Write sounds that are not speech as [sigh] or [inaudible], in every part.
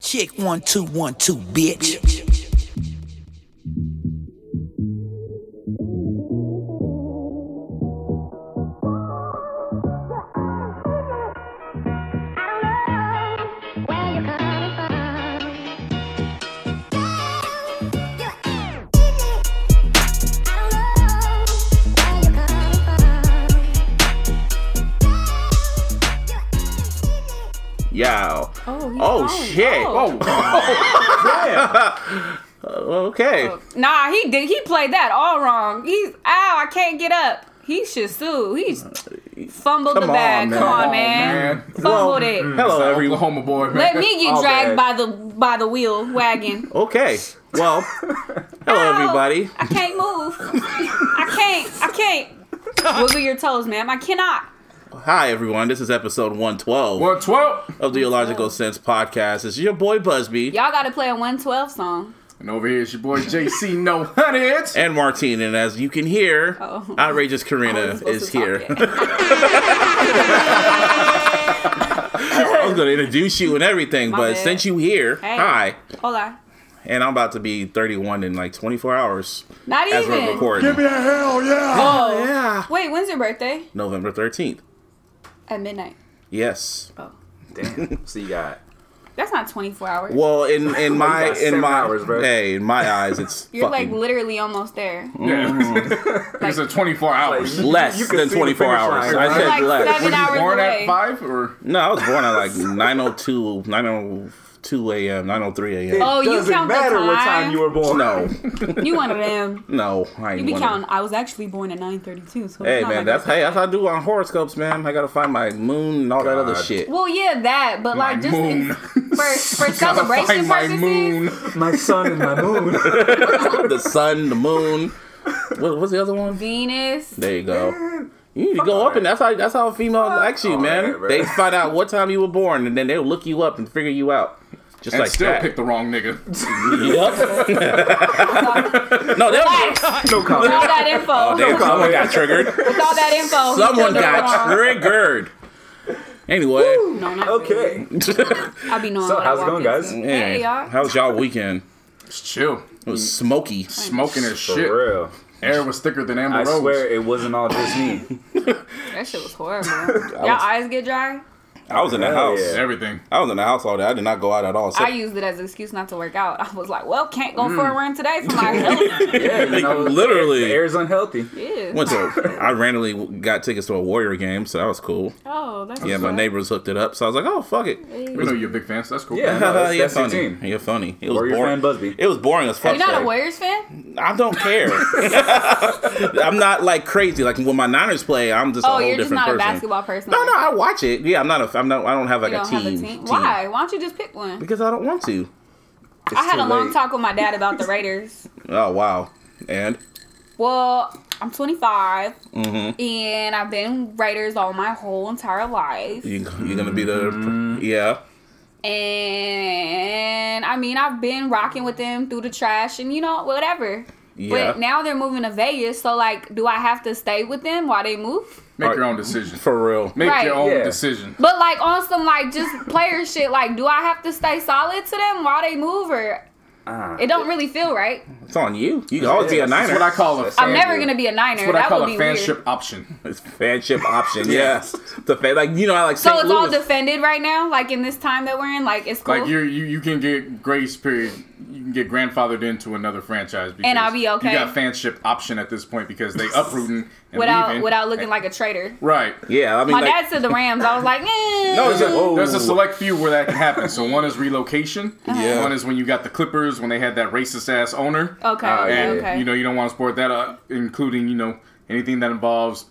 Check one, two, one, two, bitch. Yow. Oh, he's Oh, falling. shit. Oh. [laughs] [laughs] Okay. Oh, Nah, he did. He played that all wrong. He's ow. I can't get up. He should sue. He's fumbled the Uh, Come bag. on, Come man. Oh, on, man. man. Fumbled it. Hello, everyone. Oklahoma boy, [laughs] man. Let me get All dragged bad. by the by the wheel [laughs] wagon. Okay. Well, hello, Ow. everybody. I can't move. I can't. I [laughs] can't. Wiggle your toes, ma'am. I cannot. Hi, everyone. This is episode 112 Well, 12. of the Illogical Sense podcast. It's your boy Busby Y'all got to play a 112 song. And over here is your boy JC No Honey. It's and Martine. And as you can hear, Oh. Outrageous I Karina wasn't supposed is to Uh, here. talk yet. [laughs] I was going to introduce you and everything, My but bad. since you here, [laughs] Hey. hi. Hold on. And I'm about to be 31 in like 24 hours Not as even. we're recording. me a hell yeah. Oh. yeah. Wait, when's your birthday? November 13th. At midnight. Yes. Oh. Damn. So you got That's not 24 hours. Well, [laughs] in in my got in seven my hours, bro. hey, in my eyes, it's [laughs] You're fucking like literally almost there. it's a 24 hours. Like, less you can than see the 24 finish hours. line, I said You're like less. seven hours Born away. at 5 or? No, I was born at like 902, 902 a.m., 903 a.m. Oh, you doesn't count the matter time. what time you were born. No, You one of [laughs] them. no, I ain't Oh. You be one of- counting. I was actually born at 9:32. So Hey it's not man, like that's I- hey, that's how I do on horoscopes, man. I gotta find my moon and all that other God. shit. Well, yeah, that. But like just moon. [laughs] for for [laughs] Gotta [laughs] celebration find my purposes. moon. My sun and my moon. the sun, the moon. What, what's the other one? [laughs] Venus. There you go. You need to go up, and that's how that's how females act you, all man. that, Oh, bro. they find out what time you were born, and then they'll look you up and figure you out. Just And like still that. pick the wrong nigga. Yup. [laughs] no, that Relax. With No comment. all that info. Oh, damn, With someone got triggered. [laughs] all that info. [laughs] Someone You're got wrong. triggered. Anyway, No, not really. [laughs] Okay. I'll be knowing. So what I how's it walk going, guys? into. hey, Hey, y'all. how's y'all weekend? It's chill. It was smoky. Smoking as For shit. real. Air was thicker than Amber I Rose. swear it wasn't all just me. That shit [laughs] was horrible. Y'all eyes get dry. I was in the Hell house. yeah. Everything. I was in the house all day. I did not go out at all. So Mm. I used it as an excuse not to work out. I was like, well, can't go for a run today [laughs] for my health. [laughs] Yeah, [laughs] you know, Literally. The air's unhealthy. Yeah. went to. I randomly got tickets to a Warrior game, so that was cool. Oh, that's Yeah, my right. neighbors hooked it up, so I was like, "Oh fuck it." We know you're a big fan, so that's cool. Yeah. [laughs] Haha, no, that's- You're that's your funny. team. You're funny. It was Warrior boring. fan Busby. It was boring as fuck. You're not though. a Warriors fan? I don't [laughs] care. [laughs] I'm not like crazy. Like when my Niners play, I'm just a Oh, whole you're just different not person. a basketball person. No, no, I watch it. Yeah, I'm not a. I'm not. I don't have like You a, don't team, have a team. team. Why? Why don't you just pick one? Because I don't want to. I had too a long late. talk with my dad [laughs] about the Raiders. Oh wow. And Well, I'm 25, Mm-hmm. and I've been Raiders all my whole entire life. you, you're gonna be the. Mm. Yeah. And I mean, I've been rocking with them through the trash and you know, whatever. Yeah. But now they're moving to Vegas, so like, do I have to stay with them while they move? Make your own decision. For real. Make Right. your own Yeah. decision. But like on some like [laughs] just player shit, like, do I have to stay solid to them while they move, or Ah. it don't really feel right? It's on you. You can always be a Yeah, that's Niner. That's what I call a I'm fan. never dude. gonna be a Niner. That's what that I call a would be weird. fanship option. It's fanship option. Yes. The fan like you know I like. So St. it's all Louis. defended right now, like in this time that we're in, like it's cool. Like you, you, you can get grace period. You can get grandfathered into another franchise, because And I'll be okay. You got fanship option at this point [laughs] because they uprooting and without leaving. without looking like a traitor. right. Yeah, I mean. My like, dad said the Rams. I was like, eh. No, it's Whoa. There's a select few where that can happen. So one is relocation. Uh-huh. Yeah. One is when you got the Clippers when they had that racist ass owner. okay, Oh, yeah. And okay. Ah, you know you don't want to support that, uh, including you know anything that involves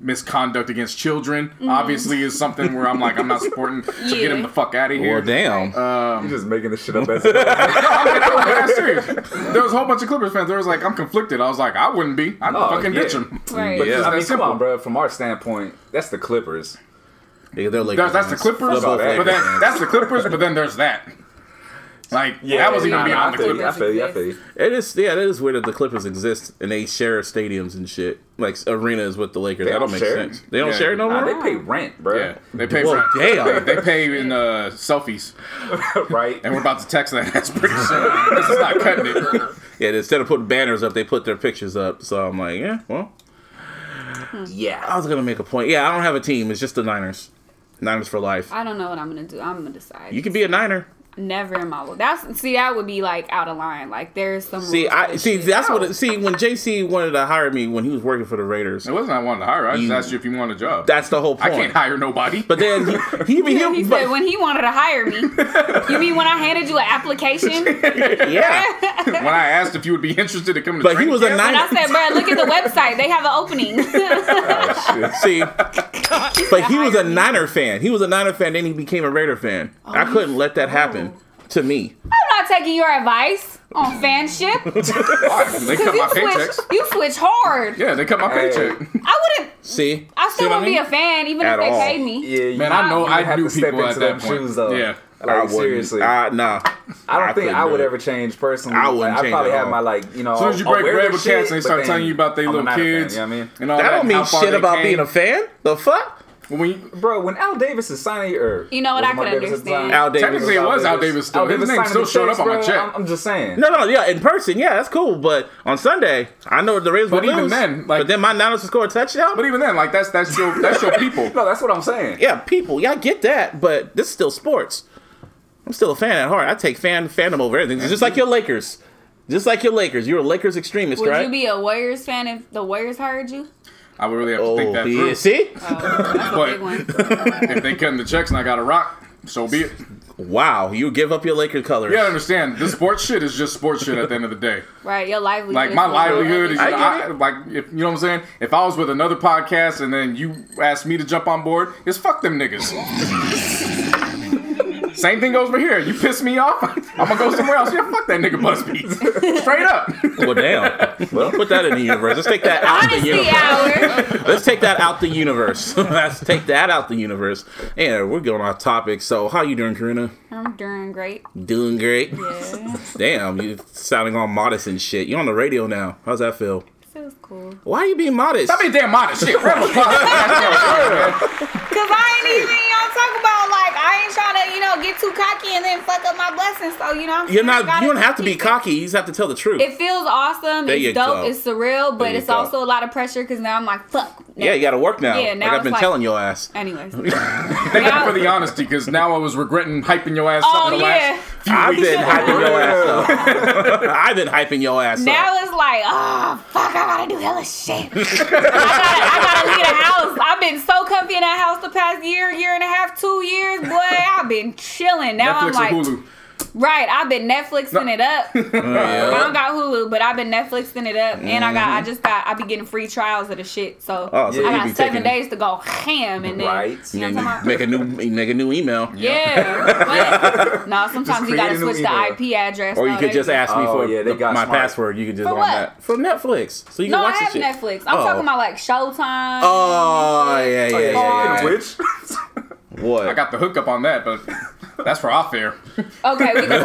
misconduct against children. Obviously, is something where I'm like I'm not supporting. So Mm-hmm. Yeah. get him the fuck out of here. Well, damn. Uh, You're just making this shit up [laughs] as it goes. I'm serious. There was a whole bunch of Clippers fans. There was like, I'm conflicted. I was like, I wouldn't be. I'd Oh, fucking yeah. ditch him. Right. But Yeah. it's that I mean, come simple. on, bro. From our standpoint, that's the Clippers. Yeah, they're Lakers That's, that's the fans. Clippers. They're both But But Lakers then, fans. that's the Clippers. But then there's that. Like that wasn't nah, even nah, beyond I the feel you, I Clippers. feel you. I feel you. It is, yeah, it is weird that the Clippers exist and they share stadiums and shit, like arenas with the Lakers. They that don't don't make share? sense. They don't Yeah. share no Nah, more. they pay rent, bro. Yeah, they pay Well, for [laughs] damn. They pay in uh, selfies, [laughs] right. and we're about to text that ass pretty soon. this is not cutting it. Yeah, instead of putting banners up, they put their pictures up. So I'm like, yeah, well, I yeah. was gonna make a point. Yeah, I don't have a team. It's just the Niners. Niners for life. I don't know what I'm gonna do. I'm gonna decide. You can be a Niner. Never in my life. That's see, that would be like out of line. Like there's some. See, rules for I this see. shit. That's what. It, see, when JC wanted to hire me when he was working for the Raiders, It wasn't I wanted to hire. I just You- asked you if you want a job. that's the whole I point. can't hire nobody. But then he, he, he, Yeah, [laughs] he but- said when he wanted to hire me. you mean when I handed you an application? When yeah. [laughs] when I asked if you would be interested in coming, to But he training was a camp, Niner. I said, bro, look at the website. They have an opening. [laughs] See, but he was a Niner fan. He was a Niner fan. Then he became a Raider fan. Oh, I couldn't let that happen to me. I'm not taking your advice on fanship because Why? They cut my you paychecks. switch. You switch hard. Yeah, they cut my Hey. paycheck. I wouldn't. See, I See still what won't be mean? a fan even At if they all. paid me. Yeah, you- Man, I know you I have knew to step people at into them that point. shoes, though. Yeah. I Like, wouldn't. seriously. I, nah. I don't I think couldn't I do would it. ever change personally. I wouldn't Like, change I probably at have all. my like, you know, As soon as you I'll break wear bread this with shit, cats and they but start then telling you about their I'm a little Niner fan, kids, you know what I mean? and all That don't how mean far shit they about came. being a fan. The fuck, When you, Bro, when Al Davis is signing, or You know what? was I it Mark could Davis at the understand. time? Al Davis. Technically, it was Al Davis still. His name signed still the showed up checks, on my bro. check. I'm, I'm just saying. No, no, yeah, in person, yeah, that's cool. But on Sunday, I know the Raiders But would even lose. then, like- but then my Niners would score a touchdown. but even then, like that's that's your that's your people. [laughs] No, that's what I'm saying. yeah, people, yeah, I get that, but this is still sports. I'm still a fan at heart. I take fan fandom over everything. Just like your Lakers, just like your Lakers. You're a Lakers extremist, Would right? you be a Warriors fan if the Warriors hired you? I would really have to oh, think that yeah, through. see, Big [laughs] But one. if they cutting the checks and I got to rock, so be it. wow, you give up your Laker colors. You gotta understand, this sports shit is just sports shit at the end of the day. Right, your livelihood. Like my is what you're livelihood is, making. you know, I I, get it. like if you know what I'm saying. If I was with another podcast and then you asked me to jump on board, it's fuck [laughs] them niggas. Same thing goes for here. You piss me off, [laughs] I'm gonna go somewhere else. Yeah, fuck that nigga Busby. [laughs] Straight up. Well, damn. well, put that in the universe. Let's take that out the Honesty universe. [laughs] hour. Let's take that out the universe. [laughs] Let's take that out the universe. And we're going off topic. So, how you doing, Karina? I'm doing great. Doing great. Yeah, Damn, you sounding all modest and shit. You on the radio now? How's that feel? feels cool. Why are you being modest? I mean, damn modest [laughs] shit. Right on the podcast. Cause I ain't even you know talk about like I ain't trying to you know get too cocky and then fuck up my blessings. So you know what I'm You're saying? not. gotta You don't have to be keep it- cocky. You just have to tell the truth. It feels awesome. There you it's dope. go. It's surreal, but you it's go. also a lot of pressure because now I'm like fuck. yeah, you got to work now. Yeah, now like I've it's been like- telling your ass. [laughs] Anyways, Thank Now- you for the honesty, because now I was regretting hyping your ass Oh, up in the yeah. last few I've weeks. been hyping your ass up. I've been hyping your ass up. now it's like oh fuck, I gotta do [laughs] hella shit. I gotta, I gotta leave the house. I've been so comfy in that house the past year, year and a half, two years, boy. I've been chilling. Now Netflix I'm or like, Hulu. right? I've been Netflixing [laughs] it up. I Yeah. don't got Hulu, but I've been Netflixing it up, and I got I just got I be getting free trials of the shit. So, Mm-hmm. Oh, so I you got be seven taking- days to go ham, and then Right. you know what I'm talking about? Make a new make a new email. [laughs] Yeah, [laughs] but no. Sometimes you create gotta a new switch the email. IP address. Or you No, could they- just ask me Oh, for yeah, they the- got my smart. password. You could just For on what? that for Netflix, so you can No, I watch have the shit. Netflix. I'm Oh. talking about like Showtime. Oh yeah, yeah, yeah, yeah. Bar. yeah. Which? What? I got the hookup on that, but that's for off air. Okay, we can talk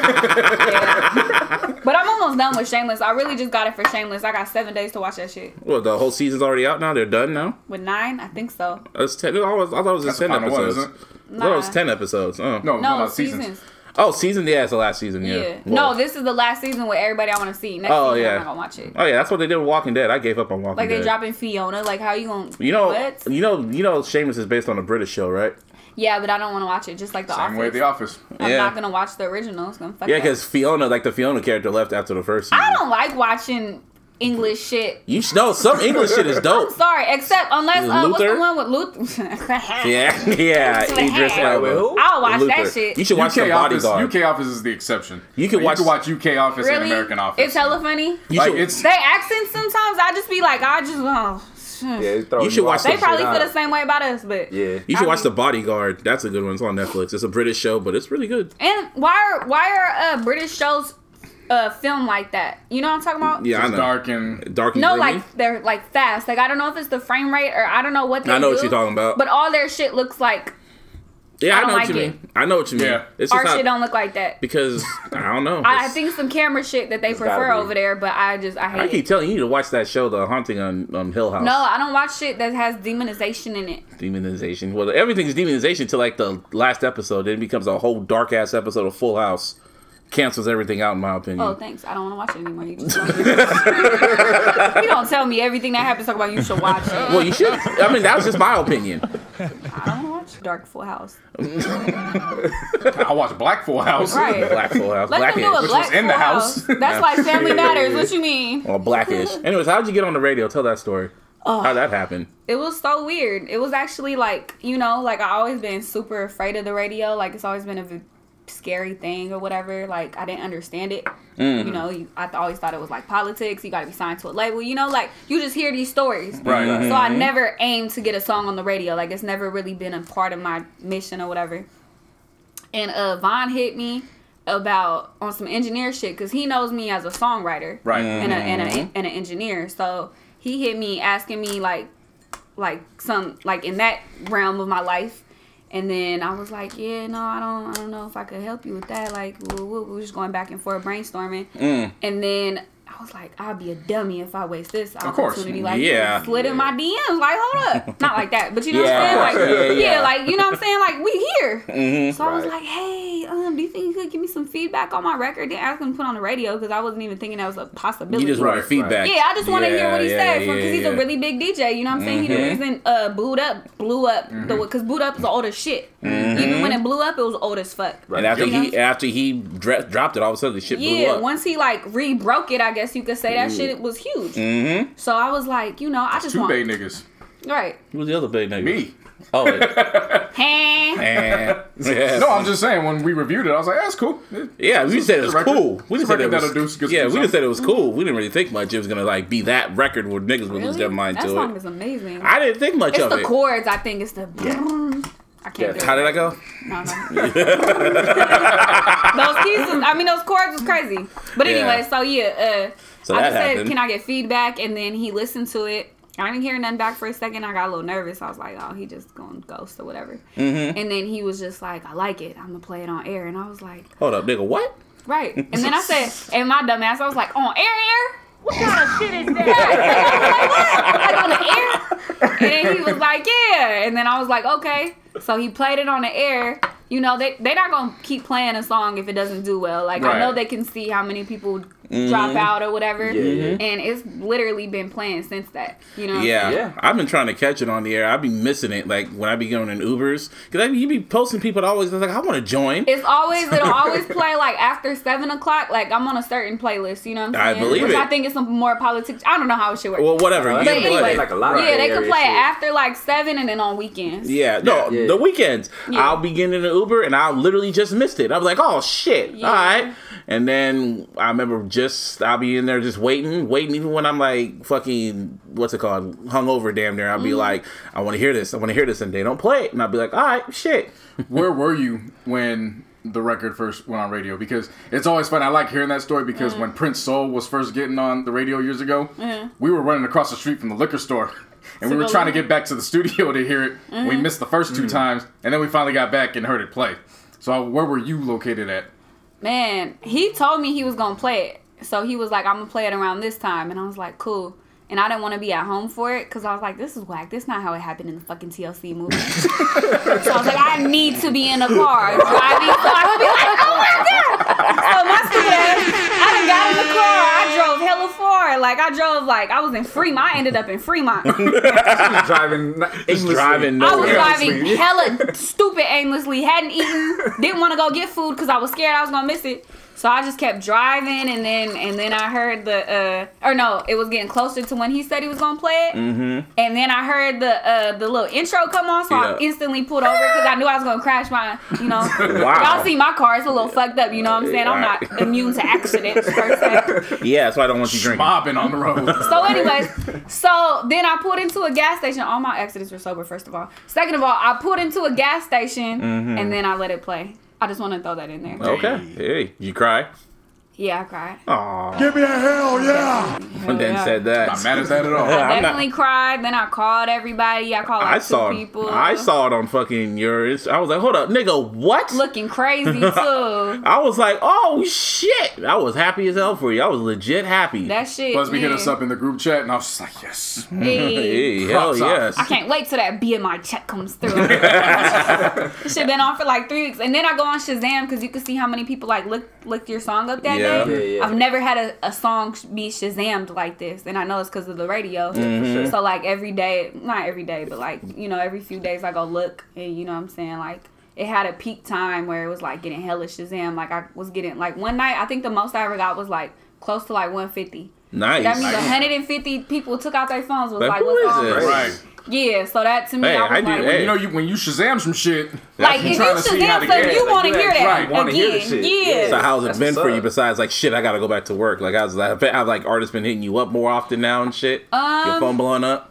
about that. Yeah. But I'm almost done with Shameless. I really just got it for Shameless. I got seven days to watch that shit. Well, the whole season's already out now. They're done now. With nine, I think so. It's ten. I was- I thought it was just That's the ten final one, episodes. isn't it? I thought it was Nah. ten episodes. Oh. No, no, No about seasons. seasons. Oh, season. Yeah, it's the last season. Yeah. Yeah. Well, No, this is the last season with everybody I want to see. Next Oh, season, yeah. I'm not gonna watch it. Oh yeah, that's what they did with Walking Dead. I gave up on Walking Like Dead. they dropping Fiona. Like how you gonna? You know, What? you know, you know. Shameless is based on a British show, right? Yeah, but I don't want to watch it. Just like the Same Office. way at the office. Uh, I'm Yeah. not gonna watch the original. It's gonna fuck Yeah, up. because Fiona, like the Fiona character, left after the first season. I don't like watching English shit. You sh- no, some English [laughs] shit is dope. Sorry, except unless uh, what's the Luther? one with Luther? [laughs] Yeah, [laughs] yeah. That's what I Idris had. Elba. Wait, who? I'll watch Luther. that shit. You should watch UK the office, Bodyguard. UK office is the exception. You can Like, watch- you can watch UK office really? and American office. It's hella funny. You like should, it's They accent sometimes. I just be like, I just oh. shit. Yeah, throw You should watch off They and probably shit feel out. the same way about us, but Yeah. you should I watch mean- the Bodyguard. That's a good one. It's on Netflix. It's a British show, but it's really good. And why are why are uh, British shows uh film like that? You know what I'm talking about? Yeah, I it's know. dark and Dark and No, gritty? like they're like fast. Like I don't know if it's the frame rate or I don't know what they I know what do, you're talking about. But all their shit looks like Yeah, I, don't know like what you it. mean. I know what you mean. Yeah. It's Our just shit not, don't look like that. because I don't know. I, I It's- think some camera shit that they gotta prefer be. over there, but I just I hate I it. keep telling you, you need to watch that show, The Haunting on, on Hill House. No, I don't watch shit that has demonization in it. Demonization. Well, everything's demonization till like the last episode. Then it becomes a whole dark ass episode of Full House. Cancels everything out, in my opinion. Oh, thanks. I don't want to watch it anymore. You, just [laughs] you don't tell me everything that happens. Talk about you should watch it. Well, you should. I mean, that was just my opinion. I don't want to watch Dark Full House. I watch Black Full House. Right. Black Full House. Let them do Blackish. a Which black was in the Full house. That's like Family Matters. What you mean? Or Blackish. Anyways, how'd you get on the radio? Tell that story. Oh. How'd that happen? it was so weird. It was actually like you know, like I always been super afraid of the radio. Like it's always been a v- scary thing or whatever. Like I didn't understand it. You know, you, I th- always thought it was like politics. You got to be signed to a label. You know, like you just hear these stories. Right. So I never aimed to get a song on the radio. Like it's never really been a part of my mission or whatever. And uh, Von hit me about on some engineer shit because he knows me as a songwriter Right. and a, and, Mm-hmm. a, and an engineer. So he hit me asking me like like some like in that realm of my life. And then I was like, yeah, no, I don't, I don't know if I could help you with that. Like, we we- we were just going back and forth brainstorming. Mm. And then I was like, I'd be a dummy if I waste this course. opportunity. Like, Yeah. yeah. slid in my DMs. Like, hold up, not like that, but you know Yeah, what I'm of saying? course. Like, Yeah, Mm. yeah, yeah. like you know what I'm saying? Like, we here. So I was Right. like, hey, um, do you think you could give me some feedback on my record? Then ask him to put on the radio because I wasn't even thinking that was a possibility. You just wanted Right, feedback. Yeah, I just want to hear what he yeah, said because yeah, he's yeah. Mm-hmm. a really big DJ. You know what I'm saying? He the reason uh, Boot Up blew up the because Boot Up is old as shit. Mm-hmm. Even when it blew up, it was old as fuck. And after You know? he after he dra- dropped it, all of a sudden the shit blew Yeah, up. once he like re-broke it, I guess you could say that shit was huge. Mm-hmm. So I was like, you know, I just Two want Bay niggas. right. Who was the other big nigga? Me. Oh, [laughs] it- Hey, and, [laughs] yeah. No, I'm just saying. When we reviewed it, I was like, "That's cool." Yeah, we just said it was It's a record. cool. We It's just a said it record was, that'll do some good yeah, we stuff. just said it was cool. We didn't really think much it was gonna like be that record where niggas would lose their mind that to song it. is amazing. I didn't think much it's of the it. chords. I think it's the. I can't. do it. How did I go? No, [laughs] no. those keys, was, I mean, those chords was crazy. But Yeah. anyway, so yeah, uh, So I that just said, happened. can I get feedback? And then he listened to it. I didn't hear nothing back for a second. I got a little nervous. I was like, oh, he just going to ghost or whatever. Mm-hmm. And then he was just like, I like it. I'm going to play it on air. And I was like, Hold up, nigga. What? [laughs] right. And then I said, and my dumb ass, I was like, on air, air? What kind of shit is that? [laughs] like on the air. And then he was like, yeah. And then I was like, okay. So he played it on the air. You know, they they not gonna keep playing a song if it doesn't do well. Like I Right. know they can see how many people Mm-hmm. drop out or whatever. yeah. And it's literally been playing since that. You know. Yeah. Yeah. I've been trying to catch it on the air. I've been missing it, like when I be going in Ubers, because I mean, you be posting people that always like, I want to join. It's always it'll always play like after seven o'clock. Like I'm on a certain playlist. You know what I I'm saying? believe Which I it. think is some more politics. I don't know how it should work. well, whatever. you But but can play anyway, it. like a lot of yeah, they can area play it shit. after like seven and then on weekends. Yeah, no, Yeah. the weekends. Yeah. I'll be getting in an Uber and I literally just missed it. I was like, oh shit, Yeah. all right. And then I remember just, I'll be in there just waiting, waiting, even when I'm like fucking, what's it called, hungover damn near. I'll Mm-hmm. be like, I want to hear this, I want to hear this. And they don't play it. And I'll be like, all right, shit. Where were you when the record first went on radio? Because it's always fun. I like hearing that story because when Prince Soul was first getting on the radio years ago, we were running across the street from the liquor store. And we were go trying to look. get back to the studio to hear it. We missed the first Mm-hmm. two times, and then we finally got back and heard it play. So, where were you located at? Man, he told me he was gonna play it. So he was like, I'm gonna play it around this time. And I was like, cool. And I didn't want to be at home for it because I was like, this is whack. This not how it happened in the fucking TLC [laughs] movie. so I was like, I need to be in a car driving. So I would be like, oh my God. So my stupid ass, I done got in the car. I drove hella far. Like, I drove, like, I was in Fremont. I ended up in Fremont. driving, not- aimlessly. driving I was nowhere. Yeah. [laughs] driving hella stupid aimlessly, hadn't eaten, didn't want to go get food because I was scared I was gonna miss it. So I just kept driving, and then and then I heard the uh or no, it was getting closer to when he said he was gonna play it, mm-hmm. and then I heard the uh the little intro come on, so I Yeah. instantly pulled over because I knew I was gonna crash my you know [laughs] Wow. y'all see my car it's a little fucked up you know what I'm saying I'm Right. not immune [laughs] to accidents per se. Yeah, that's why I don't want you drinking. Mobbing on the [laughs] road. So, anyways, so then I pulled into a gas station. All my accidents were sober, first of all. Second of all, I pulled into a gas station Mm-hmm. and then I let it play. I just want to throw that in Oh. there. Oh, Okay. Hey, you cry? Yeah, I cried. Aw. Give me a hell yeah! and then yeah. said that. Not mad at that at all. I'm not- Definitely cried. Then I called everybody. I called like I two saw people. I saw it on fucking your. Inst- I was like, hold up, nigga, what? [laughs] looking crazy too. I was like, oh shit! I was happy as hell for you. I was legit happy. That shit. Busby hit yeah. us up in the group chat, and I was just like, yes. [laughs] Hey. hey, hell [laughs] Props up. yes. I can't wait till that BMI check [laughs] comes through. it should been on for like three weeks, and then I go on Shazam because you can see how many people like look looked your song up that Yeah. day. Yeah, yeah. I've never had a, a song sh- be Shazammed like this, and I know it's because of the radio. Mm-hmm. So like every day, not every day, but like you know every few days I go look, and you know what I'm saying like. It had a peak time where it was like getting hella Shazam. Like I was getting like one night, I think the most I ever got was like close to like 150. Nice. That means 150 people took out their phones. Was Like, like, who what's is on? this? Right. Yeah, so that to me, Hey, I was I do- like, hey. You know, you when you Shazam some shit, like if you That's what I'm trying to see how Shazam to stuff, get it. you Like, want to you hear actually that wanna hear the again. shit. Yeah. So how's it That's been what's for you up. besides like shit? I gotta go back to work. Like how's that? Have like artists been hitting you up more often now and shit? Your Um, phone blowing up.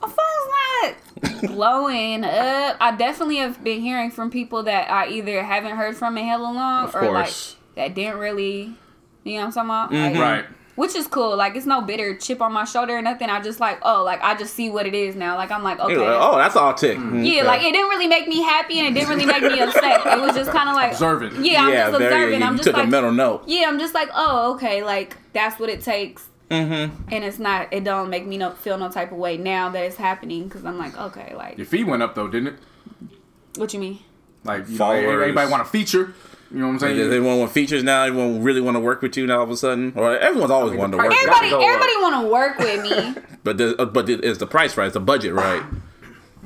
My phone's not blowing up. I definitely have been hearing from people that I either haven't heard from in hella long, Of or course. like that didn't really, you know what I'm talking about? Like, Mm-hmm. right? Which is cool. Like it's no bitter chip on my shoulder or nothing. I just like, oh, like I just see what it is now. Like I'm like, okay. Anyway, oh, that's all tick. Mm-hmm. Yeah, like it didn't really make me happy and it didn't really make me upset. It was just kind of like Observant. Yeah, I'm just there observant. You, I'm you just took like, a mental note. yeah, I'm just like, oh, okay, like that's what it takes. Mm-hmm. And it's not, it don't make me no feel no type of way now that it's happening because I'm like, okay, like Your fee went up though, didn't it? what you mean? Like, you know, Followers. anybody want a feature? You know what I'm saying? Everyone want features now. Everyone really want to work with you now. All of a sudden, or everyone's always wanted to work. price- with Everybody, go everybody want to work with me. But the, uh, but it- is the price right? Is the budget right?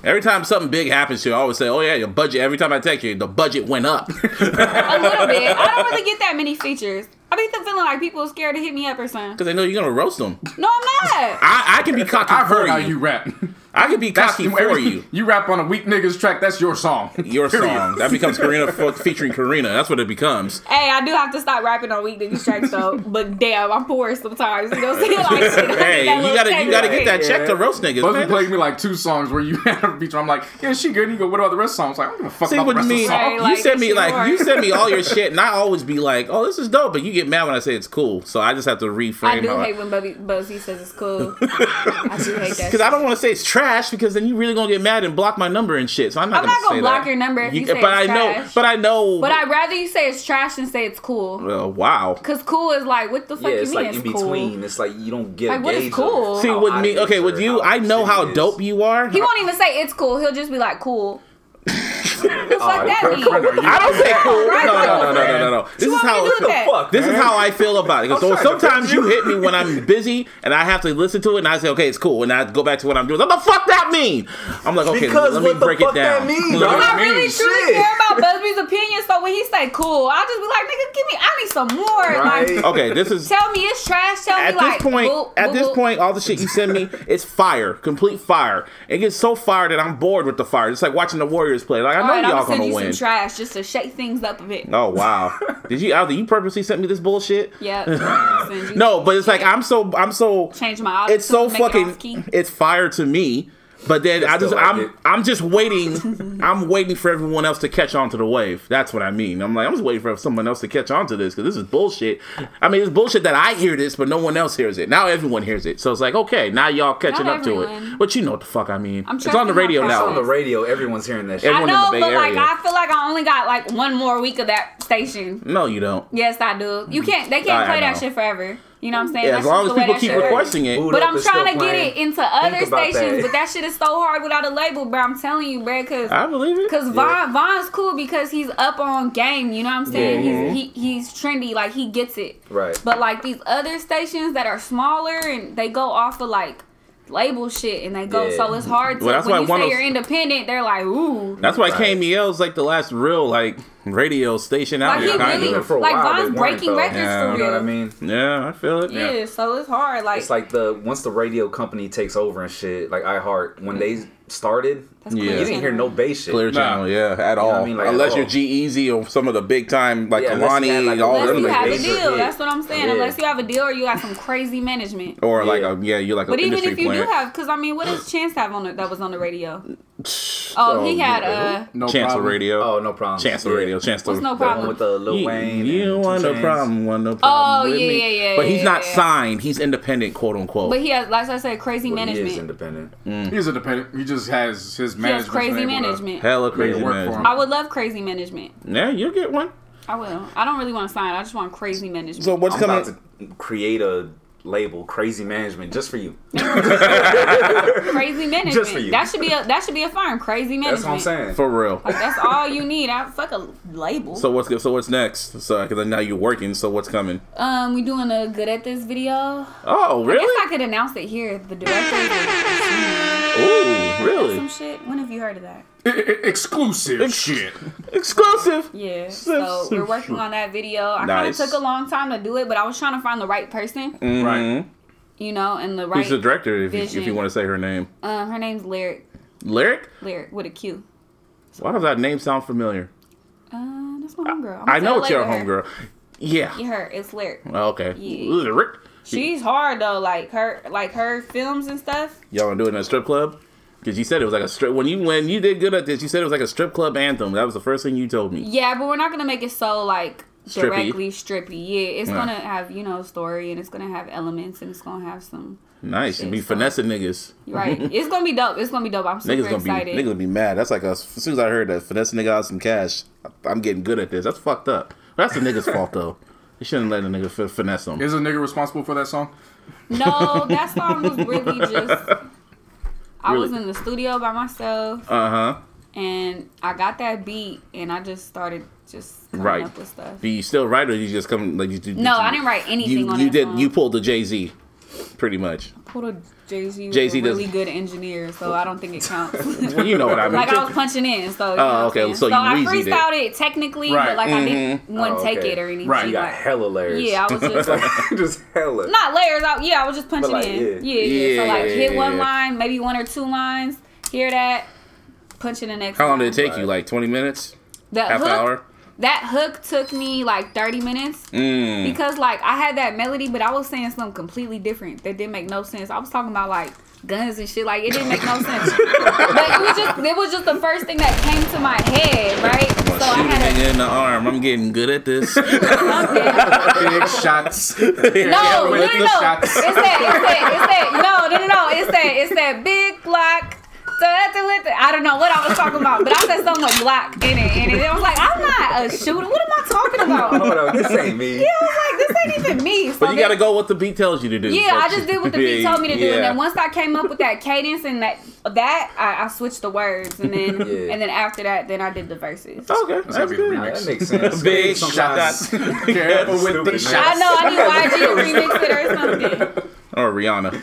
Every time something big happens to you, I always say, "Oh yeah, your budget." Every time I text you, the budget went up. [laughs] a little bit. I don't really get that many features. I be feeling like people scared to hit me up or something. Because I know you're gonna roast them. No, I'm not. I, I can be cocky [laughs] I've for heard you. how you rap. I can be [laughs] cocky for you. You rap on a weak niggas track. That's your song. [laughs] [laughs] Your Period. song that becomes Karina fo- featuring Karina. That's what it becomes. Hey, I do have to stop rapping on weak niggas [laughs] tracks though. But damn, I'm poor sometimes. You know, what I'm saying? like shit. I need Hey, [laughs] that you little gotta you check gotta right get that there. check to roast niggas. Busby man. played me like two songs where you [laughs] had a feature. I'm like, yeah, she good. And you go, what about the rest of the songs? Like, I don't give a fuck See about what the you mean? rest of the song. Right, you like, send me she like hard. you send me all [laughs] your shit, and I always be like, "Oh, this is dope," but you get mad when I say it's cool. So I just have to reframe. I do my- hate when Bubby Buzzy says [laughs] it's cool. I do hate that. Because I don't want to say it's trash because then you really gonna get mad and block my number and shit. So I'm not. I'm not gonna gonna say block that. your number if you say but it's I know. trash. But I know. But I'd rather you say it's trash than say it's cool. Uh, wow. Cause cool is like, what the fuck yeah, you it's mean like it's in cool? between. It's like you don't get Like, a what is gauge cool? of See, how with hot me, it okay, is with or you, I know shit how it is. dope you are. He won't even say it's cool. He'll just be like, cool. [laughs] What the fuck that mean? Brenda, I don't say cool. right, No, no, no, cool, no, no, man. no, no. This You is want me how to it do feels. that? Fuck, This is man. how I feel about it. 'Cause I'm So trying to sometimes fix you you. hit me when I'm busy, and I have to listen to it, and I say, "Okay, it's cool," and I go back to what I'm doing. What the fuck that mean? I'm like, okay, Because let me what the break it fuck that down. [laughs] mean, Let dog? I'm me- not really Shit. truly care about Busby's opinion, so when he say cool, I'll just be like, nigga, give me, I need some more. Right. Like, Okay, this is tell me it's trash. Tell at me like, this point, boop, at boop, this boop. point, all the shit you send me is fire, complete fire. It gets so fire that I'm bored with the fire. It's like watching the Warriors play. Like I know All right, I'm y'all gonna send gonna you win. some trash just to shake things up a bit. oh [laughs] wow, did you? Aldi, you purposely sent me this bullshit? Yep. I'll send [laughs] you- No, but it's like I'm so I'm so change my. outfit it's so to make it off fucking key. it's fire to me. But then I still just like I'm it. I'm just waiting [laughs] I'm waiting for everyone else to catch on to the wave. That's what I mean. I'm like I'm just waiting for someone else to catch on to this because this is bullshit. I mean it's bullshit that I hear this, but no one else hears it. Now everyone hears it, so it's like okay, now y'all catching Not up to everyone. it. But you know what the fuck I mean. I'm it's on the trusting my radio It's process. on the now. radio. Everyone's hearing that shit. Everyone I know, in the but Bay like Area. I feel like I only got like one more week of that station. no, you don't. Yes, I do. You can't. They Mm. I- I can't play know. that shit forever. You know what I'm saying? Yeah, That's as long just as the way people that keep shit works. requesting it. Boot But up I'm is still trying to get playing. it into other about that. stations. But that shit is so hard without a label, bro. I'm telling you, bro. Cause I believe it. Cause Yeah. Von Von's cool because he's up on game. You know what I'm saying? Yeah, He's, he he's trendy, like he gets it. Right. But like these other stations that are smaller and they go off of like label shit and they go Yeah. so it's hard to Well, that's why when you one say of- you're independent, they're like ooh. That's why Right. KMEL is like the last real like radio station out Like here. he kind really Even of. for a like while, they Von's weren't, breaking though. records Yeah. for real. You know what I mean? Yeah, I feel it. Yeah, so it's hard. Like, It's like the once the radio company takes over and shit, like iHeart, when they started, That's Yeah. you didn't hear no bass shit. Clear Nah. Channel, yeah, at all. what I mean? Like, at unless you're all. G Easy or some of the big time like Yeah, unless you had, Kalani, like, a all really unless them, you like, have a they sure deal, did. that's what I'm saying. Yeah. Unless you have a deal or you got some crazy management. or like Yeah. a, yeah, you're like But an even industry if you plant. [clears throat] do have, because I mean, what does Chance have on the, that was on the radio? Oh, he had no. uh, No Chancel problem. Radio. Oh, no problem. Chancel Yeah. Radio. Chancel. What's No The one Problem? with the Lil You, Wayne. you and don't want Two no Chainz. problem. Want no problem Oh, with yeah, me. yeah, yeah, But he's yeah, not yeah. signed. He's independent, quote unquote. but he has, like I said, crazy Well, he is management. independent. Mm. He's independent. He just has his He has management. crazy been able to- management. Hella Make crazy it work for him. man. I would love crazy management. Yeah, you'll get one. I will. I don't really want to sign. I just want crazy management. [laughs] So what's I'm coming? about to create a label, Crazy Management, just for you. crazy management. Just for you. That should be a that should be a firm. Crazy management. That's what I'm saying. For real. That's all you need. I fuck a label. So what's so what's next? So because now you're working. So what's coming? um, we doing a good at this video. Oh I guess I really? could announce it here. The director. Ooh Some really? shit. When have you heard of that? I- I- exclusive shit. Exclusive. Yeah. So we're working on that video. I Nice. Mm. kind of took a long time to do it, but I was trying to find the right person, Mm-hmm. Right. you know, and the right. Who's the director? If you, if you Vision. want to say her name, Um, her name's Lyric. Lyric. Lyric with a Q. Why does that name sound familiar? Uh, that's my homegirl. I'm I gonna know it's tell your you later. homegirl. Yeah. Oh, Yeah, her. It's Lyric. Okay. Yeah. Lyric. She's hard though. Like her, like her films and stuff. Y'all gonna do it in a strip club? Because you said it was like a strip. When you when you did good at this, you said it was like a strip club anthem. That was the first thing you told me. Yeah, but we're not gonna make it so like Strippy. directly strippy. Yeah, it's Yeah. gonna have you know story and it's gonna have elements and it's gonna have some. Nice. You be Shit, son. finessing niggas. [laughs] Right, it's gonna be dope. It's gonna be dope. I'm super Niggas gonna excited. be niggas gonna be mad. That's like us. As soon as I heard that finesse nigga out some cash, I- I'm getting good at this. That's fucked up. That's the [laughs] nigga's fault though. You shouldn't let a nigga fi- finesse them. Is a nigga responsible for that [laughs] song? No, that song was really just. I was Really? in the studio by myself Uh huh. and I got that beat and I just started just coming Right. up with stuff. Do you still write or you just come like you? do? No, I didn't write anything You on you that did song. you pulled the Jay Z, pretty much. Pulled a Jay Z. Jay Jay-Z Z really doesn't- good engineer, so I don't think it counts. [laughs] Well, you know what I mean. [laughs] like I was punching in, so. you Oh, know what I'm okay, saying? so you I wheezied it. freestyled it, technically, Right, but like I didn't mm-hmm. one Oh, take okay. it or anything. Right. You got like- hella layers. yeah, [laughs] I was just. just hella. Not layers, I, yeah, I was just punching like, in. yeah. Yeah. yeah, So like hit one Yeah. line, maybe one or two lines, hear that, punch in the next How long did it line. take you? Like twenty minutes, That half an hook, hour. That hook took me like 30 minutes Mm. because like I had that melody, but I was saying something completely different that didn't make no sense. I was talking about like guns and shit, like it didn't make no [laughs] sense. but it was just it was just the first thing that came to my head, right? So I Shoot a had a nigga in the arm. I'm getting good at [laughs] this. Big [laughs] shots. no, no, no, no. With It's the that, shots. it's that, it's that. No, no, no, no. It's that, it's that big block. So that's it with it. I don't know what I was talking about, but I said something with black in it, and it, I was like, I'm not a shooter. What am I talking about? Hold on, this ain't me. I was like, this ain't even me. So But you then- gotta go what the beat tells you to do. Yeah, I Fuck just you. [laughs] did what the beat told me to do, Yeah. and then once I came up with that cadence and that that I, I switched the words, and [laughs] then Yeah. and then after that, then I did the verses. Okay, That's that's, gotta be the good. remix. That [laughs] makes sense. Big [laughs] shots. Sometimes- Careful with the Stupid, man. I shots. know I need YG to remix it [laughs] or something. Or Rihanna.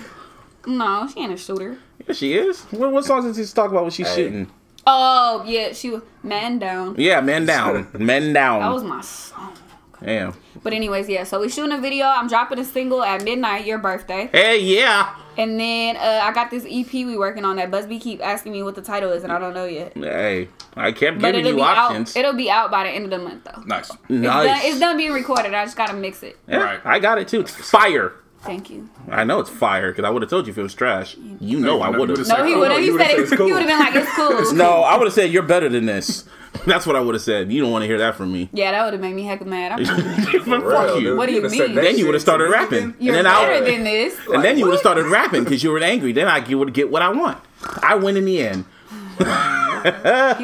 No, she ain't a shooter. Yeah, she is. What, what songs did she talk about when she's Hey. shooting? Oh yeah, she was man down. Yeah, [laughs] men down, men That was down. my song. Damn. But anyways, yeah. So we shooting a video. I'm dropping a single at midnight, your birthday, Hey, yeah. and then uh, I got this EP we working on that Busby keep asking me what the title is, and I don't know yet. Hey, I kept But giving it'll you be options. out. It'll be out by the end of the month though. Nice. It's done- nice. It's done being recorded. I just gotta mix it. Yeah, Right. I got it too. Fire. Thank you. I know it's fire because I would have told you if it was trash. You know I you would would've have. said- No, he Oh, would have. He you would've said said it. it's cool. He would have been like, [laughs] "It's cool." No, I would have said you're better than this. [laughs] That's what I would have said. You don't want to hear that from me. [laughs] Yeah, that would have made me heck mad. I'm like, Fuck [laughs] Real, you. dude. What do you could've said mean? that Then you shit would have started to me. rapping, You're and then I better than this. [laughs] and then you would have what? started rapping because you were angry. Then I would get what I want. I win in the end. [laughs] You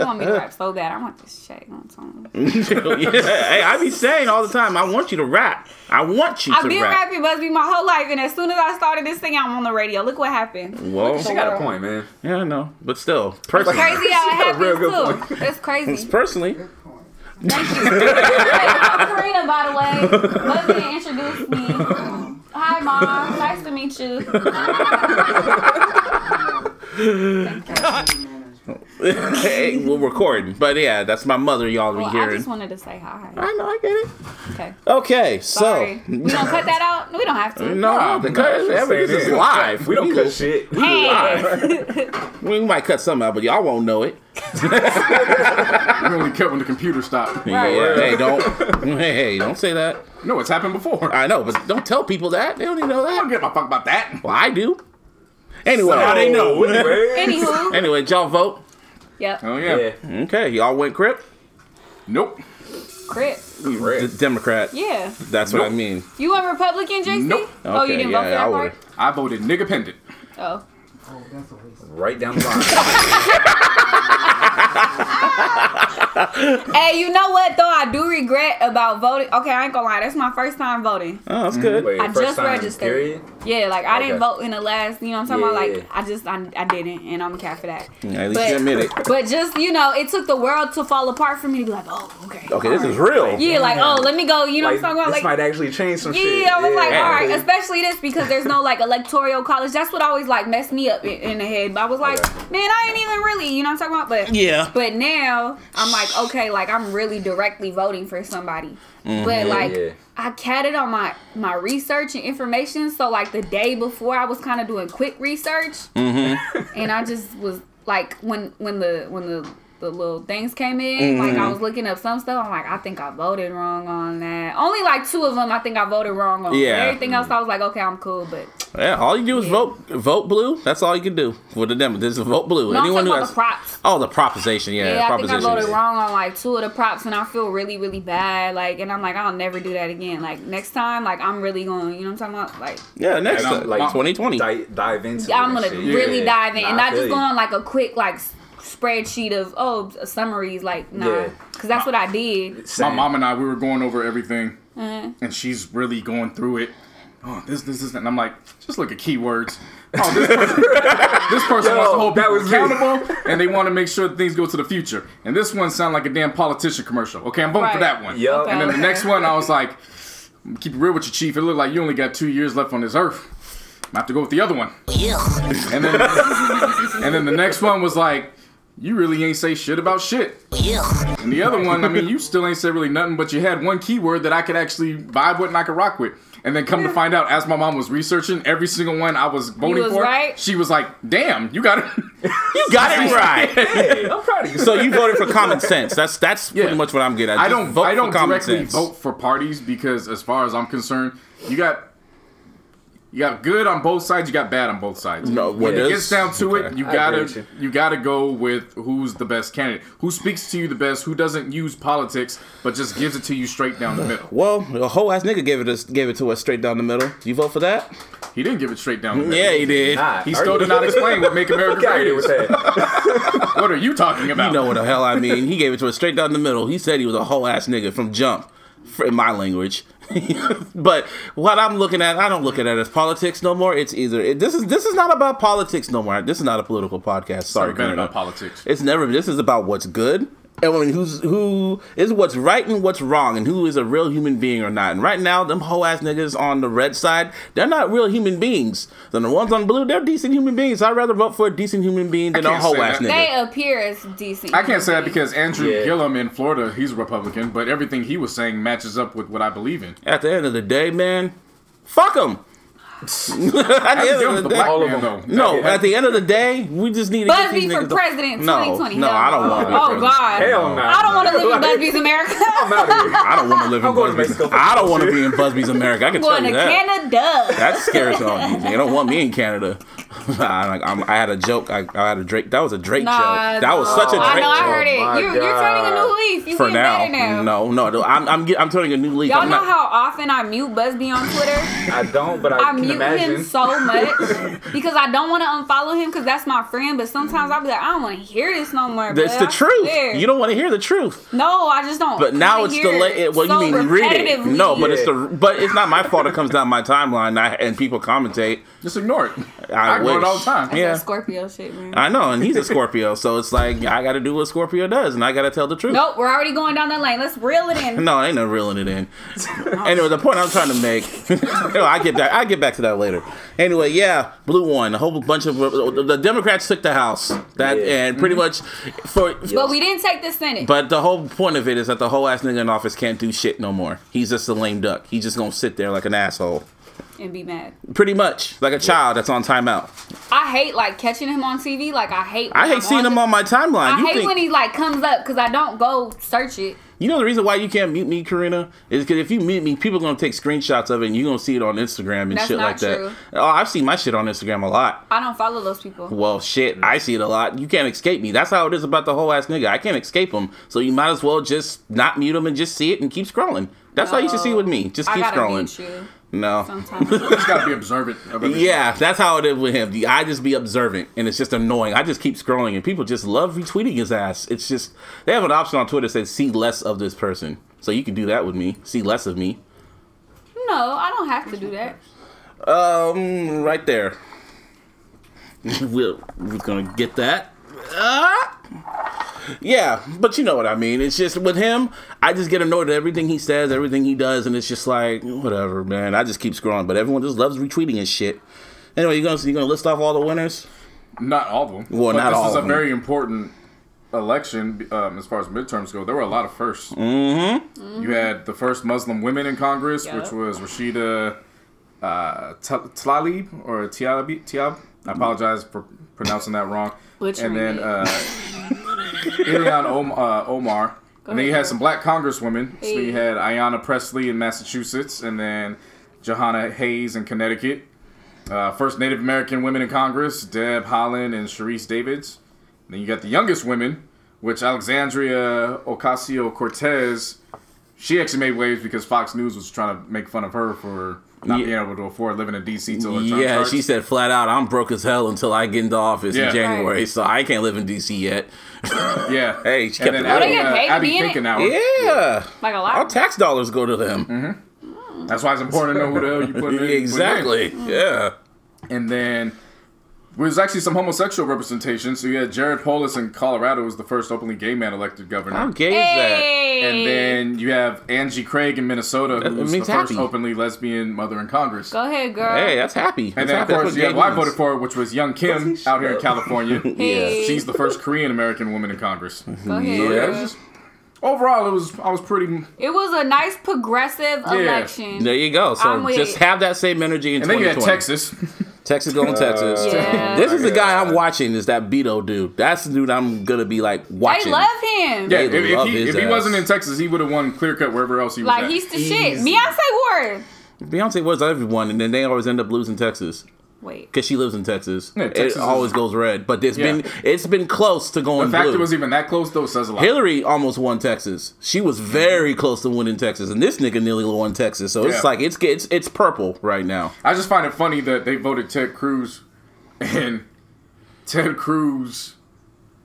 want me to rap so bad? I want this shake on something. Yeah, hey, I be saying all the time, I want you to rap. I want you I've to been rap. rapping Busby my whole life, and as soon as I started this thing, I'm on the radio. Look what happened. Well, She got a point, man. yeah, I know, but still, personally, Crazy [laughs] how it She got a real good happens too. That's crazy. personally, Thank you. [laughs] Hey, I'm Karina, by the way. Busby introduced me. [laughs] Hi, mom. Nice to meet [laughs] you. [laughs] hey, we're recording. But yeah, that's my mother. Y'all be Well, I hearing. just wanted to say hi. I know, I get it. Okay. Okay, so Sorry. we gonna cut that out? We don't have to. [laughs] no, the cut is everything. This is live. We don't will- cut shit. Hey. We might cut some out, but y'all won't know it. We only cut when the [laughs] computer stopped. Yeah, hey, don't. [laughs] Hey, hey, don't say that. No, it's happened before. I I know, but don't tell people that. They don't even know don't that. give a fuck [laughs] about that. Well, I do. Anyway, they know. Anyway, Anywho. Anyway, y'all vote. Yep. Hell Oh, yeah. Yeah. Okay, y'all went Crip? Nope. Crip. D- Democrat. Yeah. That's what Nope. I mean. You went Republican, JC? Nope. Oh, you Okay, didn't yeah, vote for that I part? I voted nigga pendant. Oh. Right down [laughs] the line. Hey, you know what though? I do regret about voting. Okay, I ain't gonna lie. That's my first time voting. Oh, that's good. Wait, I first just time, registered. Period. Yeah, like I didn't Okay. vote in the last. You know what I'm talking Yeah, about? Like yeah, I just I, I didn't, and I'm a cat for that. At least you admit it. But just you know, it took the world to fall apart for me to be like, oh, okay. Okay, this alright. is real. Yeah, like oh, let me go. You know Like, what I'm talking this about? Like might actually change some shit. Yeah, I was like, Yeah. all right, especially this because there's no like electoral college. That's what always like messed me up in, in the head. But I was like, Okay. man, I ain't even really, you know what I'm talking about? But Yeah. But now I'm like, okay, like I'm really directly voting for somebody. But like Mm-hmm. yeah. I catted on my my research and information. So like the day before, I was kind of doing quick research, and I just was like, when when the when the the little things came in, like I was looking up some stuff. I'm like, I think I voted wrong on that. Only like two of them, I think I voted wrong on. Yeah. Everything else, I was like, okay, I'm cool. But Yeah, all you do is Yeah. vote vote blue. That's all you can do for the demo. This is vote blue. no, I'm Anyone talking who about has the props. oh the proposition, yeah, Yeah, I think I proposition. voted wrong on like two of the props, and I feel really, really bad. Like, and I'm like, I'll never do that again. Like next time, like I'm really going. to You know what I'm talking about? Like, Yeah, next And I'm time, like like- 2020. Di- dive into. I'm that gonna shit. really Yeah. dive in, Nah, and I not just feel go you. on like a quick like s- spreadsheet of oh s- summaries. Like, nah, Yeah. because that's what I did. My Same. mom and I, we were going over everything, and she's really going through it. Oh, this, this, this, and I'm like, just look at keywords. Oh, this person, [laughs] this person wants to Yo, hold that people was me. accountable, and they want to make sure that things go to the future. And this one sounded like a damn politician commercial. Okay, I'm voting for Right. that one. Yup. Okay. And then the next Oh. one, I was like, keep it real with you, chief. It looked like you only got two years left on this earth. I have to go with the other one. And then, and then the next one was like, you really ain't say shit about shit. And the other one, I mean, you still ain't said really nothing, but you had one keyword that I could actually vibe with and I could rock with. And then come to find out, as my mom was researching every single one I was voting was for, right. she was like, "Damn, you got it." You got [laughs] it right. Hey, I'm proud of you. so you voted for common sense. That's that's pretty much what I'm getting at. I Just don't. vote I don't for common directly sense. vote for parties because, as far as I'm concerned, you got you got good on both sides. You got bad on both sides. No, what when it is- gets down to it, okay. you I gotta agree you. with gotta go with who's the best candidate, who speaks to you the best, who doesn't use politics but just gives it to you straight down the middle. Well, a whole ass nigga gave it us gave it to us straight down the middle. You vote for that? He didn't give it straight down the middle. Yeah, he did. Nah, He are still you- did not explain what make [laughs] America Get out of great here with is. [laughs] that. What are you talking about? You know what the hell I mean? He gave it to us straight down the middle. He said he was a whole ass nigga from jump, f- in my language. [laughs] but what I'm looking at, I don't look at it as politics no more. It's either it, this is this is not about politics no more. This is not a political podcast. Sorry, Sorry, bad Karina. about politics. It's never. This is about what's good. And I mean, who's who is what's right and what's wrong, and who is a real human being or not. And right now, them whole ass niggas on the red side, they're not real human beings. Then the ones on blue, they're decent human beings. I'd rather vote for a decent human being than a can't say whole ass that. nigga. They appear as decent. I can't say that because Andrew Yeah. Gillum in Florida, he's a Republican, but everything he was saying matches up with what I believe in. At the end of the day, man, fuck them. [laughs] at the I'm end dealing of with the the day, black All of man, them. though. no. At the end of the day, we just need to get Busby these for niggas the- president, No, 2020. no, Hell I don't want. to be Oh president. God. Hell no. I don't want to live in Busby's America. I'm out of here. I don't want to live in I'm going to Busby's. Mexico for I don't want to be in Busby's America. I can tell [laughs] Going you to that. Canada. That scares [laughs] on me. They don't want me in Canada. [laughs] I, like, I'm, I had a joke. I, I had a Drake. That was a Drake Nah, joke. That was no. such a I Drake know. I joke. heard it. Oh, my You, you're turning a new God. leaf. You for getting now, better now. no, no, no, I'm, I'm, get- I'm turning a new leaf. Y'all I'm know not, how often I mute Busby on [laughs] Twitter? I don't, but I, I can mute imagine. him so much because I don't want to unfollow him because that's my friend. But sometimes I'll be like, I don't want to hear this no more. That's bruh. the I truth. swear. You don't want to hear the truth. No, I just don't. But now it's wanna hear the late. it Well, so you mean read it? repetitively. No, but it's Yeah. the. But it's not my fault. It comes down my timeline, and, I, and people commentate. Just ignore it. I, I, ignore it wish. all the time. That Yeah, Scorpio shit, man. I know, and he's a Scorpio, so it's like I got to do what Scorpio does, and I got to tell the truth. Nope, we're already going down that lane. Let's reel it [laughs] in. No, ain't no reeling it in. anyway, the point I'm trying to make, [laughs] No, I get back, I get back to that later. Anyway, yeah, blue one, a whole bunch of the Democrats took the House, that Yeah. and pretty much Mm-hmm. for, But we didn't take the Senate. But the whole point of it is that the whole ass nigga in office can't do shit no more. He's just a lame duck. He's just gonna sit there like an asshole. and be mad. Pretty much. Like a child that's on timeout. I hate like catching him on TV. Like I hate. I when hate I'm seeing him the- on my timeline. I you hate think when he like comes up because I don't go search it. You know the reason why you can't mute me, Karina, is because if you mute me, people gonna take screenshots of it and you are gonna see it on Instagram and That's shit not like true. that. Oh, I've seen my shit on Instagram a lot. I don't follow those people. Well, shit, I see it a lot. You can't escape me. That's how it is about the whole ass nigga. I can't escape him. So you might as well just not mute him and just see it and keep scrolling. That's how you should see it with me. Just I keep gotta scrolling. mute you No. sometimes. just gotta be observant. Of everything. Yeah, that's how it is with him. I just be observant, and it's just annoying. I just keep scrolling, and people just love retweeting his ass. It's just they have an option on Twitter that says "see less of this person," so you can do that with me. See less of me. [laughs] no, I don't have to do that. Um, right there. [laughs] we're, we're gonna get that. Ah! yeah, but you know what I mean. It's just with him, I just get annoyed at everything he says, everything he does, and it's just like whatever, man. I just keep scrolling, but everyone just loves retweeting his shit. Anyway, you gonna you gonna list off all the winners? Not all of them. Well, but not this all is a of 'em. very important election um, as far as midterms go. There were a lot of 1st Mm-hmm. You had the first Muslim women in Congress, Yep. which was Rashida uh, Tal- Tlaib or Tiab. Tiab. I apologize for pronouncing that wrong. Butchering and then it. uh, [laughs] Ilhan Om- uh, Omar. and then you had some black congresswomen. So Hey. you had Ayanna Presley in Massachusetts, and then Johanna Hayes in Connecticut. Uh, first Native American women in Congress, Deb Holland and Sharice Davids. And then you got the youngest women, which Alexandria Ocasio Cortez. She actually made waves because Fox News was trying to make fun of her for not Yeah. being able to afford living in D.C. till her term Yeah, starts. she said flat out, I'm broke as hell until I get into office Yeah. in January, Right. so I can't live in DC yet. Yeah. Hey, she and kept then it real. Abby, They uh, get paid to Abby be in it? Finkenauer. Yeah. Like a Our lot. tax dollars go to them. That's why it's important to know who the hell you [laughs] Mm-hmm. put in. put in. Exactly. Yeah. And then there was actually some homosexual representation. So you had Jared Polis in Colorado was the first openly gay man elected governor. How gay hey. And then you have Angie Craig in Minnesota, who was the means first happy. openly lesbian mother in Congress. go ahead, is girl. that? Hey, that's happy. and That's then, of happy. That's course, what you had gay who I means. voted for, which was Young Kim out here [laughs] in California. Hey. She's the first Korean American woman in Congress. Go ahead. Mm-hmm. Yeah, Yeah, girl. it was just- overall, it was I was pretty. It was a nice progressive election. There you go. I'm So with just it. have that same energy in And then you had Uh, Oh, 2020. Texas. Texas going Texas. Yeah. This is the Yeah. guy I'm watching. Is that Beto dude? That's the dude I'm gonna be like watching. They love him. Yeah, They if, if love he, his if he ass. wasn't in Texas, he would have won clear cut wherever else he was. Like at. he's the shit. Beyonce Ward. Beyonce was everyone, and then they always end up losing Texas. Wait. because she lives in Texas. Yeah, Texas it is- always goes red, but it's Yeah. been it's been close to going The fact blue. it was even that close though says a lot. Hillary almost won Texas. She was very close to winning Texas, and this nigga nearly won Texas. So Yeah. it's like it's it's it's purple right now. I just find it funny that they voted Ted Cruz, and Ted Cruz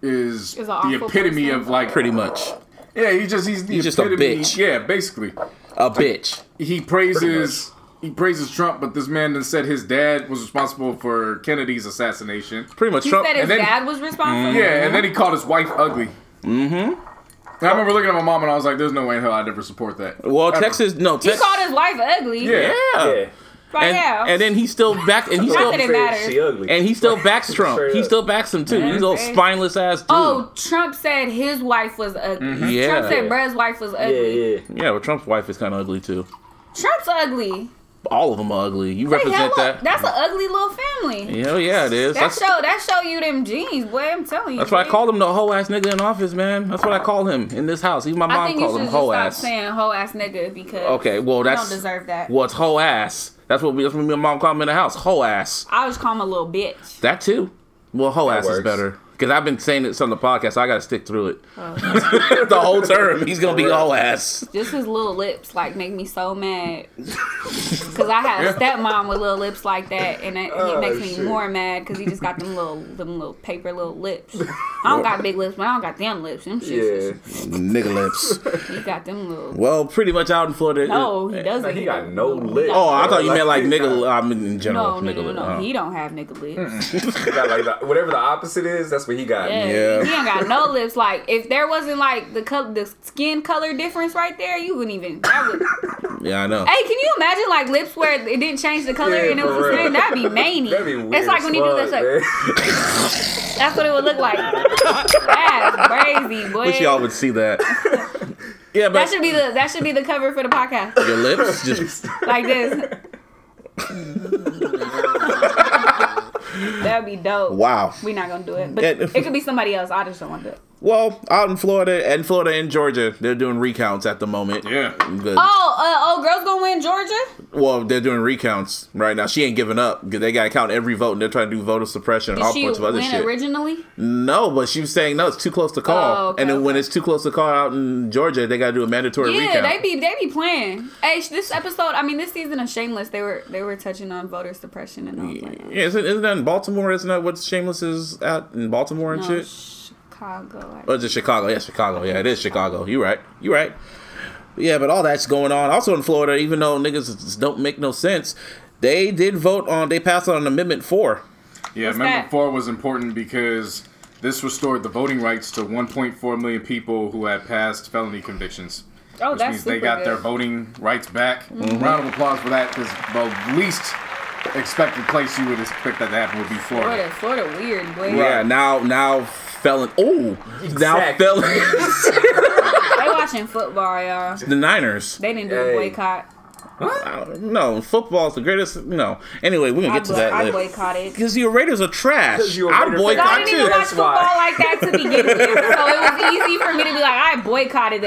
is, an the awful epitome person. of like Pretty much yeah he just he's the He's just a epitome bitch. yeah basically a bitch. he praises he praises Trump but this man then said his dad was responsible for Kennedy's assassination Pretty much He Trump. said his and then- dad was responsible. Mm. yeah and then he called his wife ugly mm-hmm and I remember looking at my mom and I was like there's no way in hell I'd ever support that well, Ever. Texas, no He Texas. called his wife ugly. yeah. yeah. Yeah. Right And, now. and then he's still back, and he Not still that it Said matters. She ugly. and he still backs Trump. Straight He up. still backs him too. He's a little Okay. spineless ass dude. oh, Trump said his wife was ugly. Mm-hmm. Yeah. Trump said Yeah. Brad's wife was yeah, ugly. yeah. Yeah, but Trump's wife is kind of ugly too. Trump's ugly. All of them are ugly. You They represent hella- that. That's an ugly little family. Hell yeah, it is. That That's- show that show you them jeans, boy. I'm telling you. That's why I dude. called him the hoe ass nigga in office, man. That's what I call him in this house. Even my I mom think you called should him just hoe stop ass. saying hoe ass nigga because Okay, well you that's don't deserve that. Well, it's hoe ass. That's what we, that's what my mom called him in the house. Hoe ass. I just call him a little bitch. That too. Well, hoe ass is works. better because I've been saying this on the podcast. So I got to stick through it Oh. [laughs] the whole term. He's gonna be hoe ass. Just his little lips like make me so [laughs] mad because I had a stepmom with little lips like that, and it, he makes me Oh, shit. more mad because he just got them little them little paper little lips. [laughs] I don't got big lips, but I don't got them lips. Them Yeah. shits, Nigga lips. he got them [laughs] little. Well, pretty much out in Florida. No, he doesn't. Like, he got no lips. Oh, I thought you meant like he got- nigga. I mean, in No, general, no, nigga no, no, lip. no. Uh, He don't have nigga lips. he got like the, whatever the opposite is. That's what he got. Yeah. Yeah. he ain't got no lips. Like if there wasn't like the co- the skin color difference right there, you wouldn't even. That [laughs] would, Yeah, I know. Hey, can you imagine like lips where it didn't change the color Yeah, and it was for the real. same? [laughs] That'd be mania. That'd be weird. it's like as when you do fuck, this, like, [laughs] man. that's what it would look like. That's crazy, boy. Wish y'all would see [laughs] that. yeah, but That should be the that should be the cover for the podcast. your lips [laughs] just Like [laughs] this. That'd be dope. wow. We're not gonna do it, but Yeah. it could be somebody else. I just don't want to do it. Well, out in Florida and Florida and Georgia, they're doing recounts at the moment. Yeah. Good. Oh, uh, oh, girls gonna win Georgia. Well, they're doing recounts right now. She ain't giving up. 'cause They got to count every vote, and they're trying to do voter suppression and Did all she sorts of other win shit. originally? no, but she was saying no. It's too close to call. Oh, okay, and then when okay. it's too close to call out in Georgia, they got to do a mandatory Yeah, recount. they be they be playing. Hey, sh- this episode, I mean, this season of Shameless, they were they were touching on voter suppression and all that. yeah, isn't, isn't that in Baltimore? Isn't that what Shameless is at in Baltimore and No, shit? Chicago. Oh, it's in Chicago. Yeah, Chicago. Yeah, it is Chicago. You right. You right. Yeah, but all that's going on. Also in Florida, even though niggas don't make no sense, they did vote on. They passed on Amendment Four. Yeah, What's Amendment that? 4 was important because this restored the voting rights to 1.4 million people who had past felony convictions. Oh, which that's means they super got good. Mm-hmm. their voting rights back. Round of applause for that because the least expected place you would expect that to happen would be Florida. Florida, Florida, weird boy. Yeah. Now, now felon. Oh, now Exactly. felons. They watching football, y'all. [laughs] the Niners. They didn't do Hey. the boycott. I don't know. Football's the greatest. No. Anyway, we're gonna I, get to that I later. boycotted. Because your Raiders are trash. 'Cause you're a I Raider fan. boycott I Got didn't you. even too. watch That's football why. like that to begin with, so it was easy for me to be like, I boycotted the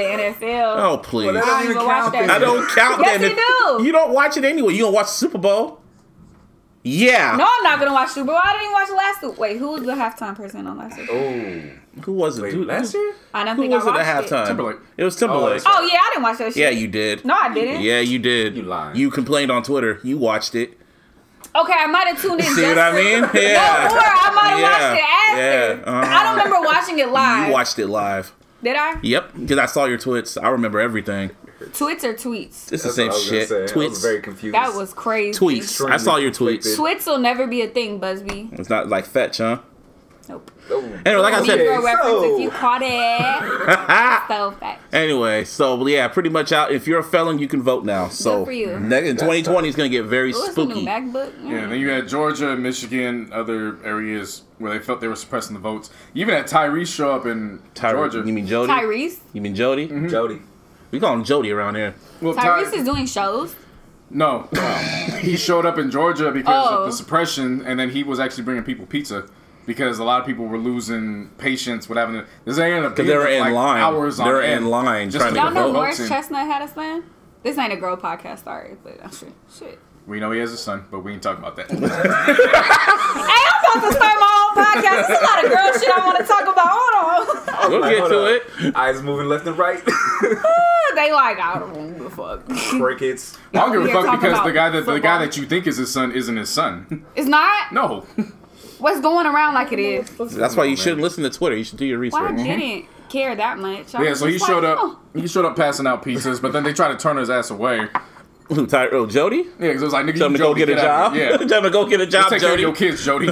[laughs] NFL. Oh please. Well, that I don't don't even even watch count that. then. I don't count Yes, that. you do. You don't watch it anyway. You don't watch Super Bowl. Yeah. No, I'm not gonna watch Super Bowl. I didn't even watch last week. Wait, who was the halftime person on last week? Oh, Who was it? wait, Dude, last year? I don't Who think I was it watched at it. halftime? Timberlake. It was Timberlake. Oh, Oh yeah, I didn't watch that shit. yeah, you did. No, I didn't. Yeah, you did. You lying. You complained on Twitter. You watched it. Okay, I might have tuned in. [laughs] See just what I to- mean? No, Yeah. or I might have Yeah, watched it after. yeah, uh-huh. I don't remember watching it live. You watched it live. Did I? Yep, because I saw your twits. I remember everything. Tweets or tweets? It's the that's same what I was gonna shit. say. I was Twits. very confused. That was crazy. tweets. I saw your Extremely tweets. Tweets will never be a thing, Busby. It's not like fetch, huh? Nope. Oh, Anyway, like I okay, said, Negro reference so- if you caught it. so fat. [laughs] Anyway, so yeah, pretty much out. If you're a felon, you can vote now. So Good for you. ne- in 2020 is gonna get very Ooh, it's a new spooky. MacBook. Mm. Yeah, then you had Georgia, Michigan, other areas where they felt they were suppressing the votes. You even had Tyrese show up in Tyra- Georgia. You mean Jody? Tyrese. You mean Jody? Jody. We call him Jody around here. well, Ty- Tyrese is doing shows. No, no. he showed up in Georgia because Oh. of the suppression, and then he was actually bringing people pizza because a lot of people were losing patience with having to. This ain't up they were in line. Hours They were on in end line just trying to to Y'all get get votes know votes Morris in. Chestnut had a son. This ain't a girl podcast, sorry, but I'm sure. Shit. We know he has a son, but we ain't talking [laughs] about that. Hey, I'm supposed to start my own podcast. There's a lot of girl shit I want to talk about. Hold on. [laughs] We'll Like, get hold to up. Eyes moving left and right. they like, I don't give a fuck. Crickets. I don't give We a are fuck talking because the about guy that the football. guy that you think is his son isn't his son. [laughs] It's not [laughs] No, what's going around like it is. it. That's why you shouldn't listen to Twitter. You should do your research. Why I [laughs] didn't care that much. I yeah. was So he just like, showed oh. up. He showed up passing out pizzas, but then they tried to turn his ass away. Yeah, Who, Ty- oh, Jody? because it was like nigga, Tell him you to go Jody, get a out job. of [laughs] here. Yeah, Tell him to go get a job, take care of Jody. your kids, Jody.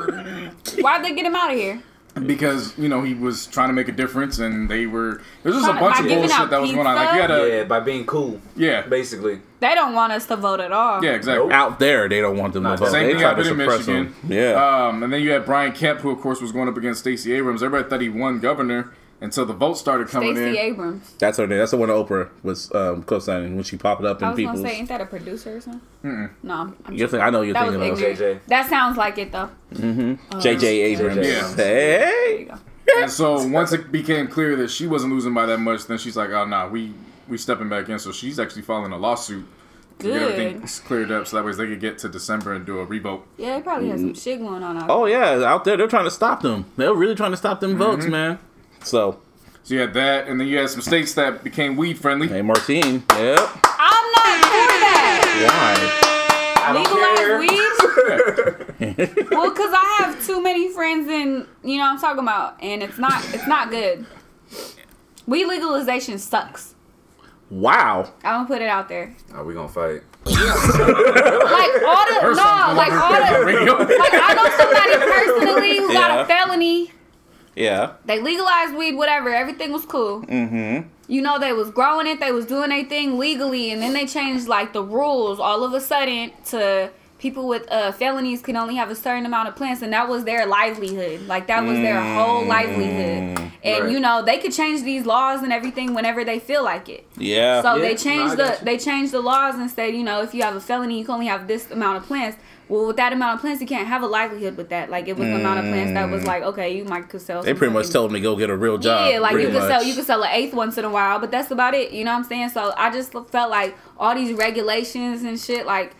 [laughs] Why'd they get him out of here? because you know he was trying to make a difference, and they were there's just a By- bunch by of giving bullshit out that was going on. Like you had Uh, a Yeah, by being cool. yeah, yeah, Basically. They don't want us to vote at all. exactly. Out there, they don't want them to Nah, vote. Same They thing try to happened in suppress Michigan. them. Yeah. Um, and then you had Brian Kemp, who of course was going up against Stacey Abrams. Everybody thought he won governor until the votes started coming in. Stacey Abrams. That's her name. That's the one Oprah was um, co-signing when she popped up I in was people. gonna say, ain't that a producer or something? No, I'm, I'm You're thinking, I know you're that was thinking of ignorant. JJ. That sounds like it though. JJ Abrams. Yeah. There you Hey. go. and so once it became clear that she wasn't losing by that much, then she's like, "Oh nah, we we stepping back in." So she's actually filing a lawsuit to get everything Good. cleared up, so that way they could get to December and do a revote. Yeah, they probably has some shit going on. Out. Oh yeah, out there they're trying to stop them. They're really trying to stop them Mm-hmm. votes, man. So, So you had that, and then you had some states that became weed friendly. hey Martine. Yep. I'm not for Why? that. I don't care. Legalize weed. well, cause I have too many friends in you know what I'm talking about, and it's not it's not good. Weed legalization sucks. Wow. I'm gonna put it out there. Are Oh, we gonna fight? Like all the Her no, songs like were all on the the [laughs] radio. like I know somebody personally who got Yeah. a felony. Yeah. They legalized weed, whatever. Everything was cool. Mm-hmm. You know, they was growing it, they was doing their thing legally, and then they changed like the rules all of a sudden to people with uh, felonies could only have a certain amount of plants, and that was their livelihood. Like that was their whole Mm-hmm. livelihood. And right. you know they could change these laws and everything whenever they feel like it. Yeah. So Oh. Yeah, they nah, I changed got the you. they changed the laws and said, you know, if you have a felony, you can only have this amount of plants. Well, with that amount of plants, you can't have a livelihood with that. Like it was the amount of plants that was like, okay, you might could sell. Mm. they some pretty much fucking- told him to go get a real job. yeah, like pretty you could sell much. you could sell an eighth once in a while, but that's about it. You know what I'm saying? So I just felt like all these regulations and shit, like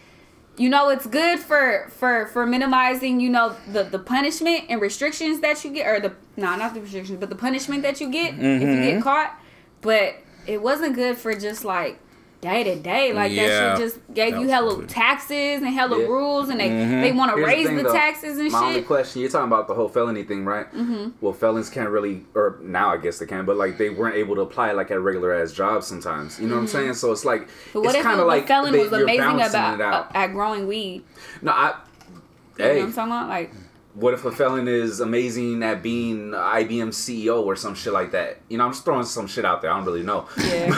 you know, it's good for for for minimizing, you know, the the punishment and restrictions that you get, or the no, not the restrictions, but the punishment that you get if you Mm-hmm. get caught. But it wasn't good for just like. Day to day, like Yeah. that shit just gave That was you Mm-hmm. hella good. taxes and hella Yeah. rules, and they they want to Here's raise thing, the, though. taxes and My only shit. question: You're talking about the whole felony thing, right? Mm-hmm. Well, felons can't really, or now I guess they can, but like they weren't able to apply like at regular ass jobs sometimes. You know what I'm saying? So it's like Mm-hmm. But what it's if kind the of like felon they- was you're amazing balancing about uh, it out. at growing weed? no, I. You Hey, know what I'm talking about? Like, what if a felon is amazing at being IBM CEO E or some shit like that? You know, I'm just throwing some shit out there. I don't really know. yeah.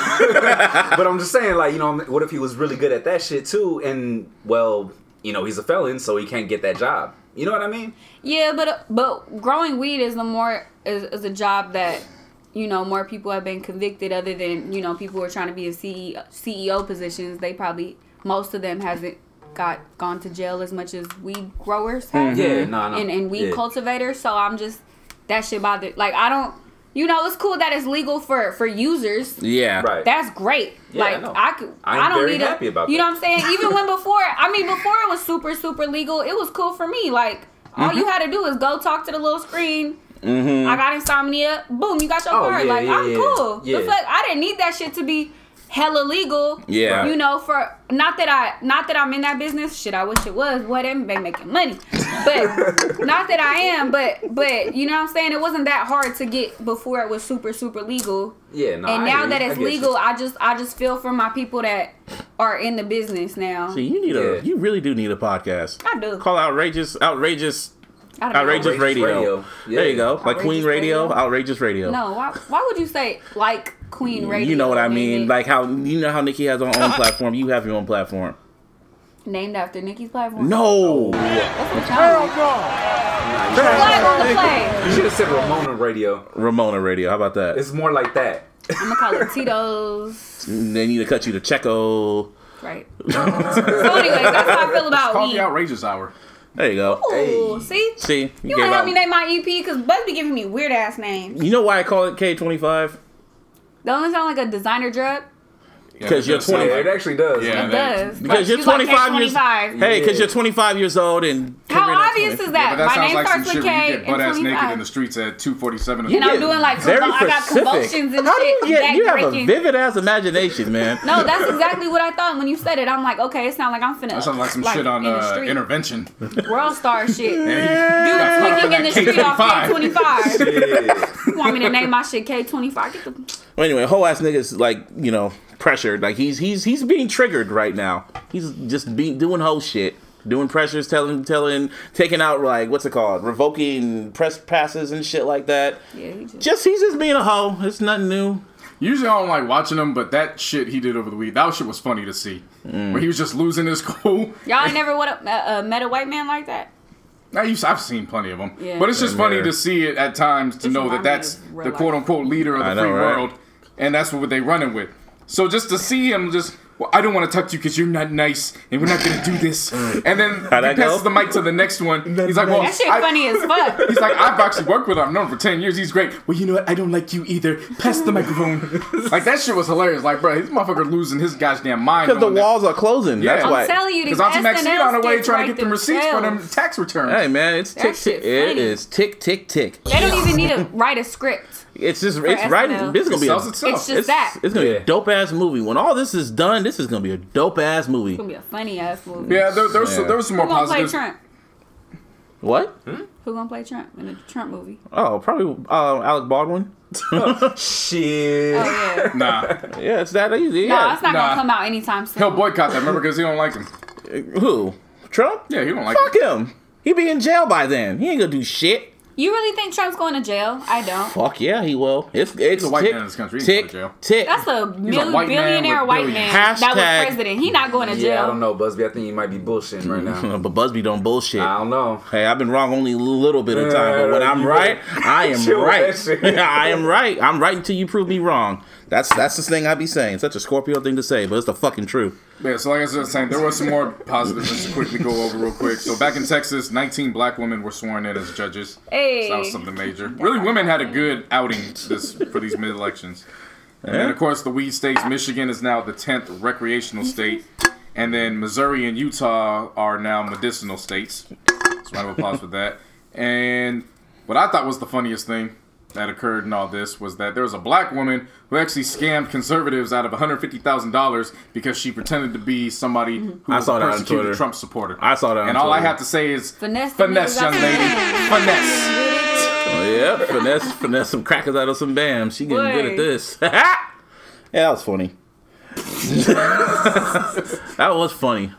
but I'm just saying, like, you know, what if he was really good at that shit too? And well, you know, he's a felon, so he can't get that job. You know what I mean? yeah, but but growing weed is the more is, is a job that you know more people have been convicted other than you know people who are trying to be in E, CEO, CEO positions. They probably most of them hasn't got gone to jail as much as weed growers have. Yeah, no, no. Mm-hmm. and, and weed yeah. cultivators. So I'm just that shit bothered. Like I don't, you know, it's cool that it's legal for for users. Yeah. Right. That's great. Yeah, I like know. I, could, I'm I don't very need to- happy about You that. know what I'm saying? Even [laughs] when before, I mean, before it was super super legal, it was cool for me. Like Mm-hmm. all you had to do is go talk to the little screen. I got insomnia. Boom, you got your Oh, card. yeah, like yeah, I'm yeah. cool. Yeah. The fuck, I didn't need that shit to be hella legal. Yeah. You know, for not that I not that I'm in that business. Shit, I wish it was. What am been making money. [laughs] But not that I am, but but you know what I'm saying? It wasn't that hard to get before it was super, super legal Yeah, no. and I hear now you. that I it's get you. legal, I just I just feel for my people that are in the business now. See, you need Yeah. a you really do need a podcast. I do. Call outrageous outrageous I don't know. outrageous Outrageous radio. Radio. There Yeah. you go. like Outrageous Queen radio, Radio. outrageous radio. No, why why would you say like Queen Radio? you know what I Name mean? it- Like how you know how Nikki has her [laughs] own platform. You have your own platform. named after Nikki's platform. No, That's what y'all want. Flag on the play. You should have said Ramona Radio. Ramona Radio. How about that? It's more like that. I'm gonna call it Tito's. they need to cut you to Checo. [laughs] Right. so anyways, that's how I feel about Call the weed. outrageous hour. There you go. Ooh, Hey. see. See, You gave wanna help out- me name my EP? Because Buzz be giving me weird ass names. You know why I call it K twenty five? Don't it sound like a designer drug? Because you're Yeah, 20. it actually does. Yeah. It And then- does. Because you're She's like, 25 years. K25. Hey, because Yeah. you're 25 years old and. How obvious is Yeah, that? but that My sounds name like some starts shit with where K you get butt and ass 25. naked in the streets at 247. You and I'm get doing like very convul- I got specific. convulsions and How do shit. you, yeah, back you have breaking. a vivid ass imagination, man. no, that's exactly what I thought when you said it. I'm like, okay, it's not like I'm finna. That sounds like some shit on in the uh, street. [laughs] intervention. World [laughs] star shit. Yeah. Dude, sneaking in the street off K25. K25. [laughs] Yeah. you want me to name my shit K25? Get the Well, anyway, whole ass niggas like you know pressured. Like he's he's he's being triggered right now. He's just being doing whole shit, doing pressures, telling telling, taking out like what's it called, revoking press passes and shit like that. yeah, he just. Just he's just being a hoe. It's nothing new. Usually I don't like watching him, but that shit he did over the week, that shit was funny to see. Where he was just losing his [laughs] cool. Y'all ain't never what uh, uh, met a white man like that. I used, I've seen plenty of them, Yeah. but it's just Same funny here. to see it at times to This know that reminds me that's of real the life. quote unquote leader of the I know, free right? world, and that's what they're running with. So just to see him, just well, I don't want to talk to you because you're not nice, and we're not gonna [laughs] do this. and then How'd he that go? passes the mic to the next one. [laughs] He's like, well, That shit I- funny as fuck. [laughs] He's like, I've actually worked with him. I've known him for 10 years. He's great. Well, you know what? I don't like you either. Pass the [laughs] microphone. like, that shit was hilarious. Like, bro, this motherfucker losing his goddamn mind. Because the on that. walls are closing. Yeah. That's I'm why. I'm telling you, these Because Auntie Maxine SNL on her way skits trying to write get them receipts for them themselves. tax returns. Hey man, it's tick tick. shit's It funny. is tick tick tick. They don't even need to write a script. It's just it's SNL. right. This is gonna It be sells a, itself. It's just it's, that. it's gonna be Yeah. a dope ass movie. When all this is done, this is gonna be a dope ass movie. It's gonna be a funny ass movie. yeah, there, there, was, Yeah. there was some more Who gonna play positives. Trump? What? Who gonna play Trump in the Trump movie? Oh, probably uh, Alec Baldwin. Shit. Oh [laughs] yeah. Nah, Yeah, it's that easy. No, Yeah. it's not nah. gonna come out anytime soon. he'll boycott that, remember, because he don't like him. Who? Trump? Yeah, he don't like Fuck him. him. He be in jail by then. He ain't gonna do shit. You really think Trump's going to jail? I don't. Fuck yeah, he will. It's it's a white tick, man in this country. He can go Tick, to jail. tick. That's a, a mil- white man billionaire with white man billions. that Hashtag- was president. He not going to jail. Yeah, I don't know, Busby. I think you might be bullshitting right [laughs] now. but Busby don't bullshit. I don't know. Hey, I've been wrong only a little bit of time, but when I'm you right, better- [laughs] I am Chill with right. that [laughs] shit. I am right. I'm right until you prove me wrong. That's that's the thing I be saying. Such a Scorpio thing to say, but it's the fucking truth. Yeah, so like I was saying, there was some more positives just to quickly go over real quick. So back in Texas, 19 black women were sworn in as judges. Hey. So that was something major. Really, women had a good outing this for these mid elections. And then, of course, the weed states. Michigan is now the 10th recreational state. And then Missouri and Utah are now medicinal states. So round of applause for that. And what I thought was the funniest thing that occurred in all this was that there was a black woman who actually scammed conservatives out of $150,000 because she pretended to be somebody Mm-hmm. who was saw a that on persecuted Twitter. Trump supporter. I saw that on And all I Twitter. have to say is Finesse the finesse niggas young out lady. finesse. Oh, yeah, finesse, finesse some crackers out of some bams. She getting good at Word. this. [laughs] yeah, that was funny. that was funny.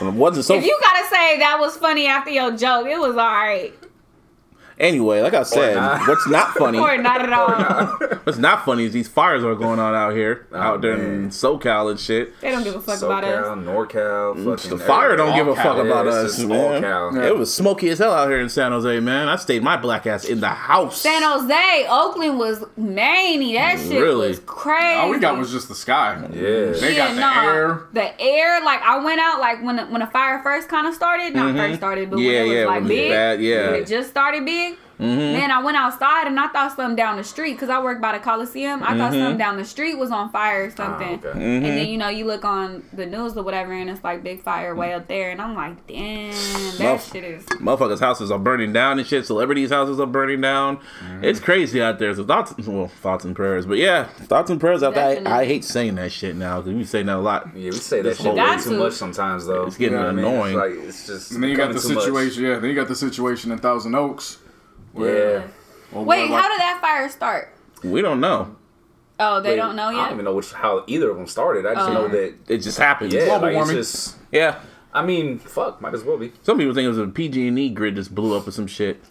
wasn't so. If you gotta say that was funny after your joke, it was all right anyway, like I said, not. what's not funny? or not at all. [laughs] What's not funny is these fires are going on out here, out there in man. SoCal and shit. They don't give a fuck about us. SoCal, NorCal, fucking Mm, The fire don't give a everywhere. fuck about Yeah, it's us, just man. all cal. It was smoky as hell out here in San Jose, man. I stayed my black ass in the house. San Jose, Oakland was many. That shit Really? was crazy. All we got was just the sky. Yeah. They got the nah. air. The air, like I went out, like when the, when the fire first kind of started, Mm-hmm. not first started, but Yeah, when it was yeah, like when it was big, bad, yeah. when it just started big. Then I went outside and I thought something down the street because I work by the Coliseum. I thought something down the street was on fire or something. Oh, okay. Mm. And then you know you look on the news or whatever, and it's like big fire way up there, and I'm like, damn, that Motherf- shit is. Motherfuckers' houses are burning down and shit. Celebrities' houses are burning down. It's crazy out there. So thoughts, well, thoughts and prayers. But yeah, thoughts and prayers. After I, Definitely. I hate saying that shit now because we say that a lot. Yeah, we say that This shit whole- way Got too to. much sometimes, though. It's getting You know what I mean? annoying. It's like it's just. And then you got the becoming too much. situation. Yeah, then you got the situation in Thousand Oaks. Yeah. Well, Wait, what- how did that fire start? We don't know. Oh, they Wait, don't know I yet. Oh. don't even know which how either of them started. I just know that. It just happens. Yeah, Global like, it's warming. just. Yeah. I mean, fuck, might as well be. Some people think it was a PG&E E grid just blew up or some shit.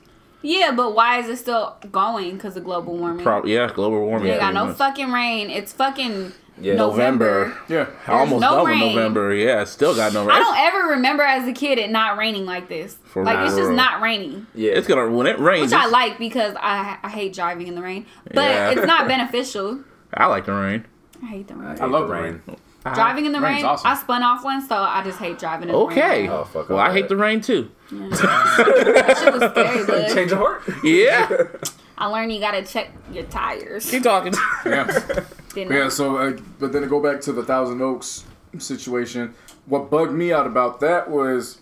yeah, but why is it still going? Because of global warming. Probably yeah, global warming. We ain't got pretty no much. fucking rain. It's fucking Yeah. November. November. Yeah. Almost no double rain. November. Yeah, still got no rain. I don't ever remember as a kid it not raining like this. For like it's just real. not raining, Yeah, It's gonna when it rains. which I it's- like because I I hate driving in the rain, but Yeah. it's [laughs] not beneficial. I like the rain. I hate the rain. hate love the the driving in the Rain's rain, awesome. I spun off one, so I just hate driving in Okay. the rain. Oh, fuck well, all I hate that. the rain too. That shit was [laughs] scary, but Change of heart. Yeah. I learned you gotta check your tires. Keep talking. Yeah. Didn't Yeah, I? so, uh, but then to go back to the Thousand Oaks situation, what bugged me out about that was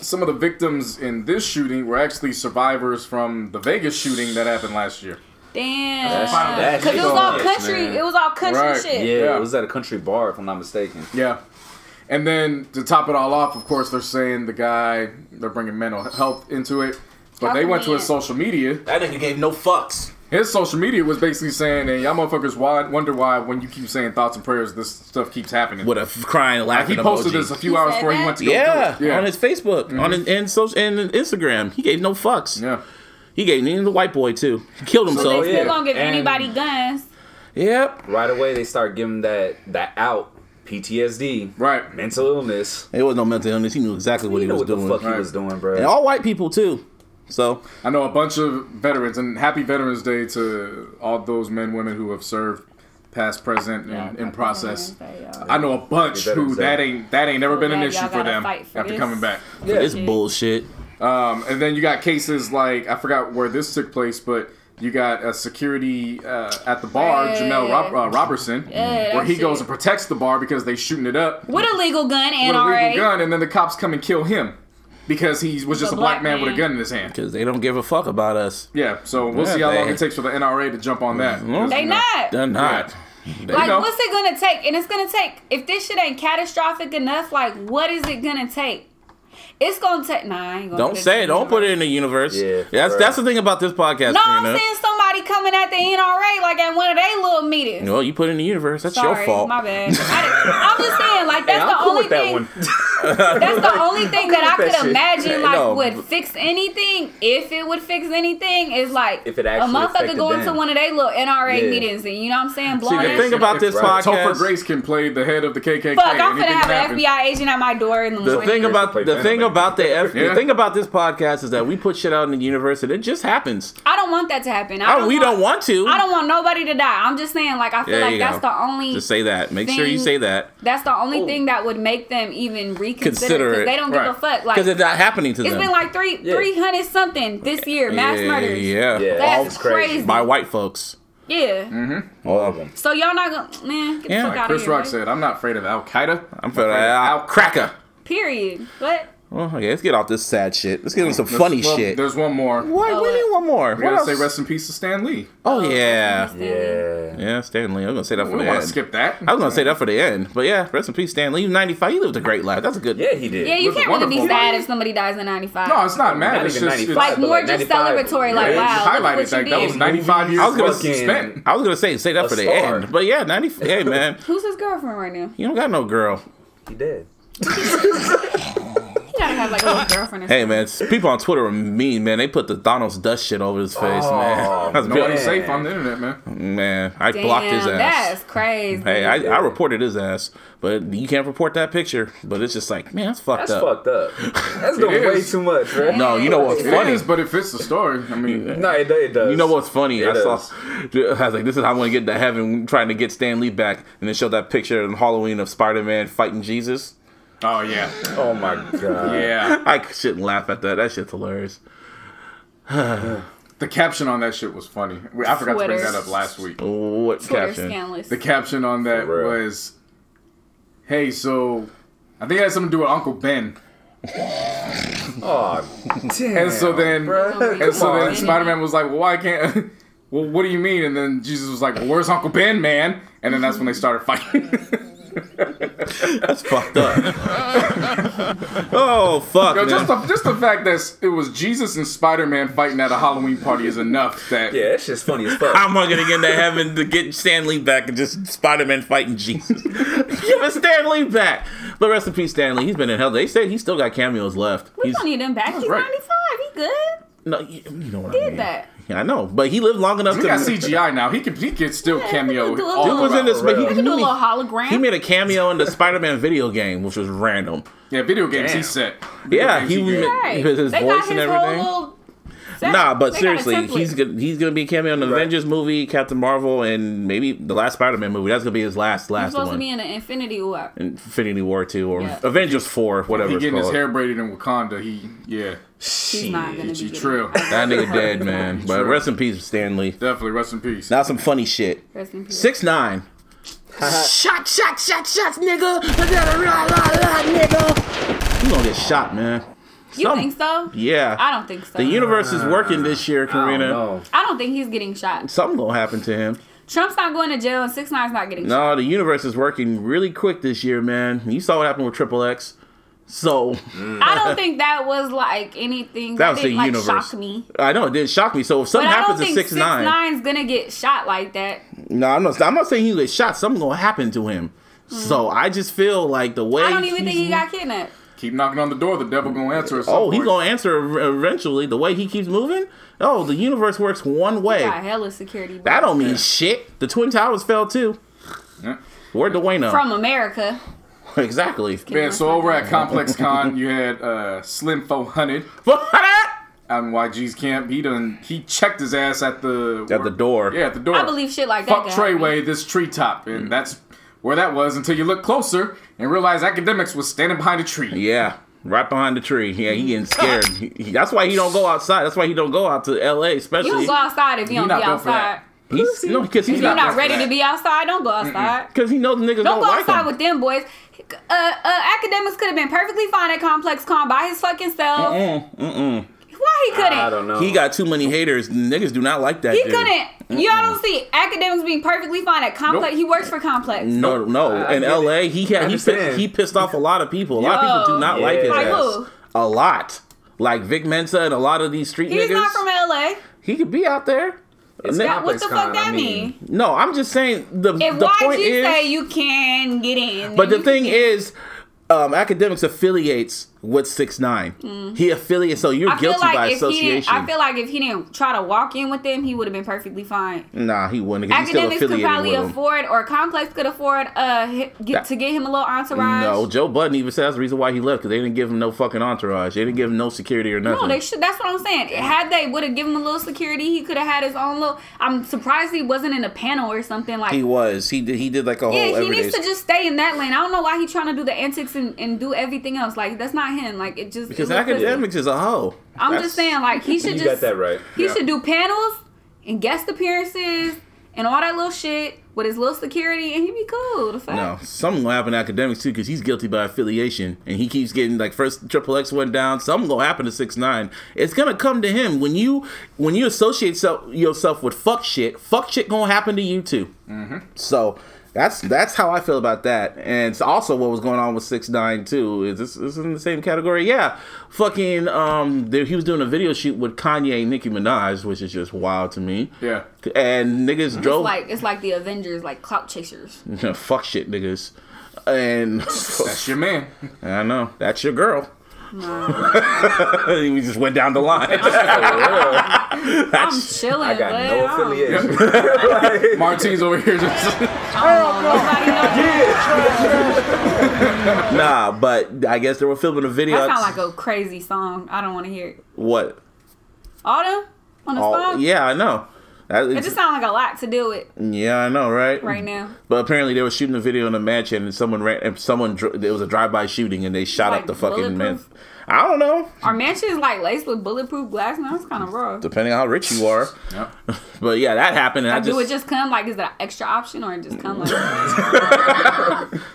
some of the victims in this shooting were actually survivors from the Vegas shooting that happened last year. That's- Damn, that's because it was all shit, country. man. It was all country Right. Yeah, shit. it was at a country bar, if I'm not mistaken. Yeah. And then to top it all off, of course, they're saying the guy, they're bringing mental health into it. But How they went to his convenient. social media. That nigga gave no fucks. His social media was basically saying, "Hey, y'all motherfuckers, why wonder why when you keep saying thoughts and prayers, this stuff keeps happening." With a f- crying, Like, laughing he posted emoji. this a few He hours said before he that? went to go Yeah, do it. Yeah. on his Facebook, on his and social and Instagram, he gave no fucks. yeah. He gave even the white boy too. He killed So himself. they yeah. still gonna give And- anybody guns. Yep. Right away, they start giving that that out PTSD, Right. Mental illness. It was no mental illness. He knew exactly what You he know was what doing. the fuck Right. he was doing, bro. And all white people too. So I know a bunch of veterans, and happy Veterans Day to all those men, women who have served, past, present, and in process. I know a bunch Happy who Veterans Day. that ain't that ain't never been an glad issue y'all for gotta them fight for after this. coming back. yeah. it's bullshit. Um, and then you got cases like I forgot where this took place, but you got a security uh, at the bar, Yeah. Jamel Rob- uh, Robertson, Yeah, where that he goes shit. and protects the bar because they shooting it up With a legal gun, with a NRA. legal gun, and then the cops come and kill him because he was just The a black, black man, with a man. gun in his hand. Because they don't give a fuck about us. Yeah, so we'll Yeah, see how long they- Mm-hmm. it takes for the NRA to jump on that. They not. They're not. They- Like, know. what's it gonna take? And it's gonna take if this shit ain't catastrophic enough. Like, what is it gonna take? It's gonna take. Nah, I ain't gonna don't put say it. in Don't the put it in the universe. Yeah, that's right. that's the thing about this podcast. No, I'm Karina. saying somebody coming at the NRA like at one of their little meetings. Well, you put it in the universe. That's Sorry, [laughs] your fault. my bad. I, am just saying, like that's I'm the cool only with that thing. one. That's the only thing that I that could shit. Hey, imagine like no. would fix anything, if it would fix anything, is like If it a actually motherfucker affected going to them. one of their little NRA Yeah. meetings and you know what I'm saying, See, blowing the that thing shit. about this Right. Topher podcast, Grace can play the head of the KKK. Fuck, I'm finna Anything have can an happen. FBI agent at my door in the the morning. thing about play the Venom, thing man. about the F- the Yeah. thing about this podcast is that we put shit out in the universe and it just happens. I don't want that to happen. I Oh, don't we want, don't want to. I don't want nobody to die. I'm just saying, like I feel There like you that's go. the only Just say that. Make sure you thing- say that that's the only thing that would make them even reconsider Consider it. because they don't give Right. a fuck. Like because it's not happening to it's them been like three Yeah. three hundred something this year mass yeah, murders. Yeah, Yeah. That's It's crazy. crazy. by white folks. Yeah. All of them. So y'all not gonna man get Yeah. the fuck Like out Chris of here. Rock right? said, "I'm not afraid of Al Qaeda. I'm for Uh, Al cracker. Period. What? Well, okay, Oh, let's get off this sad shit. Let's get into some funny Well, shit. There's one more. We What? We what? need one more. What gotta say else? rest in peace to Stan Lee. oh yeah, Yeah. yeah. Stanley. I'm gonna say that We for the don't want end. to skip that. I was gonna say that for the end, but yeah, rest in peace, Stanley. He was 95. He lived a great life. That's a good. Yeah, he did. Yeah, you Look, can't really be wonderful. sad if somebody dies in ninety five. No, it's not mad. Not It's even just it's 95, like like but more like just 95. celebratory, like Yeah, wow. just look highlighted what you that. That was did. 95 I years was gonna fucking say- spent. I was gonna say say that A for the star. end, but yeah, 90. [laughs] Hey man, Who's his girlfriend right now? you don't got no girl. He did. He gotta have like a little girlfriend. Or Hey man, s- people on Twitter are mean man. They put the Donald's dust shit over his face, man. [laughs] Oh, That's man. Nobody's man. safe on the internet, man. man. I something. blocked his Damn, ass. That's crazy. Hey, I, I reported his ass, but you can't report that picture. But it's just like, man, that's fucked That's up. fucked up. [laughs] That's doing way is. too much, right? No, you know what's It funny? is, but it fits the story. I mean, No, it, it does. You know what's funny? It I saw. does. I was like, "This is how I'm gonna get to heaven, trying to get Stan Lee back." And then showed that picture in Halloween of Spider-Man fighting Jesus. oh yeah, [laughs] Oh my god. yeah. I shouldn't laugh at that. That shit's hilarious. The caption on that shit was funny. I forgot to bring Twitter. that up last week. What Twitter caption? scandalous. [laughs] The caption on that For real. was, "Hey, so." I think it had something to do with Uncle Ben. Oh, damn. And so then, Oh, bruh. and so Come then on. Spider Man was like, "Well, why can't?" [laughs] Well, what do you mean? And then Jesus was like, well, "Where's Uncle Ben, man?" And then that's when they [laughs] started fighting. That's fucked up. [laughs] oh fuck, Yo, man. just the, just the fact that it was Jesus and Spider Man fighting at a Halloween party is enough. That Yeah, that's just funny as fuck. I'm not gonna get into heaven to get Stan Lee back and just Spider-Man fighting [laughs] Jesus. Give us Stan Lee back. But rest in peace, Stan Lee. He's been in hell. They said he's still got cameos left. we he's, don't need him back. He's right. ninety five. He good. no, you, you know what I Did mean. that. Yeah, I know, but he lived long enough we to. got CGI now. He could he could still cameo. do a all Dude was in around. this, but he, He We could do a he- little hologram. He made a cameo in [laughs] the Spider-Man video game, which was random. Yeah, video games. Damn. He set. Yeah, he was Video games Right. with his they voice got and his everything. Whole little set. Nah, but They got a seriously, he's template. gonna he's gonna be a cameo in the Right. Avengers movie, Captain Marvel, and maybe the last Spider-Man movie. That's gonna be his last He's last supposed to be one. in an Infinity War. Infinity War two or Yeah. Avengers four, whatever He it's getting his called. hair braided in Wakanda. He yeah, He's not gonna be. he getting- trill. that nigga dead, man. But True. rest in peace, Stanley. Definitely rest in peace. Now some funny shit. Rest in peace. Six [laughs] nine. shot, shot, shot, shots, nigga. Rah, rah, rah, nigga. You gonna get shot, man. You Some- think so? Yeah. I don't think so. The universe is working this year, I don't Karina. know. I don't think he's getting shot. Something gonna happen to him. Trump's not going to jail, and Six Nine's not getting shot. No, the universe is working really quick this year, man. You saw what happened with Triple X. So I don't think that was like anything That that, was didn't the like universe. shock me. I know it did shock me. So if But something I don't happens to think six nine, Nine's gonna get shot like that. no, I'm not. I'm not saying he gets shot. Something gonna happen to him. So I just feel like the way Hmm. I don't even he's- think he got kidnapped. Keep knocking on the door. The devil gonna answer. At some Oh, he's point. gonna answer eventually. The way he keeps moving. Oh, the universe works one way. Got hella security. That don't mean shit. The twin towers fell too. Yeah. Where Dwayne? from America. [laughs] exactly. Man, so [laughs] over at Complex Con, you had uh, Slim 400 out in YG's camp. He done he checked his ass at the At the door. Yeah, at the door. I believe shit like Fuck that. could happen. Treyway, this treetop, Mm. and that's where that was until you look closer and realize academics was standing behind a tree. Yeah, right behind the tree. Yeah, he [laughs] getting scared. He- he- that's why he don't go outside. That's why he don't go out to L.A. You Especially don't go outside if you don't not be built for that. outside. he's no because he's He's You're not [laughs] not built for ready that. to be outside. Don't go outside. because he knows niggas don't, Don't go like outside him. with them boys. Uh, uh, academics could have been perfectly fine at Complex Con by his fucking self. Mm, mm-mm. Why he couldn't? I don't know. He got too many haters. Niggas do not like that. He dude. couldn't. Y'all don't see academics being perfectly fine at Complex. He works for Complex. No, no. I- I In get it. L.A., he had he pissed, understand. he pissed off a lot of people. A lot of people do not Yo. like his Like ass. who? A lot. Like Vic Mensa and a lot of these street He's niggas. not from LA. he could be out there. It's Nigga- not- What Complex the Con, fuck that I mean? mean- no, I'm just saying the If the YG point is say you can get in, But then the you thing is, um, academics affiliates with six nine. He affiliates, so you're Mm. I feel guilty by like if he didn't, association. I feel like if he didn't try to walk in with them, he would have been perfectly fine. nah, he wouldn't. 'cause He's still Academics could affiliated probably with him. afford, or Complex could afford, uh, hi- Yeah. get, to get him a little entourage. No, Joe Budden even said that's the reason why he left because they didn't give him no fucking entourage. They didn't give him no security or nothing. No, they should. That's what I'm saying. Had they would have given him a little security, he could have had his own little. I'm surprised he wasn't in a panel or something like. he was. He did. He did like a whole yeah, he everyday. needs to just stay in that lane. I don't know why he's trying to do the antics and, and do everything else. Like that's not him. Like it just because it looked- academics is a hoe. I'm That's- just saying, like [laughs] he should You got just that right. He Yeah. should do panels and guest appearances and all that little shit with his little security, and he'd be cool. The fuck? No, something gonna happen to academics too because he's guilty by affiliation, and he keeps getting like first triple X went down. Something gonna happen to six nine. It's gonna come to him when you when you associate self, yourself with fuck shit. Fuck shit gonna happen to you too. So that's that's how I feel about that. And it's also what was going on with six nine too. Is this, this is in the same category? Yeah, fucking um, there, he was doing a video shoot with Kanye and Nicki Minaj, which is just wild to me. Yeah. And niggas drove It's like it's like the Avengers, like clout chasers. [laughs] fuck shit niggas. And [laughs] That's your man. [laughs] I know. That's your girl. [laughs] we just went down the line. I'm chilling. I got but I no don't- affiliation. Martine's over [laughs] here just. [laughs] I don't know nobody [laughs] [laughs] else. nah, but I guess they were filming a video. That sounds like a crazy song. I don't want to hear it. what? Autumn on the All, song. yeah, Mm. I know. That- It just sounds like a lot to do it yeah, I know, right? right now. But apparently they were shooting a video in a mansion, and someone ran. And someone dr- it was a drive-by shooting, and they shot Like up the fucking man. bulletproof? I don't know. Our mansion is like laced with bulletproof glass now. It's kind of raw. Depending on how rich you are. Yep. But yeah, that happened, and I, do it just just come like is that an extra option or it just come like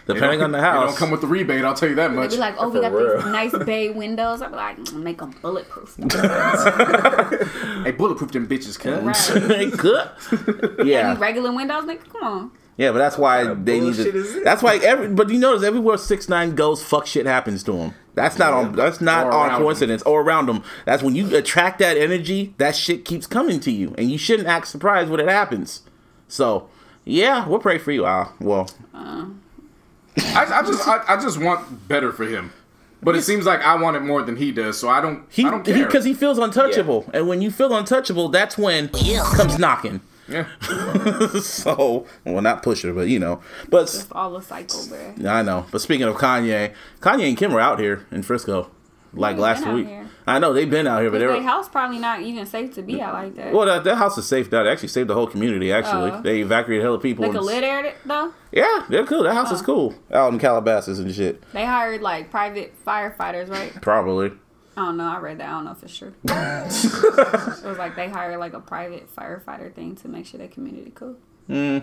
depending on the They house. don't come with the rebate, I'll tell you that they'd much. be [laughs] like oh we For got real. these nice bay windows I'd be like "Mm, make them bulletproof Hey, bulletproof them bitches, cuz. [laughs] right They [laughs] could. Yeah. regular windows nigga come on Yeah, but that's why of they need bullshit is to. this? That's why every. But you notice everywhere six nine goes, fuck shit happens to him. That's not on. That's not Or around on him. coincidence or around him. That's when you attract that energy. That shit keeps coming to you, and you shouldn't act surprised when it happens. So, yeah, we'll pray for you. Ah, well, I, I just, I, I just want better for him. But it seems like I want it more than he does, so I don't. he I don't care. because he, feels untouchable, and when you feel untouchable, that's when comes knocking. [laughs] yeah. so, well, not pusher, but you know, but it's all a cycle bruh I know. But speaking of Kanye, Kanye and Kim were out here in Frisco, like They've last been out week. here. I know they've been out here, but they their were. house probably not even safe to be out like that Well, that, that house is safe now. They actually saved the whole community. Actually, Oh. they evacuated hella people. they could and- live there though yeah, they're cool. That house Oh. is cool. Out in Calabasas and shit. they hired like private firefighters right Probably. I don't know. I read that. I don't know [laughs] for sure. it was like they hired like a private firefighter thing to make sure their community cool. I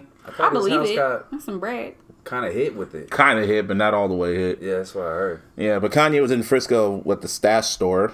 believe it. That's some bread. Kind of hit with it. Kind of hit, but not all the way hit. Yeah, that's what I heard. Yeah, but Kanye was in Frisco with the stash store,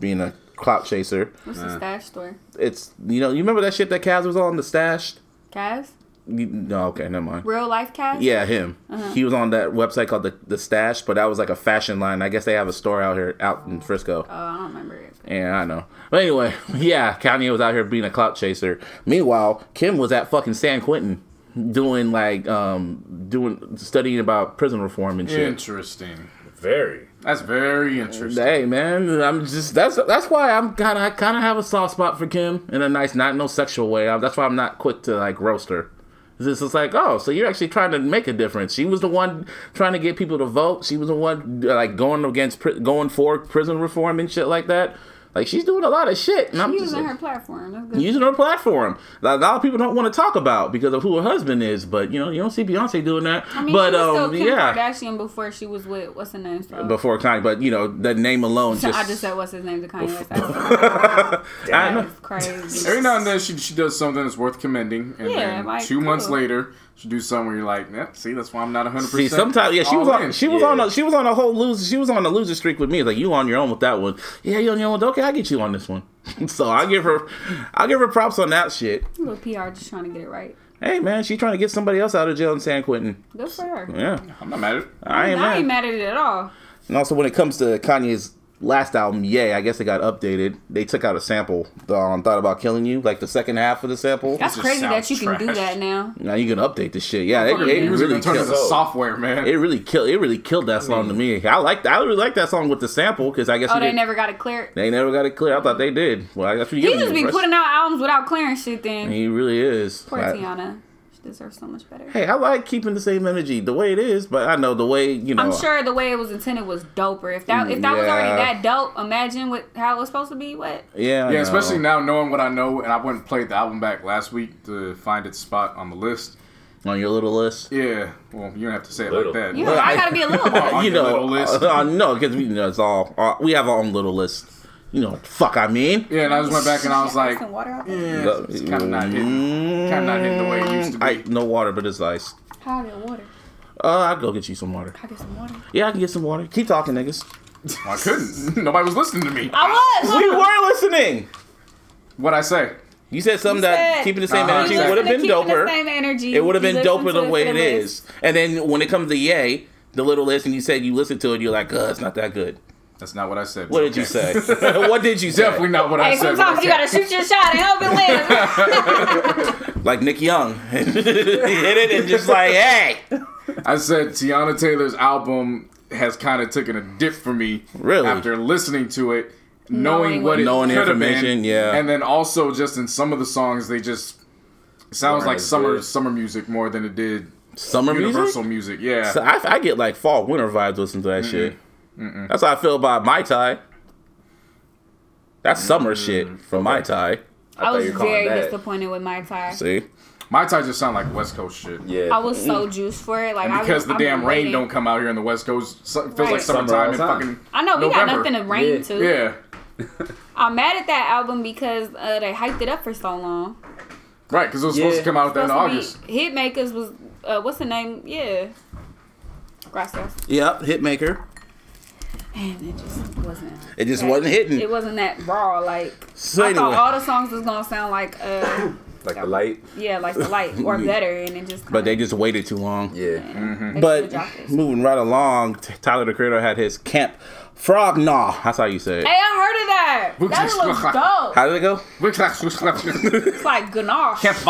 being a clout chaser. What's the stash store? It's you know you remember that shit that Kaz was on the stash. Cass? You- No, okay, never mind. Real life Cass? Yeah, him. He was on that website called the the Stash, but that was like a fashion line. I guess they have a store out here, out in Frisco. Oh, I don't remember it. but- Yeah, I know. But anyway, [laughs] yeah, Kanye was out here being a clout chaser. Meanwhile, Kim was at fucking San Quentin doing like um doing studying about prison reform and shit. Interesting. Very. That's very interesting. Hey man, I'm just that's that's why I'm kind of I kind of have a soft spot for Kim in a nice, not no sexual way. I, that's why I'm not quick to like roast her. This is like, oh, so you're actually trying to make a difference. She was the one trying to get people to vote. She was the one like going against pri- going for prison reform and shit like that. Like she's doing a lot of shit. And I'm just, Using her platform. That's good. using her platform that a lot of people don't want to talk about because of who her husband is. But you know, you don't see Beyonce doing that. I mean, but she was still um, Kim yeah, Kardashian before she was with what's the name? So- before Kanye. But you know, the name alone just. I just said what's his name to Kanye West. [laughs] I know. That's crazy. Every now and then she, she does something that's worth commending, and Yeah, then like, two months cool. later she do something where you're like, "Yep, see, that's why I'm not 100." See, percent sometimes yeah, she was on she was Yeah. on a she was on a whole loser she was on a loser streak with me. Like you on your own with that one. Yeah, you on your own. Okay, I get you on this one. [laughs] so I give her I give her props on that shit. Little PR just trying to get it right. Hey man, she's trying to get somebody else out of jail in San Quentin. Good for her. Yeah, I'm not mad at it. Oh, I ain't I ain't mad. mad at it at all. And also when it comes to Kanye's last album, Yay, I guess it got updated. They took out a sample, the um, Thought About Killing You, like the second half of the sample. That's just crazy that sounds you can do trash. that now. Now you can update this shit. Yeah, it, it Fucking music really really turns killed. into kills. software, man. It really killed. It really killed that song to me. I like. I really like that song with the sample because I guess Oh, we they did- never got it cleared. they never got it clear. I thought they did. Well, I guess we He give him just be the putting impression. out albums without clearing shit. Then He really is. poor Like, Tiana, she deserves so much better. hey, I like keeping the same energy the way it is, but I know the way you know. I'm sure the way it was intended was doper. If that if that was Yeah. already that dope, imagine what how it was supposed to be. What? Yeah, I know. Yeah, especially now knowing what I know, and I went and played the album back last week to find its spot on the list. on your little list. Yeah, well, you don't have to say it Little. like that. You know, I gotta be [laughs] a little. On you your know, little [laughs] list. uh, uh, no, because we you know it's all uh, we have our own little list. You know, fuck, I mean, Yeah, and I just went back and I was like, Some yeah, water out there. it's kind of not hitting, kind of not hitting the way it used to be. Mm, I no water, but it's ice. How I get water? Uh, I'll go get you some water. I get some water. Yeah, I can get some water. Keep talking, niggas. Well, I couldn't. [laughs] Nobody was listening to me. I was. We were listening. What I say? You said something You that said- keeping the same Uh-huh, energy exactly. would have been The doper. same energy. It would have been You doper listen the to way for it the list. is. And then when it comes to Yay, the little list, and you said you listened to it, you're like, uh, it's not that good. That's not what I said. What did you say? [laughs] what did you say? Definitely not what I Hey, said. but sometimes okay. you gotta shoot your shot and hope it lands. Like Nick Young. [laughs] Hit it and just like, hey. I said Tiana Taylor's album has kind of taken a dip for me. Really? After listening to it, knowing, Knowing what what- it Knowing the could have information, been, yeah. and then also just in some of the songs, they just it sounds Weren't like as summer good. summer music more than it did Summer music? universal music. Yeah, So I, I get like fall winter vibes listening to that shit. That's how I feel about my tie. That's summer shit from my tie. I thought was you were calling very that. disappointed with my tire. See, my tie just sound like West Coast shit. Yeah. I was so juiced for it. Like I was, Because the I've been damn rain waiting. don't come out here in the West Coast, so it feels Right. like Summer summertime all and the time. fucking I know we got November. nothing to rain Yeah. to. yeah. I'm mad at that album because uh, they hyped it up for so long. Right, because it was supposed Yeah. to come out Supposed in to be- August. Hitmakers was uh, what's the name? Yeah, Gracias. yep, hitmaker. And it just wasn't. It just that- wasn't hitting. It wasn't that raw. Like So I anyway. thought all the songs was gonna sound like uh, like the light. yeah, like the light or better, and it just. Kinda, But they just waited too long. Yeah. Mm. But moving right along, T- Tyler the Creator had his camp frog gnaw. That's how you say it. Hey, I heard of that. That [laughs] looks dope. How did it go? [laughs] It's like ganache. It's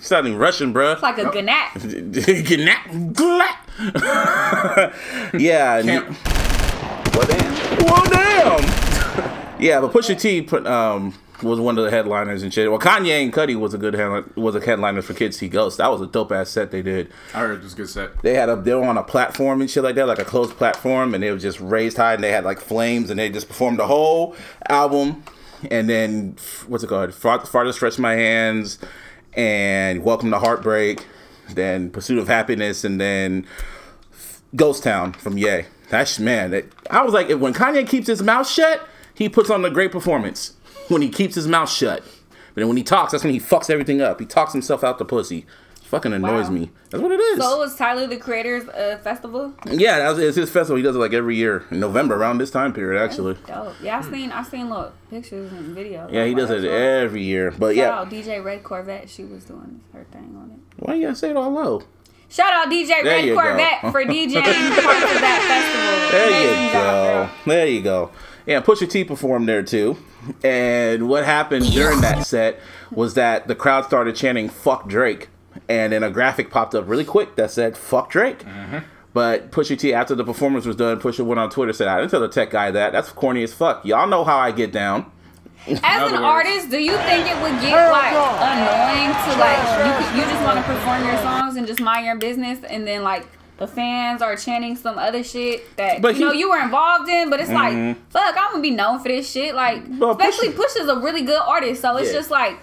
Sounding Russian, [laughs] bruh. like a ganache. Gnat- glat. [laughs] yeah. and- Camp. Well damn. Well, damn. [laughs] yeah, but Pusha T put, um, was one of the headliners and shit. Well, Kanye and Cudi was a good headliner, was a headliner for Kids See Ghosts. That was a dope ass set they did. I heard it was a good set. They had up they were on a platform and shit like that, like a closed platform, and it was just raised high, and they had like flames, and they just performed the whole album. And then what's it called? Far, Farther Stretch My Hands, and Welcome to Heartbreak, then Pursuit of Happiness, and then Ghost Town from Ye. That's man. That, I was like, if, when Kanye keeps his mouth shut, he puts on a great performance. When he keeps his mouth shut, but then when he talks, that's when he fucks everything up. He talks himself out the pussy. Fucking annoys Wow. me. That's what it is. So it was Tyler the Creator's uh, festival. Yeah, that was, it's his festival. He does it like every year in November around this time period, actually. Dope. Yeah, I seen I seen little pictures and videos. Yeah, he Like, does that's it all. every year. But Shout yeah, out DJ Red Corvette. She was doing her thing on it. why you gotta say it all low? Shout out DJ There you Red go. Corvette for DJing part of [laughs] that festival. There Amazing you go. job, There you go. Yeah, Pusha T performed there too. And what happened during that set was that the crowd started chanting "fuck Drake," and then a graphic popped up really quick that said "fuck Drake." But Pusha T, after the performance was done, Pusha went on Twitter said, "I didn't tell the tech guy that. That's corny as fuck. Y'all know how I get down." bro. As other an words- artist, do you think it would get like annoying to like you could- you just want to perform your songs and just mind your business and then like the fans are chanting some other shit that But you know he- Mm-hmm. you were involved in, but it's like fuck, I'm gonna be known for this shit. Like Bro, Pusha- especially Pusha's a really good artist, so it's Yeah. just like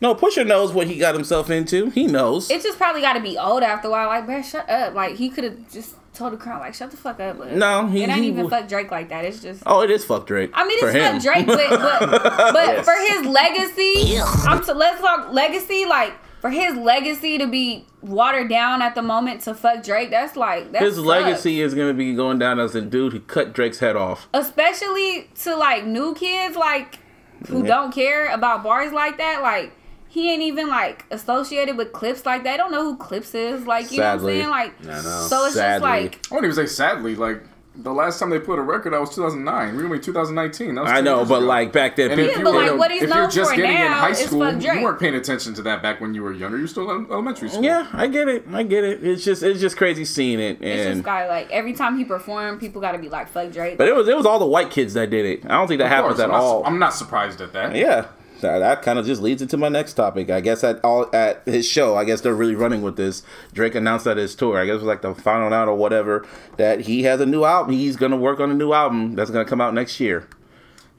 No, Pusha knows what he got himself into. He knows. it just probably got to be old after a while. Like, man, shut up. Like, he could have just told the crowd, like, shut the fuck up. Like, No, he- it ain't he even wa- fuck Drake like that. It's just. Oh, it is fuck Drake. I mean, For it's not him. Drake, but [laughs] but, but for his legacy, I'm so let's talk legacy. Like for his legacy to be watered down at the moment to fuck Drake, that's like that's His legacy is gonna be going down as the dude who cut Drake's head off. especially to like new kids like who don't care about bars like that like he ain't even like associated with clips like that. I don't know who clips is. Like you know what I'm Sadly. saying? Like I know. so it's Sadly. just like I wouldn't even say sadly, like The last time they put a record out was 2009. We were in 2019. That was I two know, years but ago. like back then, And if people- you but were- like, what he's if you're known just for getting in now high is school, fuck Drake. you weren't paying attention to that back when you were younger. You were still in elementary school. yeah, I get it. I get it. It's just it's just crazy seeing it It's just and. guy like every time he performed, people gotta be like, "Fuck Drake." But it was it was all the white kids that did it. I don't think that Of course, happens at I'm not, all. I'm not surprised at that. Yeah. That, that kind of just leads into my next topic. I guess at all at his show, I guess they're really running with this. Drake announced at his tour, I guess it was like the final night or whatever, that he has a new album. He's gonna work on a new album that's gonna come out next year.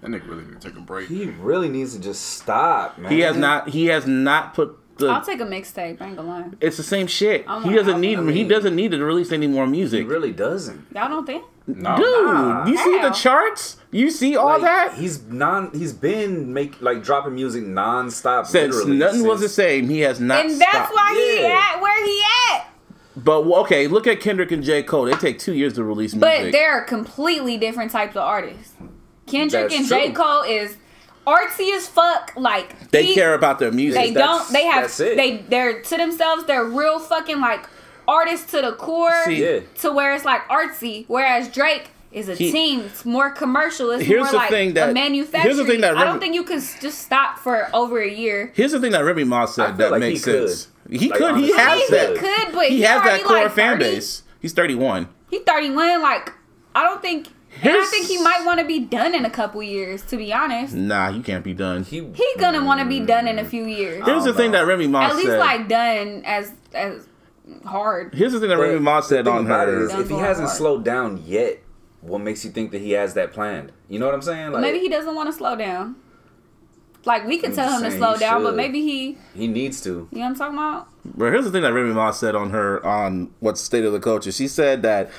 That nigga really need to take a break. He really needs to just stop, man. He has not he has not put the I'll take a mixtape. Mm-hmm. I ain't gonna lie. it's the same shit. I'm He like, doesn't I'm need gonna he leave. doesn't need to release any more He music. really doesn't. Y'all don't think? No. Dude, you see the Oh, Hell. charts? You see all Like, that? He's non. He's been make like dropping music non-stop. Since literally, nothing was the since- same, he has not And that's stopped. why he Yeah. at where he at. But okay, look at Kendrick and J. Cole. They take two years to release music. But they're completely different types of artists. Kendrick That's and J. true. Cole is artsy as fuck. Like They he- care about their music. They That's- don't. They have. that's it. They they're to themselves. They're real fucking like artists to the core. See, Yeah. To where it's like artsy, whereas Drake is a He- team. It's more commercial. It's Here's more the like thing that- a manufacturing. here's the thing that I don't Remy- think you can s- just stop for over a year. Here's the thing that Remy Ma said feel that like he makes could. sense. He Like, could. He honestly, I mean, has he that. He, could, but he, has that already, core like, fan 30. base. He's 31. He thirty one. Like I don't think. And I His- think he might want to be done in a couple years. To be honest, Nah, you can't be done. He, he gonna want to be done in a few years. Here's the don't thing know. that Remy Ma At said. least like done as as hard. Here's the thing that but Remy Ma the said thing on about it her. is if he Don't go hasn't hard. slowed down yet, what makes you think that he has that planned? You know what I'm saying? Like, maybe he doesn't want to slow down. Like we can I'm tell just him to saying slow he down, but should. maybe he, you he needs to. know what I'm talking about? But here's the thing that Remy Ma said on her on what's state of the culture. She said that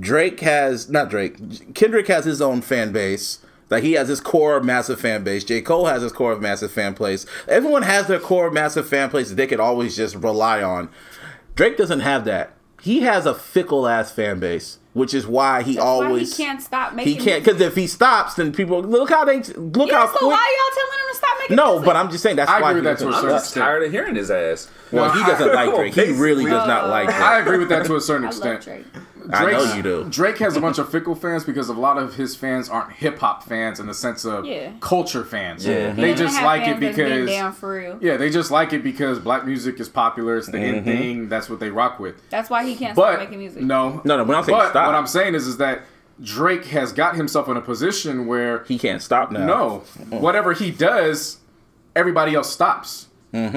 Drake has not Drake. Kendrick has his own fan base. Like he has his core massive fan base. J. Cole has his core massive fan base. Everyone has their core massive fan base that they could always just rely on. Drake doesn't have that. He has a fickle ass fan base, which is why he That's why always he can't stop He making. can't because if he stops, then people look how they look Yeah, how so quick. why y'all telling him to stop making? no, music? but I'm just saying that's I why agree he with that to a doesn't- certain I'm just tired of hearing his ass. Well, he doesn't like Well, Drake. He really basically- does not like Drake. I agree with that to a certain [laughs] I love extent. Drake. I know Drake's- you do. Drake has a bunch of fickle fans because a lot of his fans aren't hip hop fans in the sense of Yeah. culture fans. Yeah. They Even just have like it fans that's been because down for real. yeah, they just like it because black music is popular. It's the in Mm-hmm. thing. That's what they rock with. That's why he can't But stop making music. no, No, no, but I'm saying But stop. what I'm saying is, is that Drake has got himself in a position where He can't stop now. no, whatever he does, everybody else stops.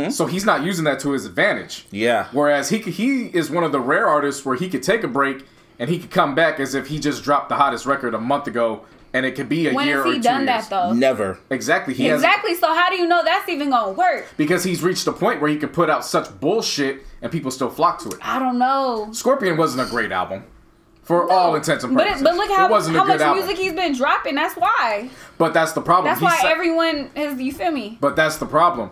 So he's not using that to his advantage. Mm-hmm. Yeah. Whereas he c- he is one of the rare artists where he could take a break and he could come back as if he just dropped the hottest record a month ago, and it could be a when year has or he two done years. that though? Never. Exactly. He has Exactly. So how do you know that's even gonna work? because he's reached a point where he could put out such bullshit and people still flock to it. I don't know. Scorpion wasn't a great album. For all intents and But purposes, it, but look how, it wasn't how a good much album. music he's been dropping. That's why. But that's the problem. That's He why sa- everyone has. You feel me? But that's the problem.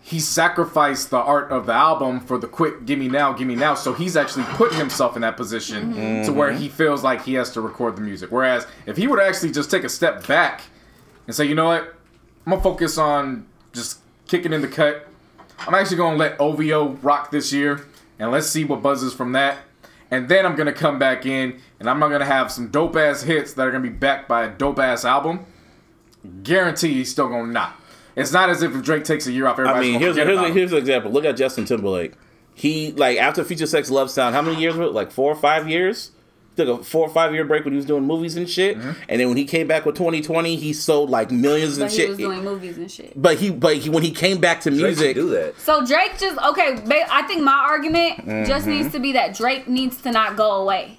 He sacrificed the art of the album for the quick "gimme now, gimme now." So he's actually putting himself in that position to where he feels like he has to record the music. Whereas if he were to actually just take a step back and say, "You know what? I'm gonna focus on just kicking in the cut. I'm actually gonna let OVO rock this year, and let's see what buzzes from that." And then I'm gonna come back in, and I'm gonna have some dope ass hits that are gonna be backed by a dope ass album guarantee he's still gonna knock. It's not as if if Drake takes a year off, I everybody's mean, gonna here's a, forget here's, about a, him. here's an example. Look at Justin Timberlake. He like after Future Sex Love Sound, how many years? was it? Like four or five years. Took a four or five year break when he was doing movies and shit, Mm-hmm. and then when he came back with 2020, he sold like millions But and he shit. was doing movies and shit. but he, but he, when he came back to Drake should music, do that. So Drake just okay. Ba- I think my argument just Mm-hmm. needs to be that Drake needs to not go away.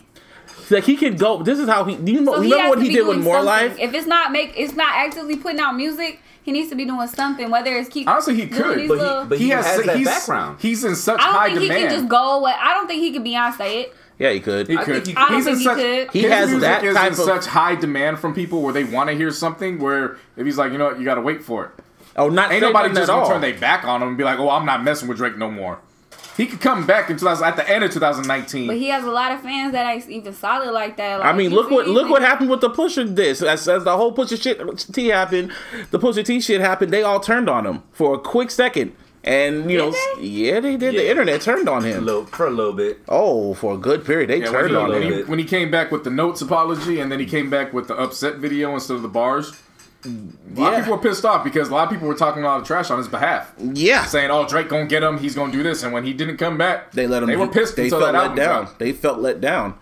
like he could go. This is how he. Do you know, So remember has what to he be did with doing More something. Life? If it's not make, it's not actively putting out music. He needs to be doing something. Whether it's keep Honestly, he doing could, these But little- he, but he, has, that he's, background. He's in such I high don't think demand. he can just go away. I don't think he could Beyonce it. yeah, he could. He I could. think he I don't he's in think he such. could. He his has music that is type of- in such high demand from people where they want to hear something. Where if he's like, you know, what, you got to wait for it. oh, not saying Ain't nobody nothing just at gonna all. turn their back on him and be like, oh, I'm not messing with Drake no more. He could come back in 2000, at the end of 2019. But he has a lot of fans that ain't even solid like that. I Like, mean, you look see what these look what niggas- happened with the Pusher this. As, as the whole Pusher shit T happened, the Pusher T shit happened. They all turned on him for a quick second, and you know, s- they? yeah, they did. The Yeah. internet turned on A him. little, for a little bit. Oh, for a good period, they Yeah, when turned he, a on when, little him. he, bit. when he came back with the notes apology and then he came back with the upset video instead of the bars, a lot Yeah. of people were pissed off because a lot of people were talking a lot of trash on his behalf, Yeah, saying, "Oh, Drake gonna get him, he's gonna do this." And when he didn't come back, they let him. They were pissed They until felt that let album down. dropped. They felt let down,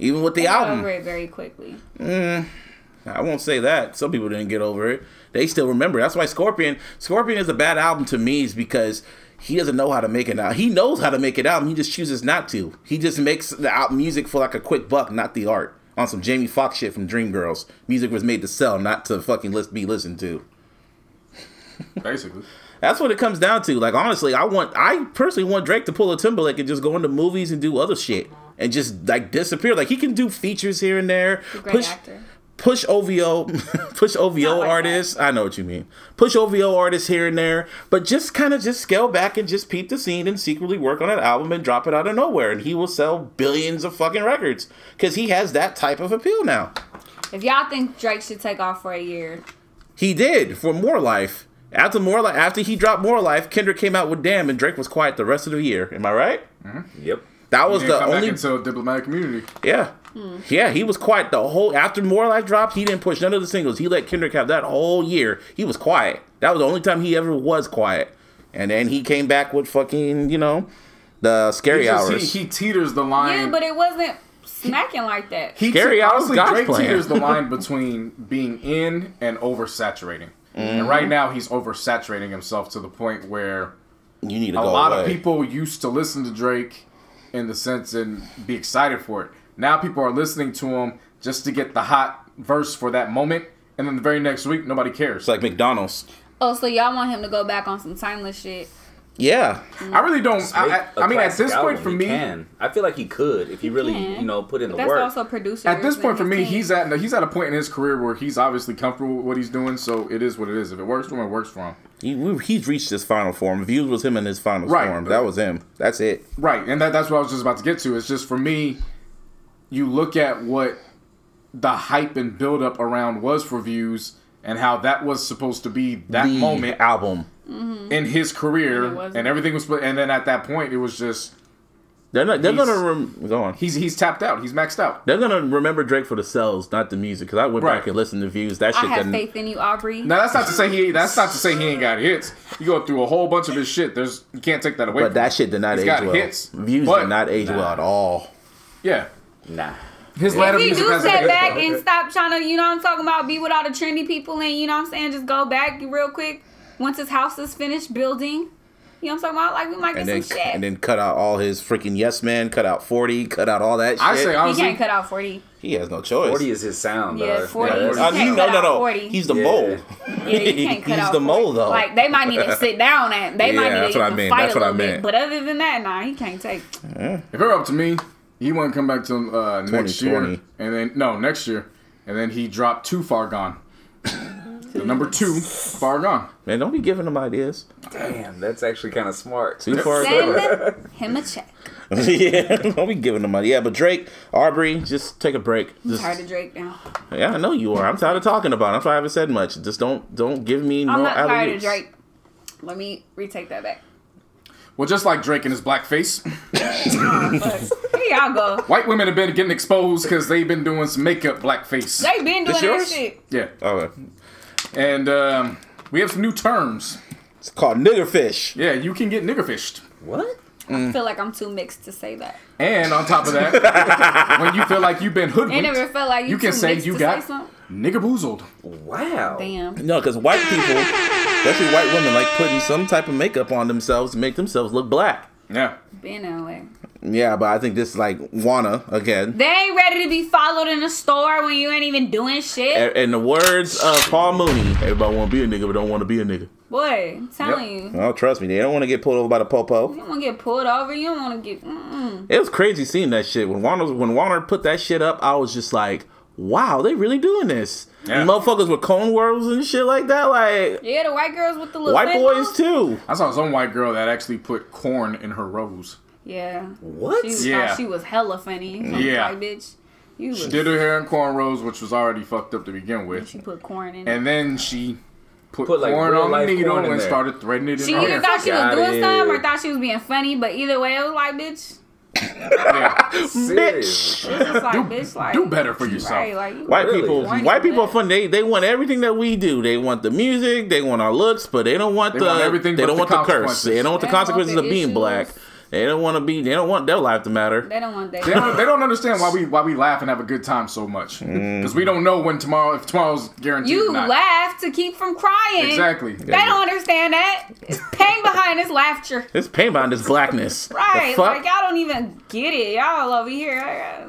even with the Got album. over it very quickly. I won't say that. Some people didn't get over it. They still remember. That's why Scorpion Scorpion is a bad album to me is because he doesn't know how to make an album. He knows how to make an album. He just chooses not to. He just makes the out music for like a quick buck, not the art. On some Jamie Foxx shit from Dreamgirls. Music was made to sell, not to fucking list be listened to. basically. That's what it comes down to. Like honestly, I want I personally want Drake to pull a Timberlake and just go into movies and do other shit and just like disappear. Like he can do features here and there. Great actor. Push OVO, [laughs] push OVO Not like artists. I know what you mean. Push OVO artists here and there, but just kind of just scale back and just peep the scene and secretly work on an album and drop it out of nowhere, and he will sell billions of fucking records because he has that type of appeal now. If y'all think Drake should take off for a year, He did for More Life. After More Life, after he dropped More Life, Kendrick came out with Damn, and Drake was quiet the rest of the year. Am I right? Yep. That was He didn't the come back only. until diplomatic community. yeah, Hmm. yeah. He was quiet the whole after More Life dropped. He didn't push none of the singles. He let Kendrick have that whole year. He was quiet. That was the only time he ever was quiet. And then he came back with fucking you know the scary He, just- hours. he, he teeters the line. yeah, but it wasn't smacking like that. He Scary te- Hours honestly, God's Drake plan. teeters [laughs] the line between being in and oversaturating. And Mm-hmm. right now, he's oversaturating himself to the point where you need to a go lot of away. people used to listen to Drake in the sense and be excited for it. Now people are listening to him just to get the hot verse for that moment, and then the very next week, nobody cares. It's like McDonald's. Oh, so y'all want him to go back on some timeless shit? Yeah, I really don't. I, Make I, a I mean, at classic this album, point for he me, can. I feel like he could if he really, can. you know, put in But the that's work. also producer. At this point, for me, he's at he's at a point in his career where he's obviously comfortable with what he's doing, so it is what it is. If it works for him, it works for him. he, we, he's reached his final form. Views was him in his final Right. form. That was him. That's it. Right, and that, that's what I was just about to get to. It's just for me, you look at what the hype and buildup around was for views and how that was supposed to be that The moment album. in his And it career, wasn't. and everything was. split. And then at that point, it was just They're not. They're He's- gonna rem- go on. he's he's tapped out. He's maxed out. They're gonna remember Drake for the cells, not the music. Because I went Right. back and listened to views. That I shit have doesn't. faith in you, Aubrey. Now that's not to say he that's not to say he ain't got hits. You go through a whole bunch of his shit. There's you can't take that away. But from him. that shit did not He's age got well. hits, views but- did not age well Nah. at all. Yeah, nah. his latter If you music do hasn't step been- back and stop trying to, you know what I'm talking about, be with all the trendy people and, you know what I'm saying, just go back real quick once his house is finished building. You know what I'm talking about? Like, we might get And then some shit. and then cut out all his freaking yes man, cut out forty, cut out all that. Shit. I say he honestly, can't cut out 40. he has no choice. 40 is his sound. Yeah, dog. 40 that's- Uh, You can't he- no, cut no, out no. 40. He's the Yeah. mole. Yeah, [laughs] you can't cut He's out the 40. mole though. Like, they might need to sit down at. They might Yeah, need that's to what I even mean. fight That's a what I little bit. meant. But other than that, nah, he can't take. If it were up to me, he wouldn't come back to uh, next 2020. year, and then no, next year, and then he dropped two Far Gone. The number two, Far Gone. Man, don't be giving him ideas. Damn, that's actually kind of smart. Too far. Send him a check. [laughs] yeah, don't be giving him money. Yeah, but Drake, Aubrey, just take a break. Just- Tired of Drake now. yeah, I know you are. I'm tired of talking about. it. That's why I haven't said much. Just don't don't give me I'm no. not tired of alley-oops. Drake. Let me retake that back. Well, just like Drake and his blackface, Oh, fuck. Here y'all go. white women have been getting exposed because they've been doing some makeup blackface. They been doing This that yours? shit. Yeah, Okay. and um, we have some new terms. It's called niggerfish. Yeah, you can get niggerfished. What? Mm. I feel like I'm too mixed to say that. And on top of that, [laughs] when you feel like you've been They never hoodwinked, felt like you, you can too say mixed you to got say something. niggerboozled. Wow. Damn. No, because white people, especially white women, like putting some type of makeup on themselves to make themselves look black. Yeah. Been that way. Yeah, but I think this is like Wanna again. They ain't ready to be followed in the store when you ain't even doing shit. A- In the words of Paul Mooney, everybody want to be a nigga, but don't want to be a nigga. Boy, I'm telling you. Oh, trust me, they don't want to get pulled over by the popo. You don't want to get pulled over. You don't want to get. Mm-mm. It was crazy seeing that shit when Warner when Warner put that shit up. I was just like, wow, they really doing this. Yeah. Motherfuckers with cone whirls and shit like that, like Yeah, the white girls with the little white boys fentanyl. too. I saw some white girl that actually put corn in her rose. Yeah. What? She was, Yeah. she was hella funny. I was Yeah. Like, bitch, you was, She did her hair in cornrows, which was already fucked up to begin with. She put corn in. it. And then she put, Put, like, corn real on the life needle corn in and there. started threading it in She her either hair. thought she was Outta doing something or here. thought she was being funny, but either way, it was like, bitch, Yeah. Bitch. it's [laughs] just like, Do, bitch, like, do better for yourself. Right, like, you- White Really? people, Why white do people are that? fun. They they want everything that we do. They want the music. They want our looks, but they don't want They the want everything they but don't the want the curse. They don't want the consequences consequences. They don't want the of being issues. black. They don't want to be. They don't want their life to matter. they don't want that. They don't, they don't understand why we why we laugh and have a good time so much because we don't know when tomorrow if tomorrow's guaranteed. or You not. laugh to keep from crying. exactly. They don't understand that. It's pain behind this laughter. This pain behind this blackness. The Right. fuck? Like, y'all don't even get it. Y'all over here. [laughs] I- I-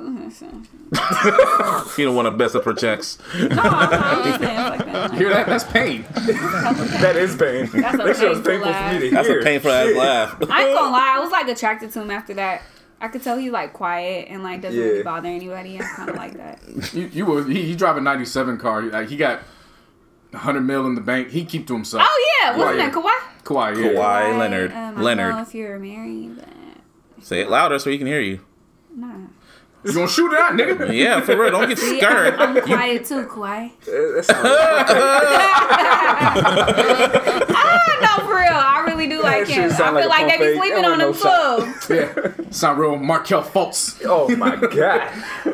You don't want to mess up her [laughs] checks. No, I'm not saying it like that. Hear that? That's pain. That is pain. [laughs] That's a That shit painful was painful for laugh. me to That's hear. a painful ass laugh. I ain't gonna lie. I was like attracted to him after that. I could tell he's like quiet and like doesn't really Yeah. bother anybody. I'm kind of [laughs] like that. You, you were he, he drive a '97 car. He, like, he got 100 mil in the bank. He keep to himself. Oh yeah, wasn't Quiet. that Kawhi? Kawhi. Yeah. Kawhi Kawhi, Leonard. Um, I don't know Leonard. if you're married, but Say it louder so he can hear you. nah. You gonna shoot it out, nigga? Yeah, for real. [laughs] Don't get Yeah, scared. I'm quiet too, Kawhi. That- that sounds- Ah, No, for real. I really do like shit him. I feel sound like, like a they be pump fake. sleeping That on him wasn't too. no Yeah. Sound real Markel Fultz. oh [laughs] my god.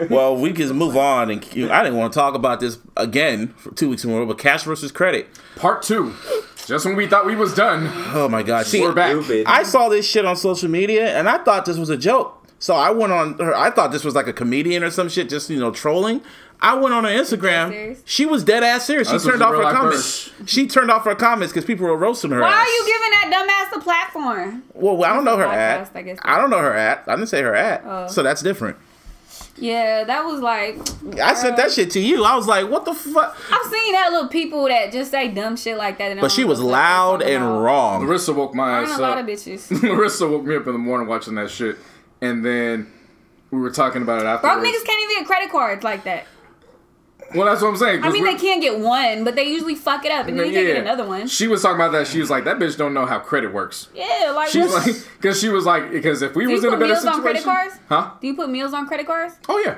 well, we can move on. And I didn't want to talk about this again for two weeks in a row, but cash versus credit. Part two. Just when we thought we was done, Oh my God. See, we're back. Stupid. I saw this shit on social media and I thought this was a joke. So I went on her. I thought this was like a comedian or some shit, just you know, trolling. I went on her Instagram. serious? She was dead ass serious. She This turned was a off her real-life comments. She turned off her comments because people were roasting her. Why ass. are you giving that dumbass the platform? Well, I don't know her Podcast, at. I guess. Oh. I don't know her at. I didn't say her at. so that's different. Yeah, that was like I sent that shit to you. I was like, what the fuck? I've seen that little people that just say dumb shit like that. and I But don't she know was what the fuck loud they're and talking about. wrong. Larissa woke my I know ass a lot up. of [laughs] bitches. Larissa woke me up in the morning watching that shit, and then we were talking about [laughs] it Broke afterwards. niggas can't even get credit cards like that. Well, that's what I'm saying. 'cause I mean, we're- they can get one, but they usually fuck it up and then you can't get another one. She was talking about that. She was like, "That bitch don't know how credit works." Yeah, like, She's what- like, [laughs] because she was like, because if we do you was in a put better meals situation, on credit cards? huh? Do you put meals on credit cards? Oh yeah,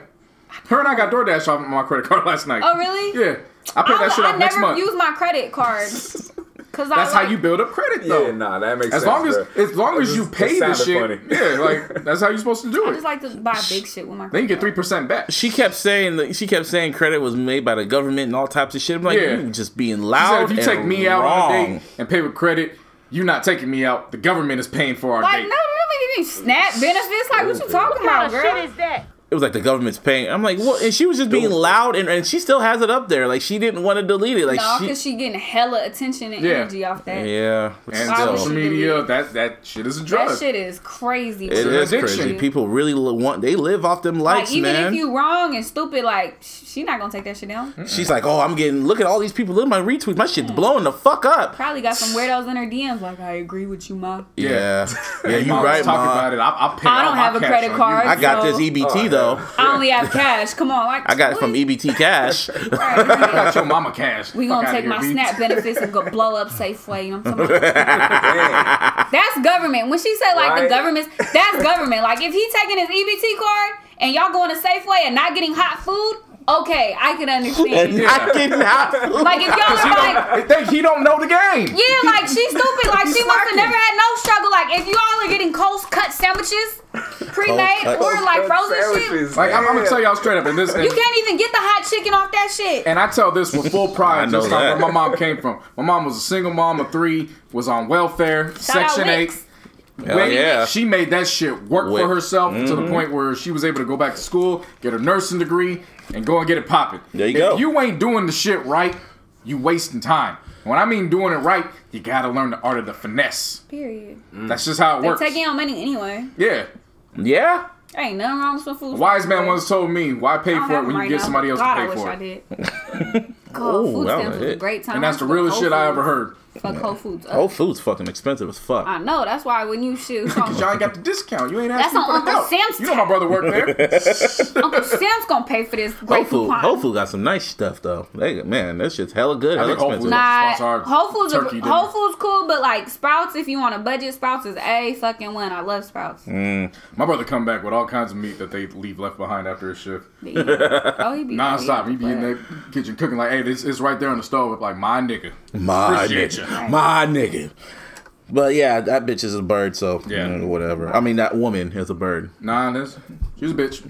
her and I got DoorDash off my credit card [laughs] last night. Oh, really? Yeah, I paid I, that shit I off next never month. use my credit [laughs] card. Cause That's I how you build up credit, though. Yeah, nah, that makes as sense. long as bro. as long That as you just- that pay the sounded shit, funny. yeah, like that's how you're supposed to [laughs] do I it. just like to buy big shit with my. then you get credit three percent back. She She kept saying that she kept saying credit was made by the government and all types of shit. I'm like, Yeah. you just being said, loud. if you take and me out wrong. on a date and pay with credit, you're not taking me out. The government is paying for our Like no, date. no, no, snap benefits. Like what you talking kind about, of shit girl? is that? It was like the government's paying. I'm like, what? And she was just being loud, and, and she still has it up there. Like she didn't want to delete it. Like No, she, cause she getting hella attention and Yeah. energy off that. yeah. but And Why would still. social she media, delete it? that that shit is a drug. That shit is crazy. It an is addiction. crazy. People really li- want. They live off them like likes, even man. if you wrong and stupid, like sh- she not gonna take that shit down. Hmm? She's like, oh, I'm getting. Look at all these people. Look at my retweets. My shit's blowing the fuck up. Probably got some weirdos in her DMs. Like I agree with you, ma. Yeah, yeah, you Mom, let's right, talk mom. about it. I, I'll pay I all don't my have a cash credit on you. card. I got this So- EBT Oh, yeah. though. I only have cash. Come on, like I got it from e- what? EBT [laughs] Cash. [laughs] I got your mama cash. We gonna take my SNAP benefits and go blow up Safeway. You know what I'm [laughs] talking about? [laughs] Damn. That's government. When she said like the Right. government's, that's government. Like if he taking his EBT card and y'all going to Safeway and not getting hot food, okay, I can [laughs] understand. and I did [laughs] not. like if y'all was [laughs] like. I think he don't know the game. Yeah, like she's stupid. Like she must have slacking. never had no struggle. Like if y'all are getting cold cut sandwiches, pre-made Cold cut or like frozen shit, Sandwiches, Like I'm, I'm gonna man. tell y'all straight up, and this, and, you can't even get the hot chicken off that shit. and I tell this [laughs] with full pride, I know just like that. where my mom came from. My mom was a single mom of three, was on welfare, out Section Eight. Wicks. Hell Wait, yeah. Mm-hmm. She made that shit work Wick. for herself to the point where she was able to go back to school, get her nursing degree, and go and get it popping. There you if go. you ain't doing the shit right, you wasting time. When I mean doing it right, you gotta learn the art of the finesse. Period. Mm. That's just how it They're works. taking out money anyway. yeah. Yeah, There ain't nothing wrong with some food. A wise man once told me, why I pay don't for it have when you them right get now. somebody else God, to I pay wish for I it? did. God, Ooh, food that [laughs] was stamps was a it. great time. And that's the I was realest with shit I Whole ever Foods. heard. Fuck Whole Foods. up. Whole Foods fucking expensive as fuck. I know. That's why when you [laughs] shoot, Y'all ain't got the discount. You ain't asking on for the Uncle help. Sam's You know my brother worked [laughs] there. Uncle Sam's gonna pay for this Whole great Food, coupon. Whole Food got some nice stuff though. They, man, that shit's hella good. I Hella think Whole expensive. Foods- Nah, Sponsor Whole Foods, are, turkey dinner. Whole Foods cool, but like Sprouts, if you want a budget, Sprouts is a fucking one. I love Sprouts. Mm. my brother come back with all kinds of meat that they leave left behind after his shift. oh, he be [laughs] Non-stop. He great, be in but- that kitchen cooking like, hey, this is right there on the stove. Like, my nigga. [laughs] My Appreciate nigga. My nigga. But yeah, that bitch is a bird, so Yeah. you know, whatever. I mean, that woman is a bird. Nah, that's, she's a bitch.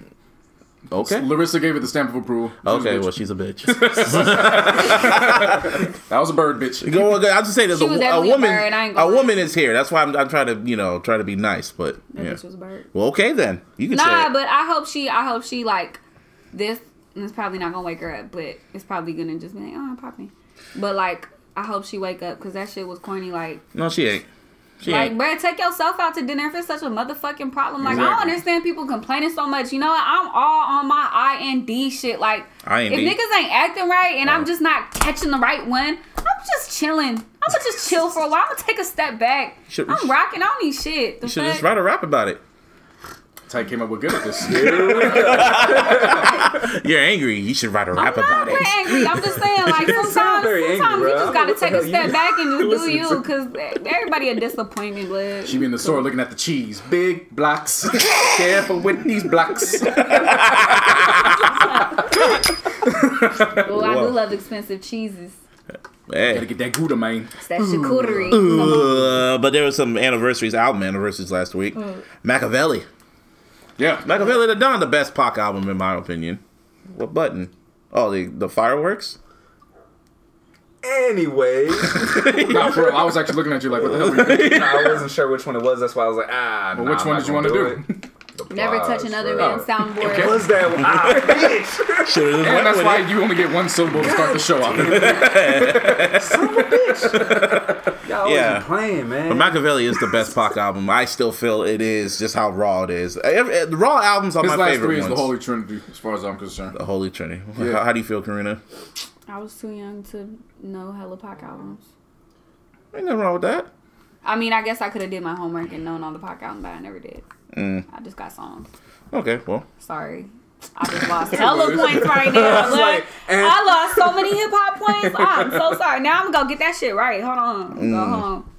Okay. Larissa gave it the stamp of approval. She was a Okay, bitch. well, she's a [laughs] bitch. that was a bird bitch. Go on, I'm just saying, there's She a, was wo- a definitely a woman. bird, I ain't A gonna lie. woman is here. That's why I'm, I'm trying to, you know, try to be nice. But That yeah. bitch was a bird. Well, okay then. You can say Nah, it. but I hope she. I hope she like this. and It's probably not gonna wake her up, but it's probably gonna just be like, oh, I'm popping. But like, I hope she wake up because that shit was corny. Like, no, she ain't. She like, ain't. bruh, take yourself out to dinner if it's such a motherfucking problem. Like, I don't Exactly. understand people complaining so much. You know, what? I'm all on my I and D shit. Like, I&D? if niggas ain't acting right and Oh. I'm just not catching the right one, I'm just chilling. I'm gonna just chill for a while. I'm gonna take a step back. Should- I'm rocking. I don't need shit. The You should just fuck? write a rap about it. That's how he came up with good [laughs] at this. You're angry. You should write a rap I'm not about we're it. angry. I'm just [laughs] saying, like sometimes, sound very angry, sometimes bro. you I just don't gotta know what the take a hell step you- back [laughs] and just do Listen to you, cause e, everybody a disappointment, [laughs] blood. She be in the store looking at the cheese. Big [laughs] blocks. Careful with these blocks. Oh, I Whoa. do love expensive cheeses. Gotta Hey. get that Gouda, man. It's that charcuterie. Uh, but there was some anniversaries, album anniversaries last week. Mm. Machiavelli. Yeah. Machiavelli the Don, the best Pac album in my opinion. What button? Oh, the the fireworks. Anyway, Nah, for real, I was actually looking at you like, what the hell [laughs] were you thinking? I wasn't sure which one it was. That's why I was like, ah. Well, which one did you want to do? [laughs] Never touch another man. man's soundboard. What was [laughs] that? one? Ah, bitch. Should have And that's why you only get one syllable to start the show [laughs] off. Y'all always Yeah. yeah. playing, man. But Machiavelli is the best [laughs] Pac album. I still feel it is just how raw it is. Every, eh, the raw albums are His my last favorite three is ones. the Holy Trinity, as far as I'm concerned. The Holy Trinity. Yeah. How, how do you feel, Karina? I was too young to know hella Pac albums. Ain't nothing wrong with that. I mean, I guess I could have did my homework and known all the Pac albums, but I never did. Mm. I just got songs. Okay, well, Sorry. I just [laughs] lost hella points right now. Look, I lost so many hip hop points. I'm so sorry. Now I'm gonna go get that shit right. Hold on. Go Mm. home.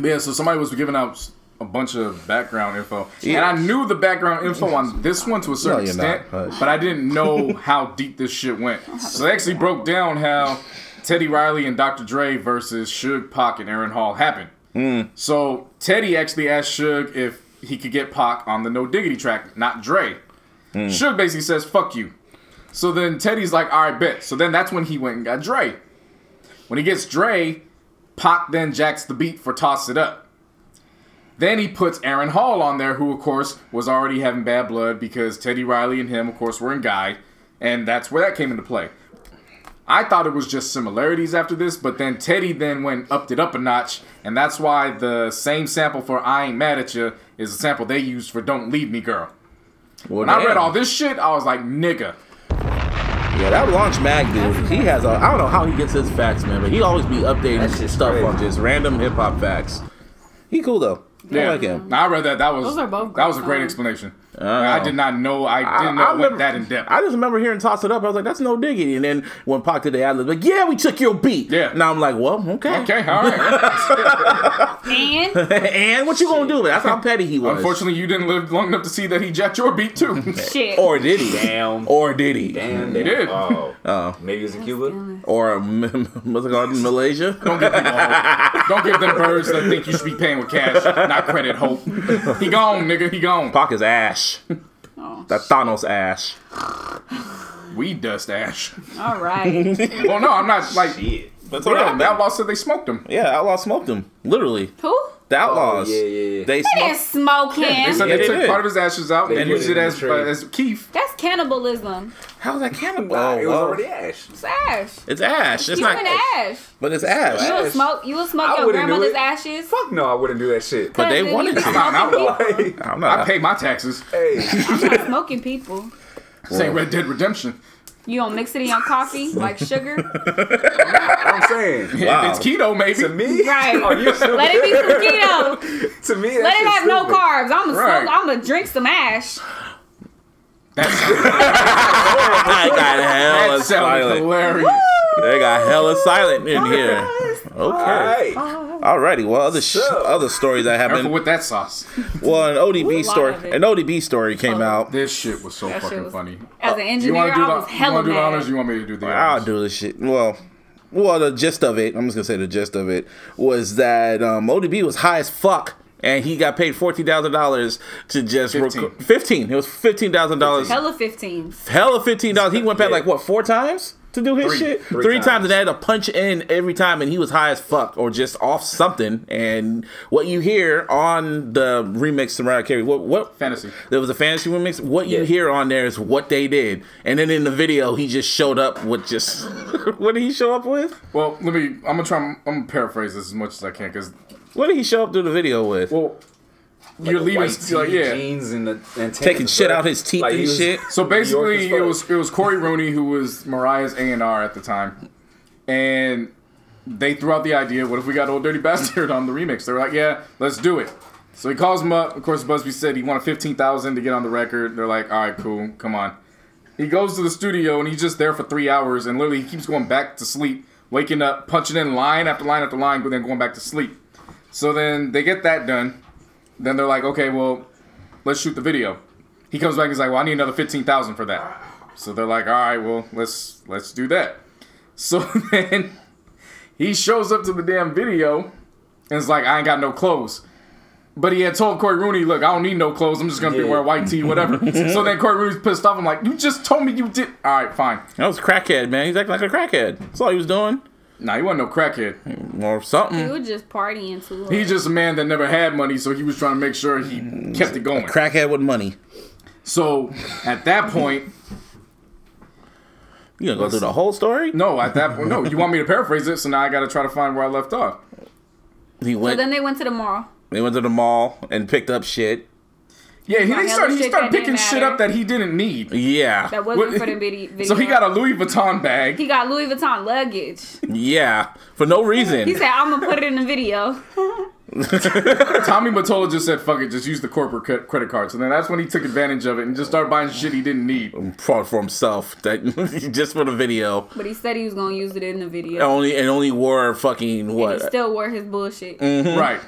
But yeah, so somebody was giving out s- a bunch of background info. And I knew the background info on this one to a certain you're not. extent, Hush. but I didn't know how deep this shit went. So they actually broke down how Teddy Riley and Dr. Dre versus Suge, Pac, and Aaron Hall happened. Hmm. So Teddy actually asked Suge if he could get Pac on the No Diggity track, not Dre. Hmm. Suge basically says, fuck you. So then Teddy's like, all right, bet. So then that's when he went and got Dre. When he gets Dre, Pac then jacks the beat for Toss It Up. Then he puts Aaron Hall on there, who, of course, was already having bad blood because Teddy Riley and him, of course, were in Guy, and that's where that came into play. I thought it was just similarities after this, but then Teddy then went upped it up a notch, and that's why the same sample for I Ain't Mad at You is the sample they used for Don't Leave Me Girl. when When I read all this shit, I was like, nigga. yeah, that launch mag dude, he has. A, I don't know how he gets his facts, man, but he always be updating That's just stuff crazy. on just random hip hop facts. He cool though. I like him. I read that. That was Those are both that was a great great explanation. I did not know. I Uh-huh. I, didn't I know it remember- went that in depth. I just remember hearing toss it up. I was like, "That's no diggity." And then when Pac did the ad lib, like, "Yeah, we took your beat." Yeah. Now I'm like, "Well, okay." okay, all right. And [laughs] and what you gonna do? with it? That's [laughs] how petty he was. Unfortunately, you didn't live long enough to see that he jacked your beat too. shit. Or did he? Damn. Or did he? Damn, He did. Oh. Maybe it was in Cuba. Or [laughs] um, what's it called? Malaysia? [laughs] Don't give people hope. Don't give them birds that think you should be paying with cash, not credit. Hope he gone, nigga. He gone. Pac is ash. Oh, That Thanos ash. Weed dust ash. all right. Well, no, I'm not like. Shit. That's what Yeah, I the outlaw said they smoked him. Yeah, Outlaw smoked him. Literally. Who? Oh, The Outlaws. yeah, yeah, yeah. They They didn't smoked smoke They him. said Yeah, they they took did. part of his ashes out They and put used it it in as the tree. as Keith. That's cannibalism. How's that cannibal? Nah, Oh, Uh, it was wow. already ash. It's ash. It's ash. It's you not an ash. But it's ash. You will Ash. smoke. You will smoke I your wouldn't do grandmother's it. ashes. Fuck no, I wouldn't do that shit. [laughs] But they Cousin, you wanted be to. I'm out. smoking people. Like, I'm I not. pay my taxes. hey, I'm not smoking people. Say Red Dead Redemption. You don't mix it in your coffee like sugar. I don't I'm saying. Wow. It's keto, maybe. to me, Right. oh, you're stupid. Let it be some keto. to me, that Let it shit's have no stupid. carbs. I'm gonna Right. smoke. I'm gonna drink some ash. [laughs] I got hella That sounds silent. hilarious. They got hella silent in here. Okay. Oh. Right. Alrighty. Well, other sh- So- other stories that Careful happened. with that sauce. Well, an ODB lot story. of it. An ODB story came out. This shit was so That shit fucking was- funny. As an You engineer, want to do I was the, you hella wanna do the honors? mad. You want me to do the I'll honors? do this shit. Well, well, the gist of it. I'm just gonna say the gist of it was that um, ODB was high as fuck, and he got paid fourteen thousand dollars to just record Fifteen. fifteen. It was fifteen thousand dollars. Hella 15. Hella fifteen dollars. He went back like what four times to do his Three. shit. Three, Three times. times. and they had to punch in every time, and he was high as fuck or just off something. And what you hear on the remix to Mariah Carey, what what Fantasy. There was a fantasy remix. What you Yeah. hear on there is what they did, and then in the video he just showed up with just [laughs] what did he show up with? Well, let me. I'm gonna try. I'm gonna paraphrase this as much as I can because What did he show up to the video with? well, you're leaving. White it's like tee, yeah. jeans and, the, Taking and Taking shit out his teeth and shit. So basically, fuck. it was it was Corey Rooney who was Mariah's A and R at the time, and they threw out the idea: what if we got Old Dirty Bastard on the remix? They were like, "Yeah, let's do it." So he calls him up. Of course, Busby said he wanted fifteen thousand to get on the record. They're like, "All right, cool, come on." He goes to the studio and he's just there for three hours, and literally he keeps going back to sleep, waking up, punching in line after line after line, but then going back to sleep. So then they get that done. Then they're like, "Okay, well, let's shoot the video." he comes back and he's like, "Well, I need another fifteen thousand for that." So they're like, "All right, well, let's let's do that." [laughs] So then he shows up to the damn video and is like, "I ain't got no clothes." But he had told Corey Rooney, "Look, I don't need no clothes. I'm just gonna be Yeah. wearing white tee, whatever." so then Corey Rooney's pissed off. I'm like, "You just told me you did." All right, fine. That was crackhead, man. He's acting like a crackhead. That's all he was doing, Nah, he wasn't no crackhead. or something. We were just partying too. He's just a man that never had money, so he was trying to make sure he kept it going. Crackhead with money. So at that point, You gonna go through the whole story? no, at that point, no. You want me to paraphrase it? So now I got to try to find where I left off. He So went. then they went to the mall. They went to the mall and picked up shit. Yeah, Got he, he hella started, he shit started that picking didn't shit up matter. that he didn't need. Yeah. That wasn't What- for the vidi- video. [laughs] So he got a Louis Vuitton bag. He got Louis Vuitton luggage. yeah. For no reason. He said, "I'm gonna put it in the video." Tommy Mottola just said, fuck it, just use the corporate cre- credit card. So then that's when he took advantage of it and just started buying shit he [laughs] didn't need. for, for himself. That [laughs] just for the video. But he said he was gonna use it in the video. Only and only wore fucking He Oh, what? still wore his bullshit. Right.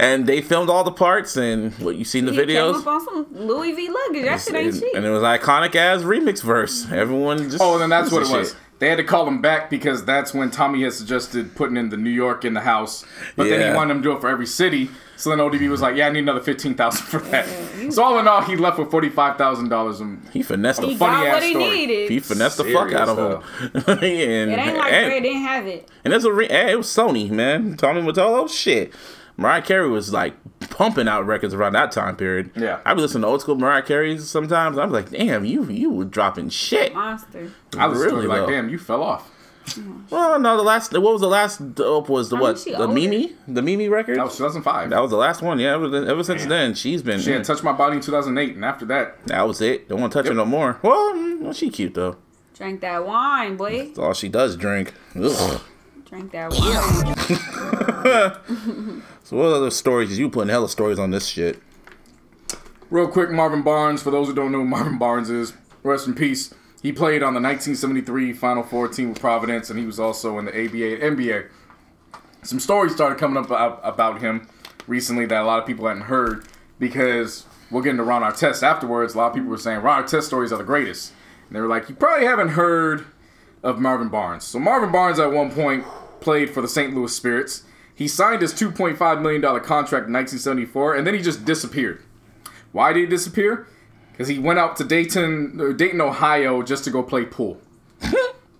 and they filmed all the parts and what you see in the He videos. came up on some Louis V luggage. That shit ain't and, cheap. and it was iconic as remix verse. Everyone just Oh, and then that's what it uses was. shit. They had to call him back because that's when Tommy had suggested putting in the New York in the house. But then Yeah. he wanted him to do it for every city. So then ODB was like, yeah, I need another 15000 for that. So all in all, he left with $45,000 in He finessed the he fuck. got funny ass what he story. needed. He finessed the fuck Serious, out of him. [laughs] and, it ain't like and, Ray didn't have it. and that's a re- hey, it was Sony man. Tommy Mottola shit. Mariah Carey was like pumping out records around that time period. Yeah. I be listening to old school Mariah Carey's sometimes. I'm like, damn, you you were dropping shit. Monster. I was Really, really like, though. damn, you fell off. Well, no, the last what was the last dope was the I mean, what she the older. Mimi the Mimi record. That was 2005. That was the last one. Yeah, ever, ever since then, she's been. She had touched my body in 2008, and after that, that was it. Don't want to touch her no more. Well, mm, well, she cute though. Drank that wine, boy. That's all she does drink. [sighs] Ugh. Drank that wine. So what other stories? You putting hella stories on this shit. real quick, Marvin Barnes. For those who don't know, who Marvin Barnes is rest in peace. He played on the 1973 Final Four team with Providence, and he was also in the ABA and NBA. Some stories started coming up ab- about him recently that a lot of people hadn't heard because we'll get into Ron Artest afterwards. A lot of people were saying Ron Artest stories are the greatest, and they were like, you probably haven't heard of Marvin Barnes. So Marvin Barnes at one point played for the St. Louis Spirits. He signed his 2.5 million dollar contract in 1974, and then he just disappeared. Why did he disappear? Because he went out to Dayton, uh, Dayton, Ohio, just to go [laughs] play pool.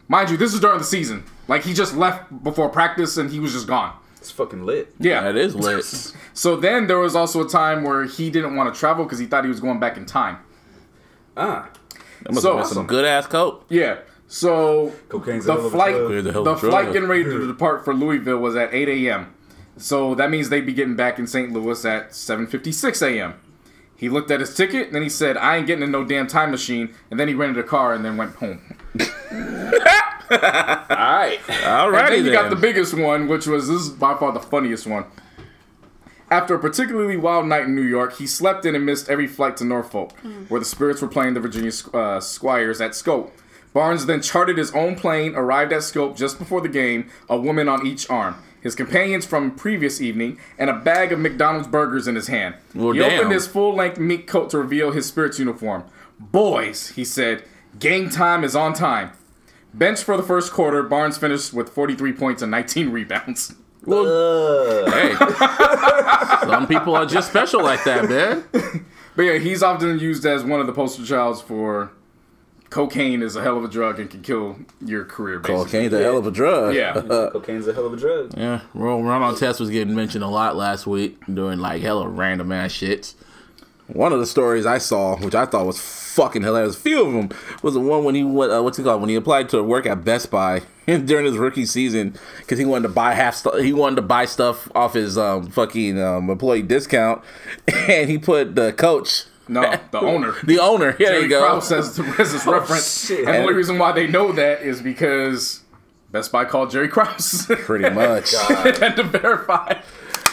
Mind you, this is during the season. Like he just left before practice and he was just gone. It's fucking lit. Yeah, That [laughs] is lit. So then there was also a time where he didn't want to travel because he thought he was going back in time. Ah, That must So have been some awesome. good ass coke. Yeah. So Cocaine's a the hell of a flight, drug. Clear the the, hell of a drug. flight getting ready to depart for Louisville was at 8 a.m. So that means they'd be getting back in St. Louis at 7:56 a.m. He looked at his ticket, and then he said, "I ain't getting in no damn time machine." And then he rented a car and then went home. All right. [laughs] All And righty then you then. got the biggest one, which was this is by far the funniest one. After a particularly wild night in New York, he slept in and missed every flight to Norfolk, where the Spirits were playing the Virginia uh, Squires at Scope. Barnes then chartered his own plane, arrived at Scope just before the game, a woman on each arm, his companions from previous evening, and a bag of McDonald's burgers in his hand. Well, he damn. opened his full-length meat coat to reveal his Spirits uniform. Boys, he said, game time is on time. Bench for the first quarter, Barnes finished with 43 points and 19 [laughs] rebounds. Uh, [laughs] hey. Some people are just special like that, man. But yeah, he's often used as one of the poster childs for cocaine is a hell of a drug and can kill your career. Basically. Cocaine's a hell of a drug. Yeah. Uh, Cocaine's a hell of a drug. Yeah, Ron Ramon Test was getting mentioned a lot last week doing like hella random ass shits. One of the stories I saw, which I thought was fucking hilarious, a few of them, was the one when he went, uh, what's it called, when he applied to work at Best Buy [laughs] during his rookie season because he wanted to buy half stuff, he wanted to buy stuff off his um, fucking um, employee discount, [laughs] and he put the coach, No, [laughs] the owner. the owner, yeah, there Jerry you go, Oh, Krause says the [laughs] business reference. shit. And the only reason why they know that is because Best Buy called Jerry Krause [laughs] pretty much. and to verify.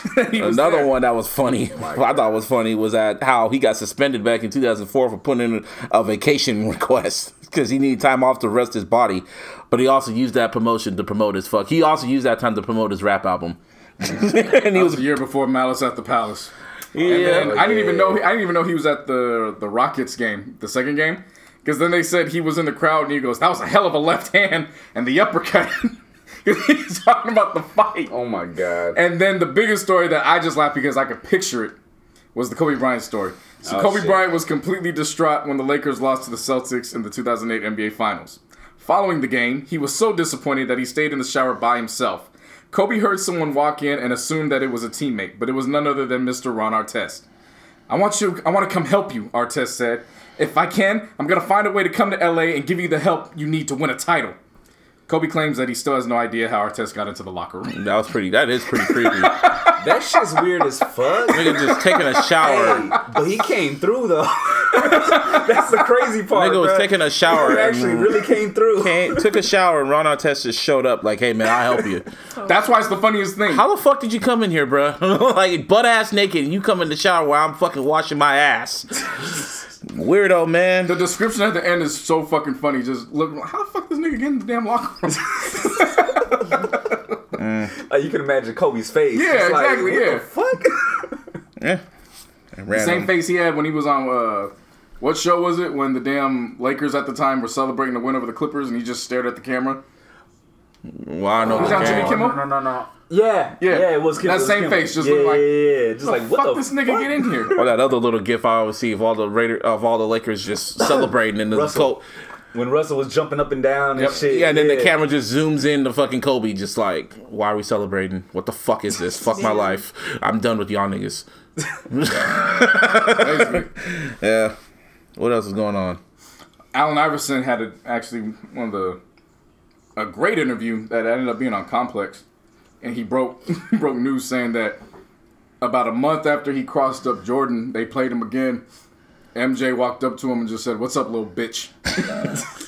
[laughs] that he was Another there. one that was funny, [laughs] Oh I thought was funny, was that how he got suspended back in 2004 for putting in a vacation [laughs] request because he needed time off to rest his body. But he also used that promotion to promote his fuck. He also used that time to promote his rap album. [laughs] and he That was was the year before Malice at the Palace. yeah, And I didn't even yeah. know I didn't even know he was at the the Rockets game, the second game, because then they said he was in the crowd and he goes, "That was a hell of a left hand and the uppercut." [laughs] He's talking about the fight. Oh my god. And then the biggest story that I just laughed because I could picture it was the Kobe Bryant story. So Oh, Kobe shit. Bryant was completely distraught when the Lakers lost to the Celtics in the 2008 NBA Finals. Following the game, he was so disappointed that he stayed in the shower by himself. Kobe heard someone walk in and assumed that it was a teammate, but it was none other than Mr. Ron Artest. I want you. I want to come help you, Artest said. If I can, I'm gonna find a way to come to LA and give you the help you need to win a title. Kobe claims that he still has no idea how Artest got into the locker room. that was pretty. That is pretty creepy. Nigga That shit's weird as fuck. just taking a [laughs] Hey, shower. but he came through though. [laughs] That's the crazy part. Nigga was bruh. taking a shower He and- actually really came through. And took a shower and Ron Artest just showed up like, "Hey man, I'll help you." That's why it's the funniest thing. How the fuck did you come in here, bro? [laughs] like butt ass naked, and you come in the shower while I'm fucking washing my ass. Weirdo man. The description at the end is so fucking funny. Just look, how the fuck this nigga get in the damn locker room? Like, Uh, you can imagine Kobe's face. Yeah, It's like, exactly, what yeah. The [laughs] fuck. Yeah. Random. Same face he had when he was on uh, what show was it? When the damn Lakers at the time were celebrating the win over the Clippers, and he just stared at the camera. Well, I know. Was that Jimmy Okay. Kimmel? no, no. Yeah, Yeah. yeah, it was Kim. That it was same Kim. face, just yeah, look like, yeah, yeah, yeah. just like what fuck the this nigga get in here? Or that other little gif I always see of all the Raider of all the Lakers [laughs] just celebrating in the Russell. coat. When Russell was jumping up and down and Yep. shit. Yeah, and then the camera just zooms in to fucking Kobe, just like, why are we celebrating? What the fuck is this? Fuck my life. I'm done with y'all niggas. [laughs] Basically. [laughs] Yeah. What else is going on? Allen Iverson had a, actually one of the a great interview that ended up being on Complex, and he broke [laughs] broke news saying that about a month after he crossed up Jordan, they played him again. MJ walked up to him and just said, "What's up, little bitch?"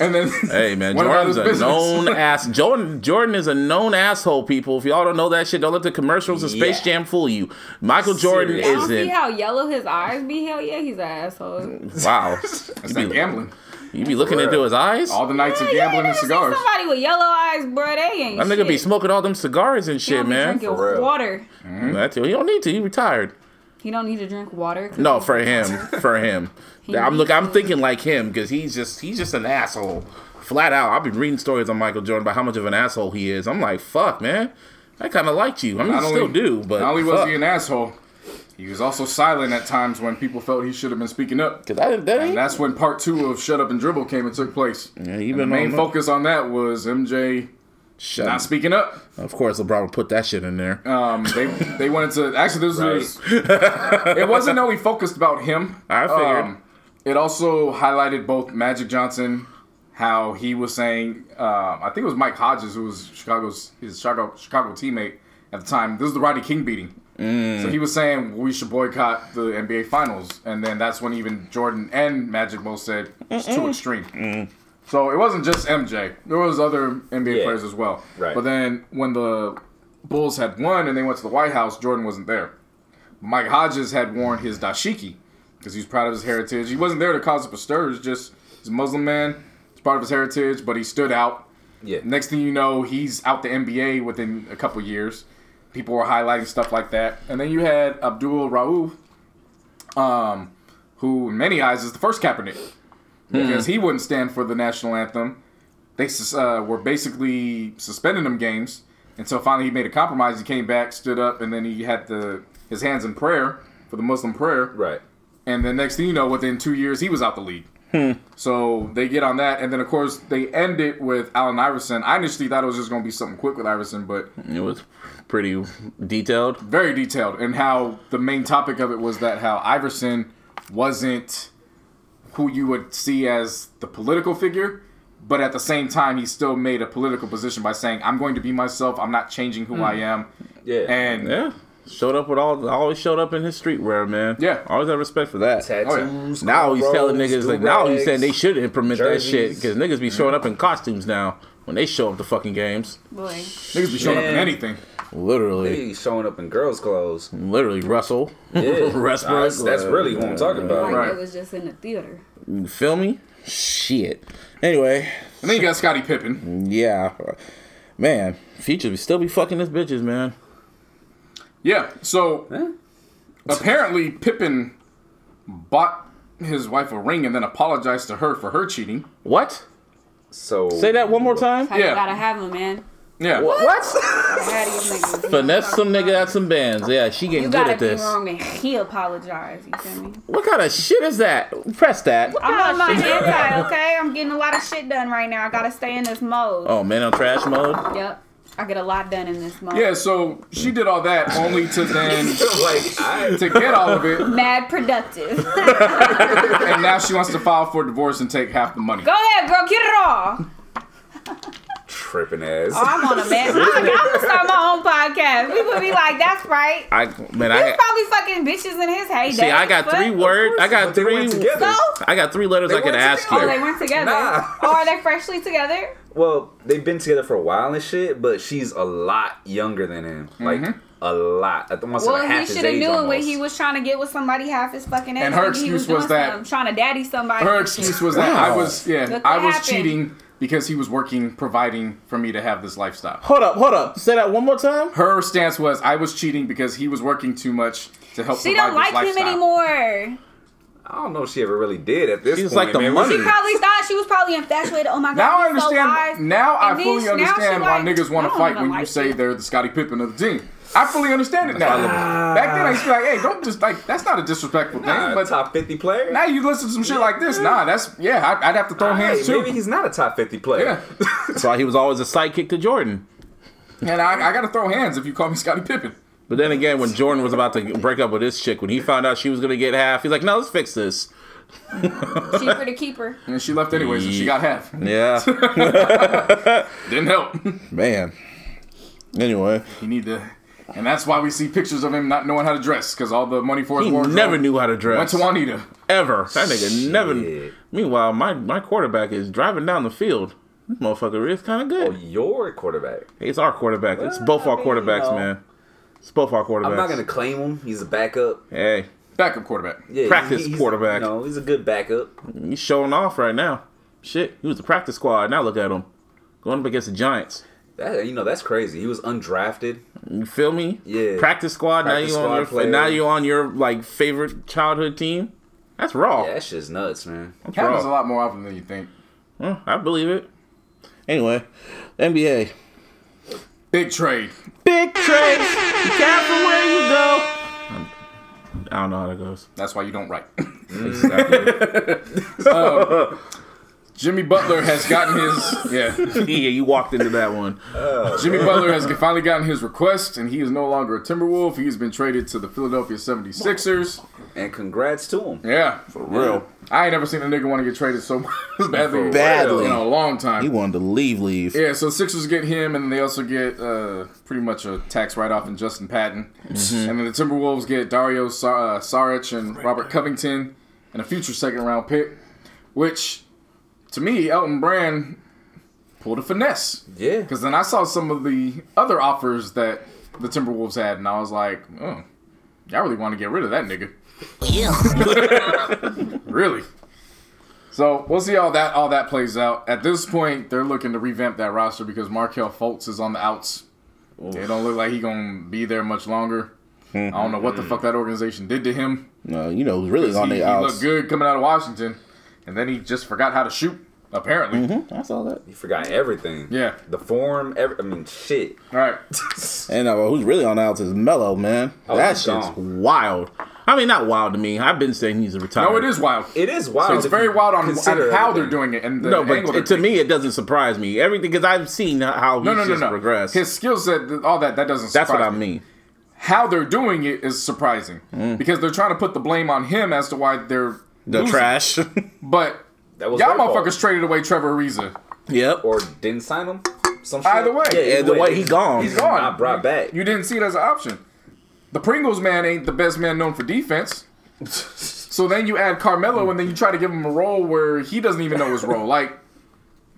[laughs] and then, [laughs] Hey man, went about Jordan's his a business. [laughs] known ass. Jordan Jordan is a known asshole. People, if y'all don't know that shit, don't let the commercials of Space Yeah. Jam fool you. Michael Jordan I don't see isn't. how yellow his eyes be. Hell yeah, he's an asshole. [laughs] Wow, It's like gambling. you be looking into his eyes. All the nights of Yeah, gambling you and never seen cigars. Somebody with yellow eyes, bro, they ain't. That nigga shit. be smoking all them cigars and He shit, don't be man. Drinking For real. water. Mm-hmm. That's it. He don't need to. He retired. He don't need to drink water. No, for [laughs] him, for him. I'm look. I'm thinking like him because he's just he's just an asshole, flat out. I've been reading stories on Michael Jordan about how much of an asshole he is. I'm like, fuck, man. I kind of liked you. I mean, Not I still only- do, but Not only was fuck. he an asshole, he was also silent at times when people felt he should have been speaking up. 'Cause I didn't- that ain't- And that's when part two of Shut Up and Dribble came and took place. Yeah, he And the been main on- focus on that was MJ Shut not up. speaking up. Of course, LeBron would put that shit in there. Um, they they wanted to actually this was it wasn't only focused about him. Um, I uh, figured. it also highlighted both Magic Johnson, how he was saying, um, I think it was Mike Hodges who was Chicago's his Chicago Chicago teammate at the time. This was the Rodney King beating. Mm. So he was saying we should boycott the Mm. NBA Finals, and then that's when even Jordan and Magic both said it's too extreme. So it wasn't just MJ. There was other NBA Yeah. players as well. Right. But then when the Bulls had won and they went to the White House, Jordan wasn't there. Mike Hodges had worn his dashiki because he was proud of his heritage. He wasn't there to cause up a stir. It's just he's a Muslim man. It's part of his heritage, but he stood out. Yeah. Next thing you know, he's out the NBA within a couple years. People were highlighting stuff like that. And then you had Abdul Rauf, um, who in many eyes is the first Kaepernick because he wouldn't stand for the national anthem. They sus- uh, were basically suspending him games until finally he made a compromise. He came back, stood up, and then he had the his hands in prayer for the Muslim prayer. Right. And then next thing you know, within two years, he was out the league. So they get on that, and then of course they end it with Allen Iverson. I initially thought it was just going to be something quick with Iverson, but It was pretty detailed. very detailed and how the main topic of it was that how Iverson wasn't who you would see as the political figure, but at the same time he still made a political position by saying, "I'm going to be myself. I'm not changing who I am." Yeah. And Yeah. Showed up with all, always showed up in his streetwear, man. Yeah. Always had respect for that. Tattoos. Oh, Now he's telling cornrows, niggas like now he's do-rags. saying they should implement that shit jerseys. because niggas be showing up in costumes now when they show up to fucking games. Boy. niggas be showing up in Man. anything. Literally, He's showing up in girls' [laughs] clothes. literally Russell, Yeah. Westbrook. That's, that's really who I'm talking about. Like Right. it was just in the theater. You feel me? Shit. Anyway, And then you got Scottie Pippen. yeah, man, future still be fucking his bitches, man. Yeah. So Huh? apparently Pippen bought his wife a ring and then apologized to her for her cheating. What? So Say that one more time. How Yeah. you gotta have him, man. Yeah. What? I had these niggas. You Finesse know, some nigga You at some bands. Yeah, she getting good gotta at be this. wrong and he apologized. You feel me? What kind of shit is that? Press that. I'm on my anti, okay? I'm getting a lot of shit done right now. I gotta stay in this mode. Oh, man on trash mode. Yep. I get a lot done in this mode. Yeah. So she did all that only to then like I, to get all of it. Mad productive. [laughs] Go and now she wants to file for divorce and take half the money. ahead, girl. Get it all. tripping ass. Oh, I'm on a man. I'm, like, I'm gonna start my own podcast. We would be like, that's right. I man, He's I probably fucking bitches in his heyday. see. I got but- three words. I got But they three. went together. So? I got three letters I could went ask together. Oh, they you. weren't together. Nah. Or are they freshly together? Well, they've been together for a while and shit, but she's a lot younger than him. Mm-hmm. Like a lot. I th- almost like well, he half his should have age knew it when almost. he was trying to get with somebody half his fucking age. And her Like, he excuse was doing that- something, trying to daddy somebody. Her excuse was that I was yeah, Look what I was happened. cheating because he was working providing for me to have this lifestyle. Hold up, hold up. Say that one more time. Her stance was I was cheating because he was working too much to help she provide don't this like him lifestyle. anymore. I don't know if she ever really did at this She's like point. the man. money. She probably thought she was probably infatuated. Oh my god, Now I he's so understand. wise. now I And fully these- now she understand why like, niggas want I to don't fight even when you like say you. they're the Scottie Pippen of the team. I fully understand it now. Back then I used to be like, hey, don't just like that's not a disrespectful Nah, thing. But top 50 player? now you listen to some shit like this. Nah, that's yeah, I, I'd have to throw hands Hey, too. maybe he's not a top 50 player. Yeah. That's why he was always a sidekick to Jordan. And I, I gotta throw hands if you call me Scottie Pippen. But then again, when Jordan was about to break up with this chick, when he found out she was gonna get half, he's like, "No, let's fix this." cheaper to keep [laughs] her. And she left anyway, so she got half. [laughs] Yeah, Didn't help. [laughs] man. Anyway, you need to, and that's why we see pictures of him not knowing how to dress because all the money for his he wardrobe never knew how to went dress to Juanita. ever. That nigga never. Shit. Meanwhile, my my quarterback is driving down the field. This motherfucker is kind of Oh, good. your quarterback. It's our quarterback. It's both Well, our I mean, you quarterbacks, know. man. It's both our quarterbacks. I'm not going to claim him. He's a backup. Hey, Backup quarterback. Yeah, Practice he's- quarterback. No, he's a good backup. he's showing off right now. Shit, he was the practice squad. Now look at him. Going up against the Giants. That, you know, that's crazy. He was undrafted. You feel me? Yeah. Practice squad. Practice now you squad on your player. and now you on your like favorite childhood team. That's raw. Yeah, that shit's nuts, man. That's Happens a raw. lot more often than you think. Mm, I believe it. Anyway, NBA. Big trade. Big trade. Be careful where you go. Um, I don't know how that goes. That's why you don't write. Um, Exactly. [laughs] Jimmy Butler has gotten his [laughs] yeah. yeah, you walked into that one. Jimmy Butler has finally gotten his request, and he is no longer a Timberwolf. He's been traded to the Philadelphia 76ers. And congrats to him. Yeah, Real. I ain't never seen a nigga want to get traded so [laughs] badly Badly. in a long time. He wanted to leave, leave. Yeah, so Sixers get him, and they also get uh, pretty much a tax write-off in Justin Patton, Mm-hmm. and then the Timberwolves get Dario Sa- uh, Saric and Robert Covington, and a future second-round pick, which to me, Elton Brand pulled a finesse. Yeah. Because then I saw some of the other offers that the Timberwolves had, and I was like, oh, y'all really want to get rid of that nigga. Really? So we'll see how that all that plays out. At this point, they're looking to revamp that roster because Markel Fultz is on the outs. They don't look like he gonna be there much longer. I don't know what the fuck that organization did to him. No, you know, who's really on he, the he looked outs. good coming out of Washington, and then he just forgot how to shoot. Apparently, I saw that. You forgot everything. Yeah. The form, every, I mean, shit. all right. And uh, who's really on the outs is Mello, man. Oh, that he's shit's gone. wild. I mean, not wild to me. I've been saying he's a retired. No, it is wild. It is wild. So it's if very you wild on, on how consider they're everything. doing it and the No, but angle they're to taking. me, it doesn't surprise me. Everything because I've seen how he's no, no, no, just no. progressed. His skill set, th- all that, that doesn't. That's what surprise I me. mean. How they're doing it is surprising Mm. because they're trying to put the blame on him as to why they're The losing. trash. [laughs] But That was y'all their fault. motherfuckers traded away Trevor Ariza. yep. Or didn't sign him. Some shit. Either way. Yeah, the way he gone. He's He's gone. gone. Not brought back. You didn't see it as an option. The Pringles man ain't the best man known for defense. So then you add Carmelo and then you try to give him a role where he doesn't even know his role. Like,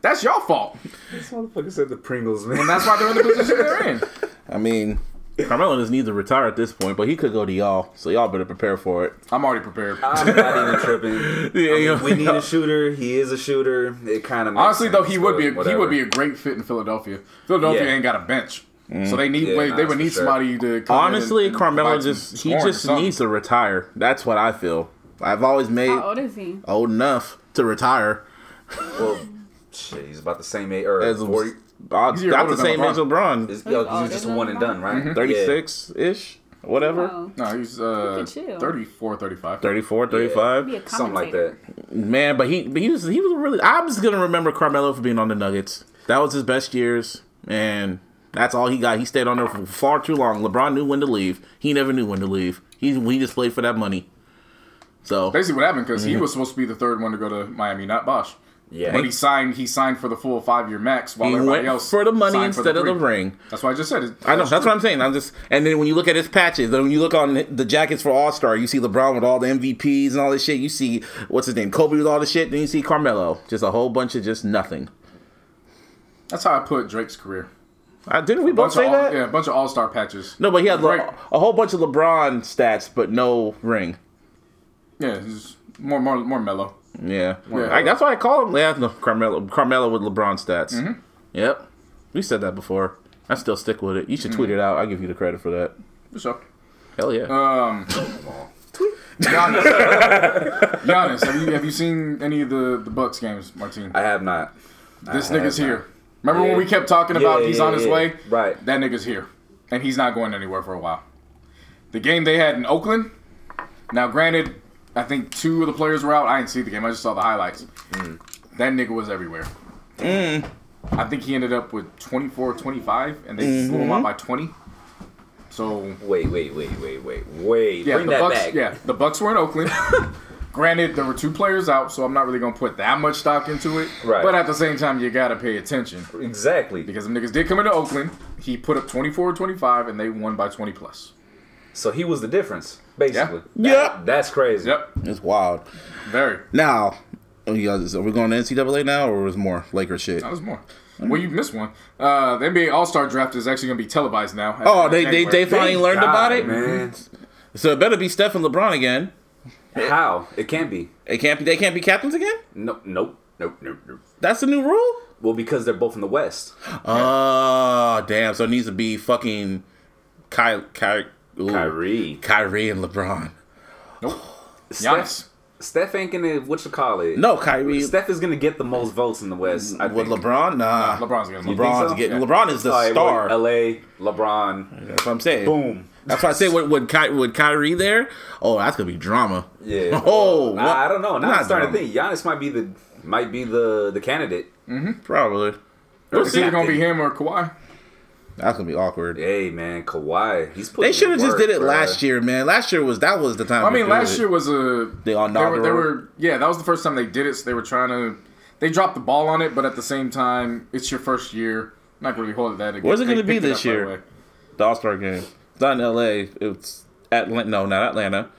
that's your fault. This motherfucker said the Pringles, man. That's why they're in the position they're in. I mean, Carmelo just needs to retire at this point, but he could go to y'all, so y'all better prepare for it. I'm already prepared. I'm not [laughs] even tripping. Yeah, I mean, yeah. we need a shooter. He is a shooter. It kind of Honestly, though, he would be a, he would be a great fit in Philadelphia. Philadelphia Yeah. ain't got a bench, Mm. so they need Yeah, way, nah, they would for need sure. somebody to come in and- Honestly, and Carmelo provide some just he scoring or just something. needs to retire. That's what I feel. I've always made How old is he? old enough to retire. Well, shit, he's about the same age or As forty. about He's a year older the than same age LeBron, He's, yo, Oh, he's just that's one and not- done, Mm-hmm. right? Yeah. thirty six ish, whatever. Oh, no, he's at you. uh, 34, 35. 34, 35. be a something like commentator. that. Man, but he but he was he was really I'm just gonna remember Carmelo for being on the Nuggets. That was his best years, and that's all he got. He stayed on there for far too long. LeBron knew when to leave. He never knew when to leave. He he just played for that money. So Basically, what happened because he Mm-hmm. was supposed to be the third one to go to Miami, not Bosh. Yeah. But he signed. He signed for the full five year max, while he everybody went else for the money signed for instead of the three. ring. That's why I just said. It. I know. That's what I'm saying. I'm just, and then when you look at his patches, then when you look on the jackets for All Star, you see LeBron with all the MVPs and all this shit. You see what's his name, Kobe with all this shit. Then you see Carmelo, just a whole bunch of just nothing. That's how I put Drake's career. Uh, didn't we both Bunch of say all, that? yeah, a bunch of all star patches. No, but he had Right. Le- a whole bunch of LeBron stats, but no ring. Yeah, he's more more more mellow. Yeah, Yeah. I, that's why I call him. Yeah, no, Carmelo, Carmelo with LeBron stats. Mm-hmm. Yep, we said that before. I still stick with it. You should tweet Mm-hmm. it out. I give you the credit for that. What's up? Hell yeah. Um, Giannis. Giannis, have you have you seen any of the the Bucks games, Martine? I have not. this I nigga's have here. Remember Yeah. when we kept talking about Yeah, he's yeah, on his yeah. way? Right. That nigga's here, and he's not going anywhere for a while. The game they had in Oakland. Now, granted, I think two of the players were out. I didn't see the game. I just saw the highlights. Mm. That nigga was everywhere. I think he ended up with 24, 25, and they Mm-hmm. blew him out by 20. So Wait, wait, wait, wait, wait, wait. yeah, Bring the that Bucks. back. Yeah, the Bucks were in Oakland. Granted, there were two players out, so I'm not really gonna put that much stock into it. Right. But at the same time, you gotta pay attention Exactly. because them niggas did come into Oakland. He put up 24 25, and they won by 20 plus. So he was the difference, basically. Yeah. That- Yeah. That's crazy. Yep, it's wild. very. Now, oh, you guys, are we going to NCAA now, or is more Lakers shit? That was more. Well, you missed one. Uh, the NBA All Star Draft is actually gonna be televised now. Oh, they they, January. they finally Thank learned God, about it. man. So it better be Steph and LeBron again. How? It can't be. They can't be they can't be captains again. Nope, nope, nope, nope, nope. That's the new rule. Well, because they're both in the West. Oh damn! So it needs to be fucking Ky, Ky, ooh, Kyrie. Kyrie and LeBron. Giannis. Steph ain't gonna what you call it. No, Kyrie Steph is gonna get the most votes in the West. I with think. LeBron. Nah, LeBron's gonna win. think LeBron's so? getting Yeah. LeBron is the All right, star. well, LA, LeBron. That's what I'm saying. Boom. That's why I say with with, Ky, with Kyrie there. Oh, that's gonna be drama. Yeah. [laughs] Oh, what- I, I don't know. Now Not I'm starting drama. to think Giannis might be the might be the the candidate. Probably. It's either gonna be him or Kawhi. That's gonna be awkward. Hey man, Kawhi. He's putting They should have in just work, did it bruh. last year, man. Last year was that was the time. I to mean, do last it. year was a The They were, they inaugural- were, yeah, that was the first time they did it. So they were trying to, they dropped the ball on it, but at the same time, it's your first year. I'm not really holding that. against- Where's it they gonna be picked it this up right year? away. the All Star game. It's not in L.A. It's Atlanta. No, not Atlanta.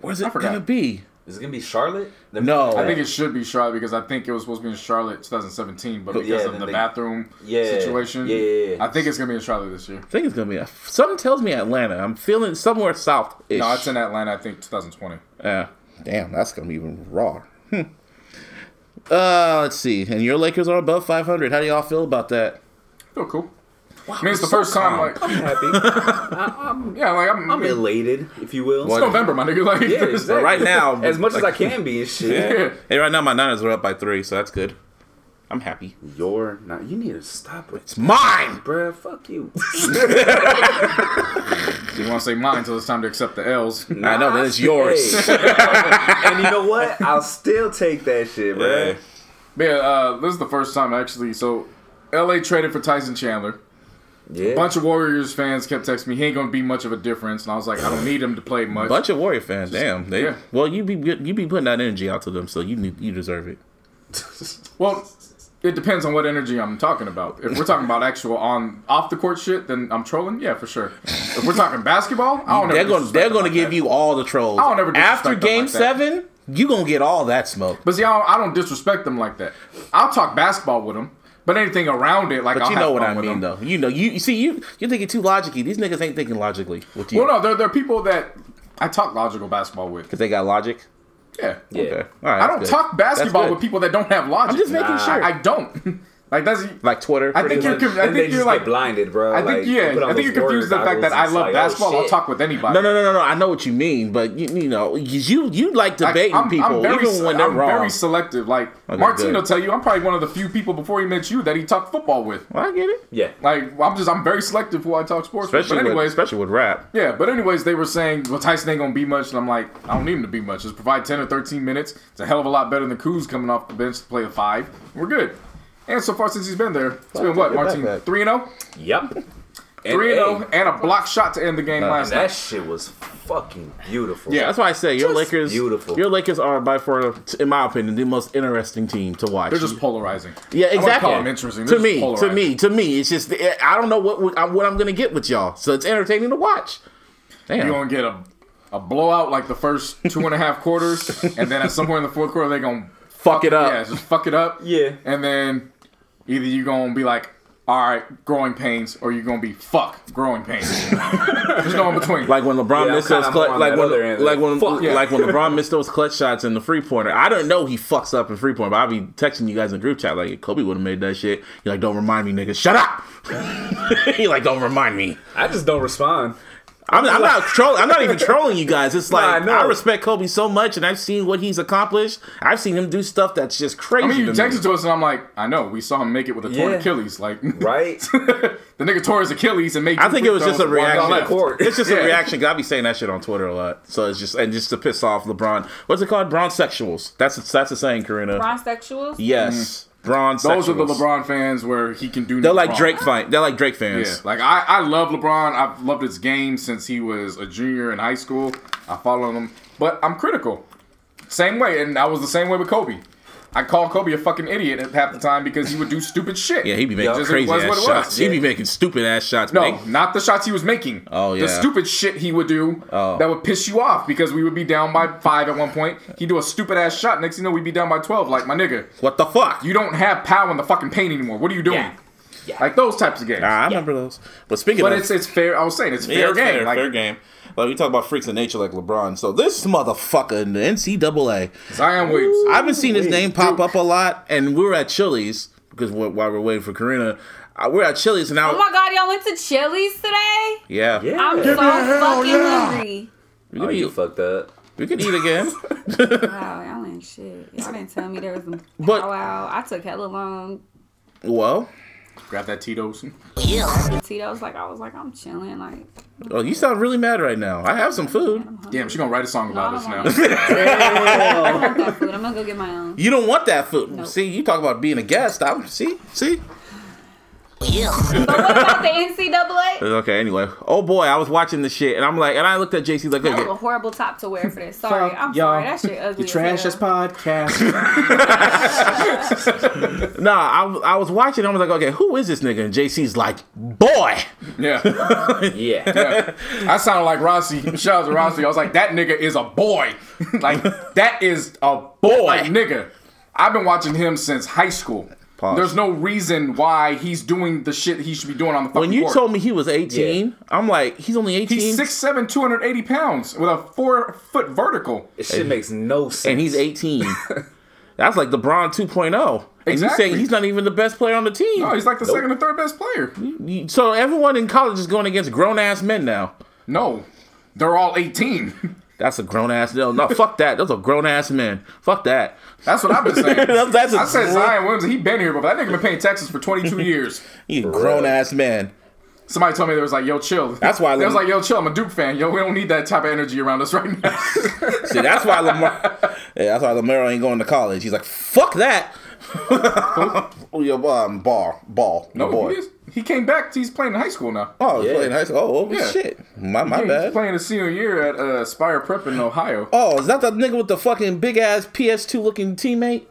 Where's it forgot. gonna be? Is it gonna be Charlotte? The- No. I think it should be Charlotte because I think it was supposed to be in Charlotte 2017, but because yeah, of then the they- bathroom Yeah, situation, yeah, yeah, yeah. I think it's gonna be in Charlotte this year. I think it's gonna be. A, something tells me Atlanta. I'm feeling somewhere south. No, it's in Atlanta. I think 2020. Yeah. Damn, that's gonna be even raw. Hmm. uh, let's see. And your Lakers are above 500. How do y'all feel about that? Oh, cool. I mean, it's the first time. Like, [laughs] I'm happy. yeah, like I'm. I'm elated, if you will. it's November, my nigga. Like, [laughs] Yeah, exactly. right now, as much as I like- can be [laughs] and shit. yeah. Hey, right now my Niners are up by three, so that's good. I'm happy. You're not. You need to stop with, It's mine. bruh. Fuck you. You want to say mine until it's time to accept the [laughs] L's. I know that it's yours. and you know what? I'll still take that shit, bruh. Yeah. But yeah, uh, this is the first time actually. So, LA traded for Tyson Chandler. Yeah. A bunch of Warriors fans kept texting me, he ain't gonna be much of a difference, and I was like, I don't need him to play much. Bunch of Warrior fans. Damn. They, yeah. Well, you be you be putting that energy out to them, so you need, you deserve it. Well, it depends on what energy I'm talking about. If we're talking about actual on off the court shit, then I'm trolling. Yeah, for sure. If we're talking basketball, I don't. They're ever gonna disrespect they're them gonna like give that. you all the trolls. I'll never disrespect after them Game like that. Seven, you gonna get all that smoke. But see, I don't, I don't disrespect them like that. I'll talk basketball with them, but anything around it, like But I'll you have know what fun I with mean, them. though. You know, you, you see, you you're thinking too logically. These niggas ain't thinking logically with you. Well, no, there there are people that I talk logical basketball with. Because they got logic. Yeah, yeah. Okay. All right. I don't that's good. talk basketball good. with people that don't have logic. I'm just making Nah. sure. I don't. [laughs] like that's. like Twitter. I think pretty you're. much. conf- I Then they think just you're like get blinded, bro. I think yeah. I think you're confused the fact that I oh, love basketball. I'll talk with anybody. oh, No, no, no, no, no. I know what you mean, but you, you know, 'cause you you like debating people even se- when they're I'm wrong. very selective. Like Okay, Martino good. tell you, I'm probably one of the few people before he met you that he talked football with. Well, I get it. Yeah. Like I'm just I'm very selective who I talk sports Especially with. But with, anyways, especially with rap. yeah. But anyways, they were saying, well, Tyson ain't gonna be much, and I'm like, I don't need him to be much. Just provide 10 or 13 minutes. It's a hell of a lot better than Kuz coming off the bench to play a five. We're good. And so far since he's been there, it's been what take it back, Martin back. three and oh? zero, Yep. And, three and oh. zero, hey, and a block shot to end the game last that night. shit was fucking beautiful. Yeah. That's why I say your Just Lakers. beautiful. Your Lakers are by far, in my opinion, the most interesting team to watch. They're just polarizing. Yeah, I wouldn't exactly. call them interesting. They're To just me, to polarizing. me, to me, it's just I don't know what what I'm- what I'm gonna get with y'all. So it's entertaining to watch. Damn. You're gonna get a a blowout like the first two and a half [laughs] quarters, and then at some point in the fourth quarter they're gonna Fuck it up. yeah just fuck it up Yeah. and then either you're gonna be like all right growing pains or you're gonna be fuck growing pains. [laughs] There's no in between. Like when LeBron Yeah, I'm missed those kinda clutch, more on like that when, other end. like when, Fuck yeah. like when LeBron missed those clutch shots in the free pointer. I don't know he fucks up in free pointer, but I'll be texting you guys in group chat like if Kobe would have made that shit. You're like, don't remind me, nigga. Shut up. [laughs] you like, don't remind me. I just don't respond. I'm, I'm not trolling. I'm not even trolling you guys. It's I like know. I respect Kobe so much, and I've seen what he's accomplished. I've seen him do stuff that's just crazy. I mean, you to me. texted to us and I'm like, I know we saw him make it with a torn Yeah. Achilles. Like [laughs] Right? the nigga tore his Achilles and made. I two think free it was just throws, a one reaction. left. court. It's just a [laughs] Yeah. reaction. 'cause I be saying that shit on Twitter a lot. So it's just and just to piss off LeBron. What's it called? Bron sexuals. That's that's a saying, Karina. Bronsexuals? Yes, Bron. Mm-hmm. Those are the sexuals. LeBron fans where he can do. They're like Drake fan. They're like Drake Yeah, fans. like I, I love LeBron. I've loved his game since he was a junior in high school. I follow him, but I'm critical. Same way, and I was the same way with Kobe. I called Kobe a fucking idiot at half the time because he would do stupid shit. Yeah, he'd be making Just it crazy was ass what it was. shots. He'd be Yeah. making stupid ass shots. No, Make- not the shots he was making. Oh, yeah. Oh. the stupid shit he would do that would piss you off because we would be down by five at one point. He'd do a stupid ass shot. Next thing you know, we'd be down by twelve. Like my nigga, what the fuck? you don't have power in the fucking paint anymore. What are you doing? Yeah. Yeah. Like those types of games. Ah, I remember those. But speaking But of, it's it's fair. I was saying it's Yeah, fair it's game. Fair, like, fair game. Like we talk about freaks of nature, like LeBron. So this motherfucker in the NCAA. Zion Williams. I've been seeing his name pop up a lot, and we were at Chili's because we while we're waiting for Karina, uh, we're at Chili's now. Oh my god, y'all went to Chili's today? yeah, [laughs] Yeah. I'm so fucking hungry. we Oh, could, you eat, fucked up. we could eat again. Wow, y'all ain't shit. Y'all didn't tell me there was a But- powwow. I took hella long. well, Grab that Tito's. Tito's like, I was like, I'm chilling. Like, oh, you sound really mad right now. I have some food. Damn, she gonna write a song about No, us I now. don't I don't want that food. I'm gonna go get my own. You don't want that food. Nope. See, you talk about being a guest. I see, see. But what about the [laughs] NCAA? Okay, anyway. Oh boy, I was watching this shit and I'm like, and I looked at JC like, That was okay. a horrible top to wear for this. Sorry, I'm Y'all, sorry. That shit ugly. The trash as ass hell. podcast. nah, I, was- I was watching. I was like, okay, who is this nigga? And JC's like, boy. Yeah. Yeah. I sounded like Rossi. Shout out to Rossi. I was like, that nigga is a boy. [laughs] like, that is a boy. Like, nigga. I've been watching him since high school. Pause. There's no reason why he's doing the shit he should be doing on the fucking When you court. told me he was 18, I'm like, he's only 18. He's 6'7", 280 pounds with a four foot vertical. [laughs] This shit makes no sense. and he's 18. [laughs] That's like LeBron 2.0. And Exactly. you saying he's not even the best player on the team. No, Oh, he's like the second or third best player. You- so everyone in college is going against grown ass men now. No, they're all 18. That's a grown ass no. No, fuck that. Those are grown ass men. Fuck that. That's what I've been [laughs] saying. That's- that's a- I said Zion Williamson. He been here, but that nigga been paying taxes [laughs] for 22 years. You grown ass man. Somebody told me they was like, "Yo, chill." That's why I they was love- like, "Yo, chill." I'm a Duke fan. Yo, we don't need that type of energy around us right [laughs] now. See, that's why Lamar. [laughs] yeah, that's why Lamar ain't going to college. He's like, fuck that. oh, yeah, um, ball, ball, no, my boy. he, is. he came back. He's playing in high school now. Oh, he's Yeah. playing high school. Oh, oh, Yeah. shit. My my Yeah, he's bad. playing his senior year at uh, Spire Prep in Ohio. Oh, is that that nigga with the fucking big ass PS2 looking teammate?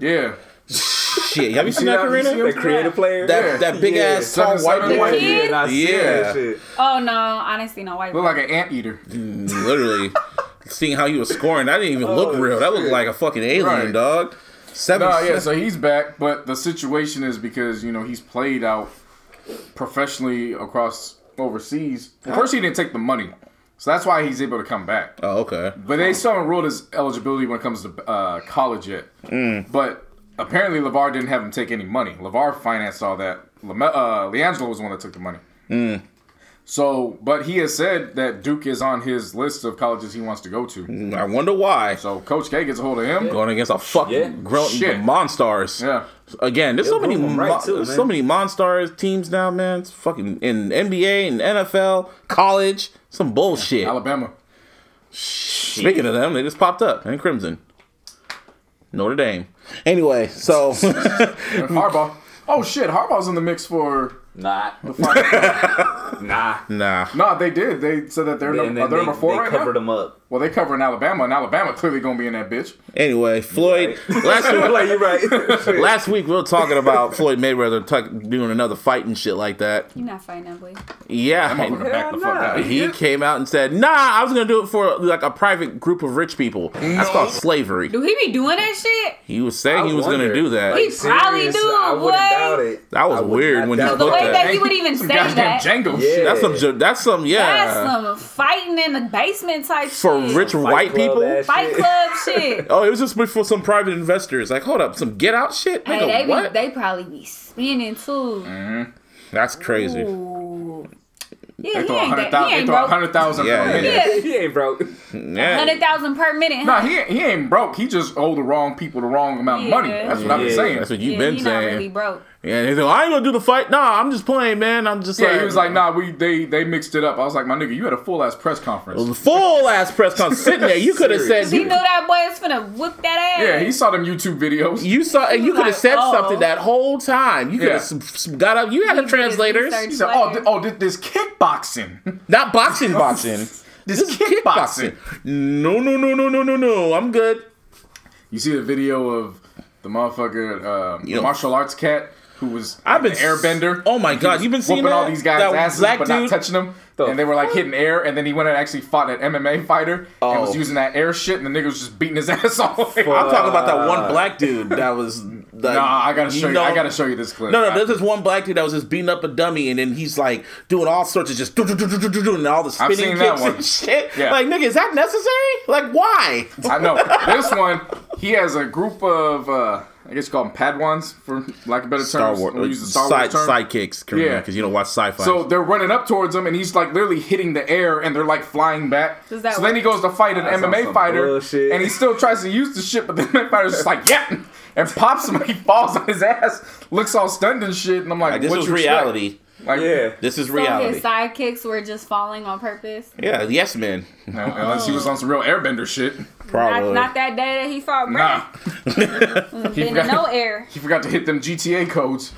Yeah, Shit, have you seen Yeah, that, you see Karina? That creative player. Yeah. That that big Yeah. ass tall Seven, white seven, boy. white. Yeah, and I see Yeah. that shit. Oh no, honestly, no white. look like an anteater. [laughs] Literally, seeing how he was scoring, that didn't even look real. That looked like a fucking alien, Right. dog. Seven. No, yeah, so he's back, but the situation is because, you know, he's played out professionally across overseas. Well, first, he didn't take the money. So that's why he's able to come back. oh, okay. But they still haven't ruled his eligibility when it comes to uh, college yet. But apparently, LeVar didn't have him take any money. LeVar financed all that. Lame- uh, Leangelo was the one that took the money. So, but he has said that Duke is on his list of colleges he wants to go to. I wonder why. So, Coach K gets a hold of him. Going against a fucking Yeah. grown Shit. monsters. Yeah. Again, there's so many move 'em mo- right, too, there's man. so many monsters teams now, man. It's fucking in NBA and NFL, college, some bullshit. Alabama. Speaking of them, they just popped up in crimson. Notre Dame. Anyway, so Harbaugh. Oh shit, Harbaugh's in the mix for. Nah. [laughs] [laughs] nah. nah. No, they did. They said that they're, And num- are then they they, number four they right covered now. him up. Well, they covering Alabama, and Alabama clearly gonna be in that bitch. Anyway, Floyd. Last week, [laughs] like you're right. Last week we were talking about Floyd Mayweather tuck doing another fight and shit like that. You're not fighting ugly. Yeah, I'm gonna back the fuck nah. out. of here. he came out and said, "Nah, I was gonna do it for like a private group of rich people. That's called slavery." Do he be doing that shit? He was saying he was gonna wonder. do that. He probably serious, do, I wouldn't boy. doubt it. That was I would weird not when he doubt The booked way Okay. that he would even say Some goddamn that. Django Yeah. shit. that's some. ju- That's some. That's Yeah, some fighting in the basement type for shit. rich Fight white Club people. ass fight shit. club shit. [laughs] Oh, it was just for some private investors. Like, hold up, some get out shit. Nigga, Hey, they, be, what? they probably be spinning too. That's crazy. Ooh. Yeah, Mm. They he throw a ain't, hundred that, he thousand. They ain't throw a broke. hundred thousand Yeah, per yeah. minute. Yeah, [laughs] He ain't broke. Yeah. hundred thousand per minute. Nah, huh? he he ain't broke. He just owe the wrong people the wrong amount of money. Yeah. That's what I've been Yeah. saying. That's what you've yeah, been he saying. not really broke. Yeah, and he's like, I ain't gonna do the fight. Nah, I'm just playing, man. I'm just yeah, like, he was like, nah, we they they mixed it up. I was like, my nigga, you had a full ass press conference. full ass press [laughs] conference sitting there. You could have said Serious. He you, know that boy is finna whoop that ass. Yeah, he saw them YouTube videos. you saw and you could have like, said oh. something that whole time. You could Yeah. have s got up. You had the He did his translators, research. He said, oh, th- oh, th- this kickboxing. [laughs] not boxing, boxing. This kickboxing. No, no, no, no, no, no, no. I'm good. You see the video of the motherfucker, um, You the know- martial arts cat who was I've like been an airbender. Oh my He god, was you've been seeing whooping that? all these guys' that asses, black but dude. not touching them. and they were like hitting air, and then he went and actually fought an MMA fighter and was Oh. using that air shit, and the nigga was just beating his [laughs] ass off. I'm talking about that one black dude that was. Like, Uh, [laughs] Nah, I gotta show you. I know- gotta show you this clip. No, no, there's this one black dude that was just beating up a dummy, and then he's like doing all sorts of just do do do do do do do, and all the I've spinning seen that kicks one. and shit. Yeah. Like, nigga, is that necessary? Like, why? I know this one. He has a group of uh, I guess you call them Padwans for lack of better terms. We'll use the uh, Star Wars term. sidekicks, Karina, Yeah. 'cause you don't watch sci-fi. So they're running up towards him, and he's like literally hitting the air, and they're like flying back. So Does that then work? he goes to fight an That's on MMA some fighter, bullshit. and he still tries to use the shit, but the MMA fighter's just like, yeah, and pops him, and he falls on his ass, looks all stunned and shit. And I'm like, this what was you expect? reality. Like, Yeah. This is So reality. his sidekicks were just falling on purpose. yeah, yes, man. No, unless he was on some real airbender shit. Not, Probably. not that day that he fought Brad. Nah, Been [laughs] in forgot- no air. he forgot to hit them GTA codes.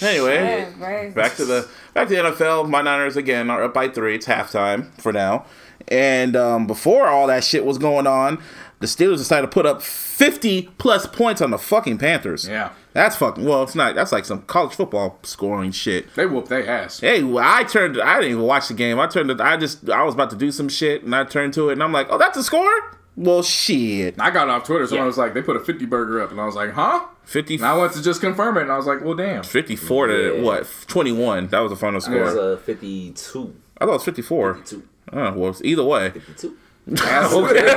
Anyway, right. back to the back to the NFL. My Niners again are up by three. It's halftime for now. And um, before all that shit was going on, the Steelers decided to put up 50 plus points on the fucking Panthers. Yeah. That's fucking well, it's not. That's like some college football scoring shit. They whoop their ass. Hey, well, I turned. I didn't even watch the game. I turned. to- I just. I was about to do some shit, and I turned to it, and I'm like, "Oh, that's a score." Well, shit. I got off Twitter, so I was like, they put a 50 burger up. And I was like, huh? 50, And I went to just confirm it. And I was like, well, [laughs] damn. 54 to Yeah. what? 21. That was the final It was score. uh, 52. I thought it was 54. 52. Oh, well, it's either way. 52. Ass whooping. [laughs] an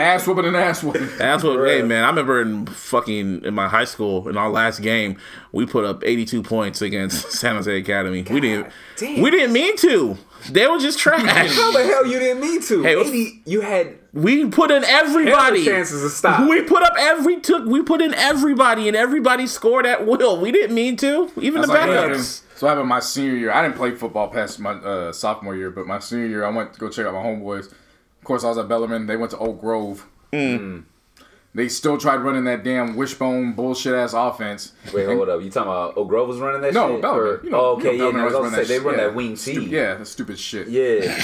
ass whooping and ass whooping. And that's what, hey Bruh. man, I remember in fucking in my high school in our last game, we put up 82 points against [laughs] San Jose Academy. we didn't, damn. we didn't mean to. They were just [laughs] trash. How the hell you didn't mean to? Hey, it was- Maybe you had we put in hell everybody. chances to stop. We put up every took. We put in everybody, and everybody scored at will. We didn't mean to. Even That's the like, what happened- backups. so I happened my senior year. I didn't play football past my uh, sophomore year, but my senior year, I went to go check out my homeboys. Of course, I was at Bellarmine. They went to Oak Grove. Mm. Mm. They still tried running that damn wishbone bullshit ass offense. Wait, hold up. You talking about O'Grove was running that No, shit? Bellarmine. Or- You know, oh, okay, you know yeah. no, I was Bellarmine's gonna say they shit. run Yeah. that wing T. Stu- yeah, that stupid [laughs] shit. Yeah.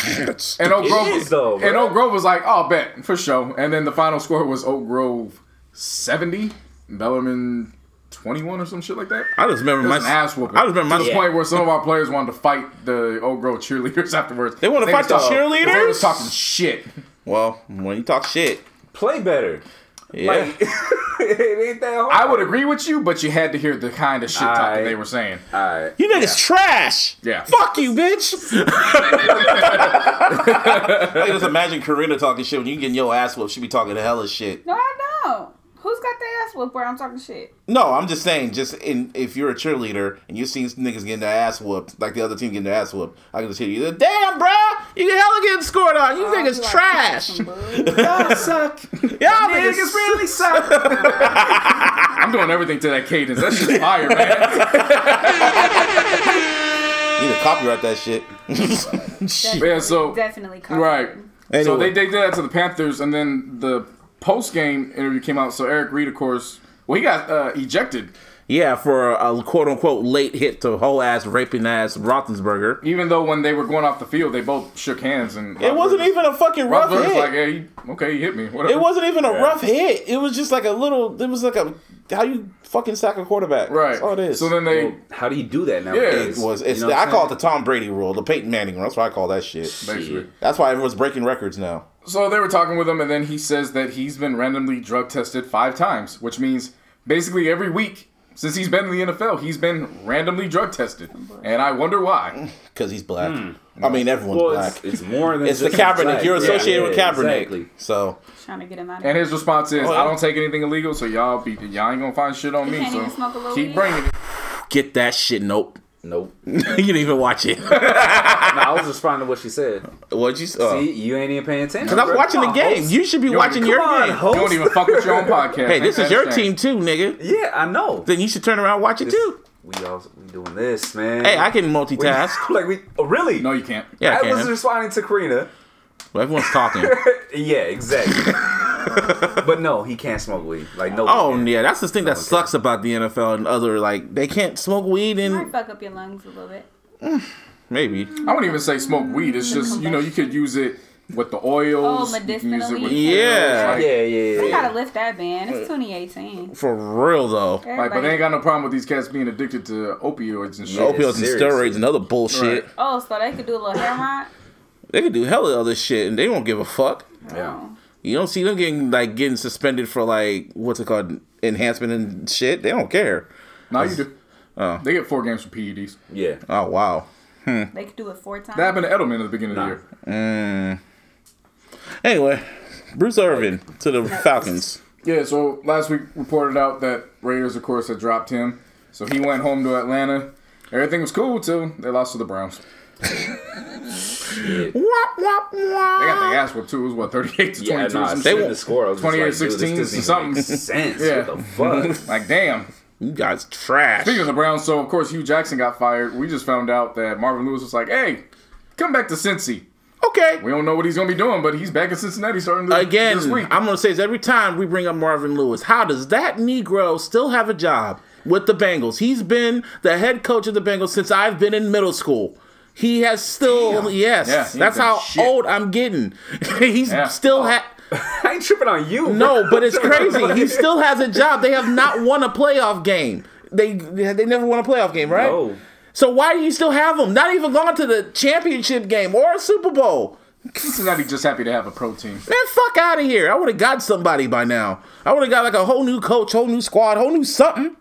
And Oak Grove is, though, And bruh. Oak Grove was like, "Oh, bet for sure." And then the final score was Oak Grove seventy, Bellarmine twenty one or some shit like that. I just remember It my. was an ass whooping. I just remember to my. the point where some of our players wanted to fight the Oak Grove cheerleaders [laughs] afterwards. They wanna Because fight the was talking- because They cheerleaders? was talking shit. Well, when you talk shit, [laughs] Play better. [laughs] yeah. Like, it ain't that hard. I would agree with you, but you had to hear the kind of shit talk that Alright. they were saying. [laughs] All you niggas trash. Yeah. Fuck you, bitch. I can just imagine Karina talking shit when you getting your ass whooped. She be talking hella shit. No, I know. Who's got their ass whooped where I'm talking shit? No, I'm just saying, just in if you're a cheerleader and you see niggas getting their ass whooped, like the other team getting their ass whooped, I can just hear you. Damn, bro, you get hella getting scored on. You niggas trash. Y'all [laughs] trash. suck. niggas, suck. I'm doing everything to that cadence. That's just fire, man. You need to copyright that shit. Shit. Yeah, so Definitely. Covered. right. So Anyway. they, they did that to the Panthers, and then the post game interview came out. So Eric Reed, of course, well, he got uh, ejected, [laughs] yeah, for a quote unquote late hit to whole ass raping ass Roethlisberger. even though when they were going off the field, they both shook hands, and It wasn't even a fucking rough Roethlisberger's hit. like, yeah, he, okay, he hit me. Whatever. it wasn't even a rough hit. It was just like a little. It was like a how you fucking sack a quarterback. right. That's all it is. So then they. Well, how do you do that now? it It was it's you know I what I'm call it the saying? Tom Brady rule, the Peyton Manning rule. That's what I call that shit. Basically. That's why everyone's breaking records now. So they were talking with him, and then he says that he's been randomly drug tested five times, which means basically every week since he's been in the NFL, he's been randomly drug tested, and I wonder why. Because he's black. I mean, everyone's Hmm. Well, black. it's, it's more than It's, the just Kaepernick. black. You're Yeah, associated yeah, with Kaepernick. Exactly. So Trying to get him out. Of And his response is, Oh, yeah. "I don't take anything illegal, so y'all be y'all ain't gonna find shit on me. can't So even smoke a little keep weed. bringing it." get that shit. Nope. Nope. [laughs] you didn't even watch it. No, I was responding to what she said. [laughs] What'd you? Uh, See, you ain't even paying attention. I'm bro. watching Come the on, game. host. You should be Yo, watching come your on, game. host. You don't even fuck with your [laughs] own podcast. Hey, this Ain't is your that a team shame? too, nigga. Yeah, I know. Then you should turn around and watch it too. We all we doing this, man. Hey, I can We- multitask. [laughs] like we oh, really? No, you can't. Yeah, I I was can. responding to Karina. Well, everyone's talking. [laughs] Yeah, [laughs] exactly. but no, he can't smoke weed. Like no. Oh can. yeah, that's the thing that Okay. sucks about the NFL and other like they can't smoke weed Might and fuck up your lungs a little bit. maybe. I wouldn't even say smoke weed. It's just you know you could use it with the oils. Oh, you can use it with medicinally. Yeah. like- Yeah, yeah, They yeah. gotta lift that ban. It's 2018. For real though. Like, but Everybody- they ain't got no problem with these cats being addicted to opioids and shit. Nope. Opioids and Seriously. steroids and other bullshit. Right. Oh, so they could do a little hair mod? They could do hella other shit and they won't give a fuck. Yeah. Oh. You don't see them getting like getting suspended for like what's it called enhancement and shit. They don't care. Now you do. They get four games for PEDs. Yeah. Oh wow. They could do it four times. E That happened to Edelman at the beginning Nah. of the year. Anyway, Bruce Irvin to the Falcons. Yeah, so last week reported out that Raiders, of course, had dropped him. So he went home to Atlanta. Everything was cool till they lost to the Browns. Yeah. Wop, wop, wop. They got their ass whooped too. It was what thirty-eight to Yeah, twenty-two. nah, or some they shit. won't score. I was 28, just like, dude, 16, this doesn't something. even [laughs] make sense. Yeah. What [laughs] the fuck? [laughs] Like damn. You guys trash. Speaking of the Browns, so of course Hugh Jackson got fired. We just found out that Marvin Lewis was like, "Hey, come back to Cincy." Okay. We don't know what he's gonna be doing, but he's back in Cincinnati starting this, Again, this week. I'm gonna say this every time we bring up Marvin Lewis. How does that Negro still have a job? with the Bengals. He's been the head coach of the Bengals since I've been in middle school. He has still yes. Yeah, he's that's been how shit. old I'm getting. [laughs] he's Yeah. still ha- I ain't tripping on you. no, bro. but it's crazy. [laughs] He still has a job. They have not won a playoff game. They they never won a playoff game, right? No. So why do you still have him? Not even going to the championship game or a Super Bowl. Cincinnati just happy to have a pro team. Man, fuck out of here. I would have got somebody by now. I would have got like a whole new coach, whole new squad, whole new something.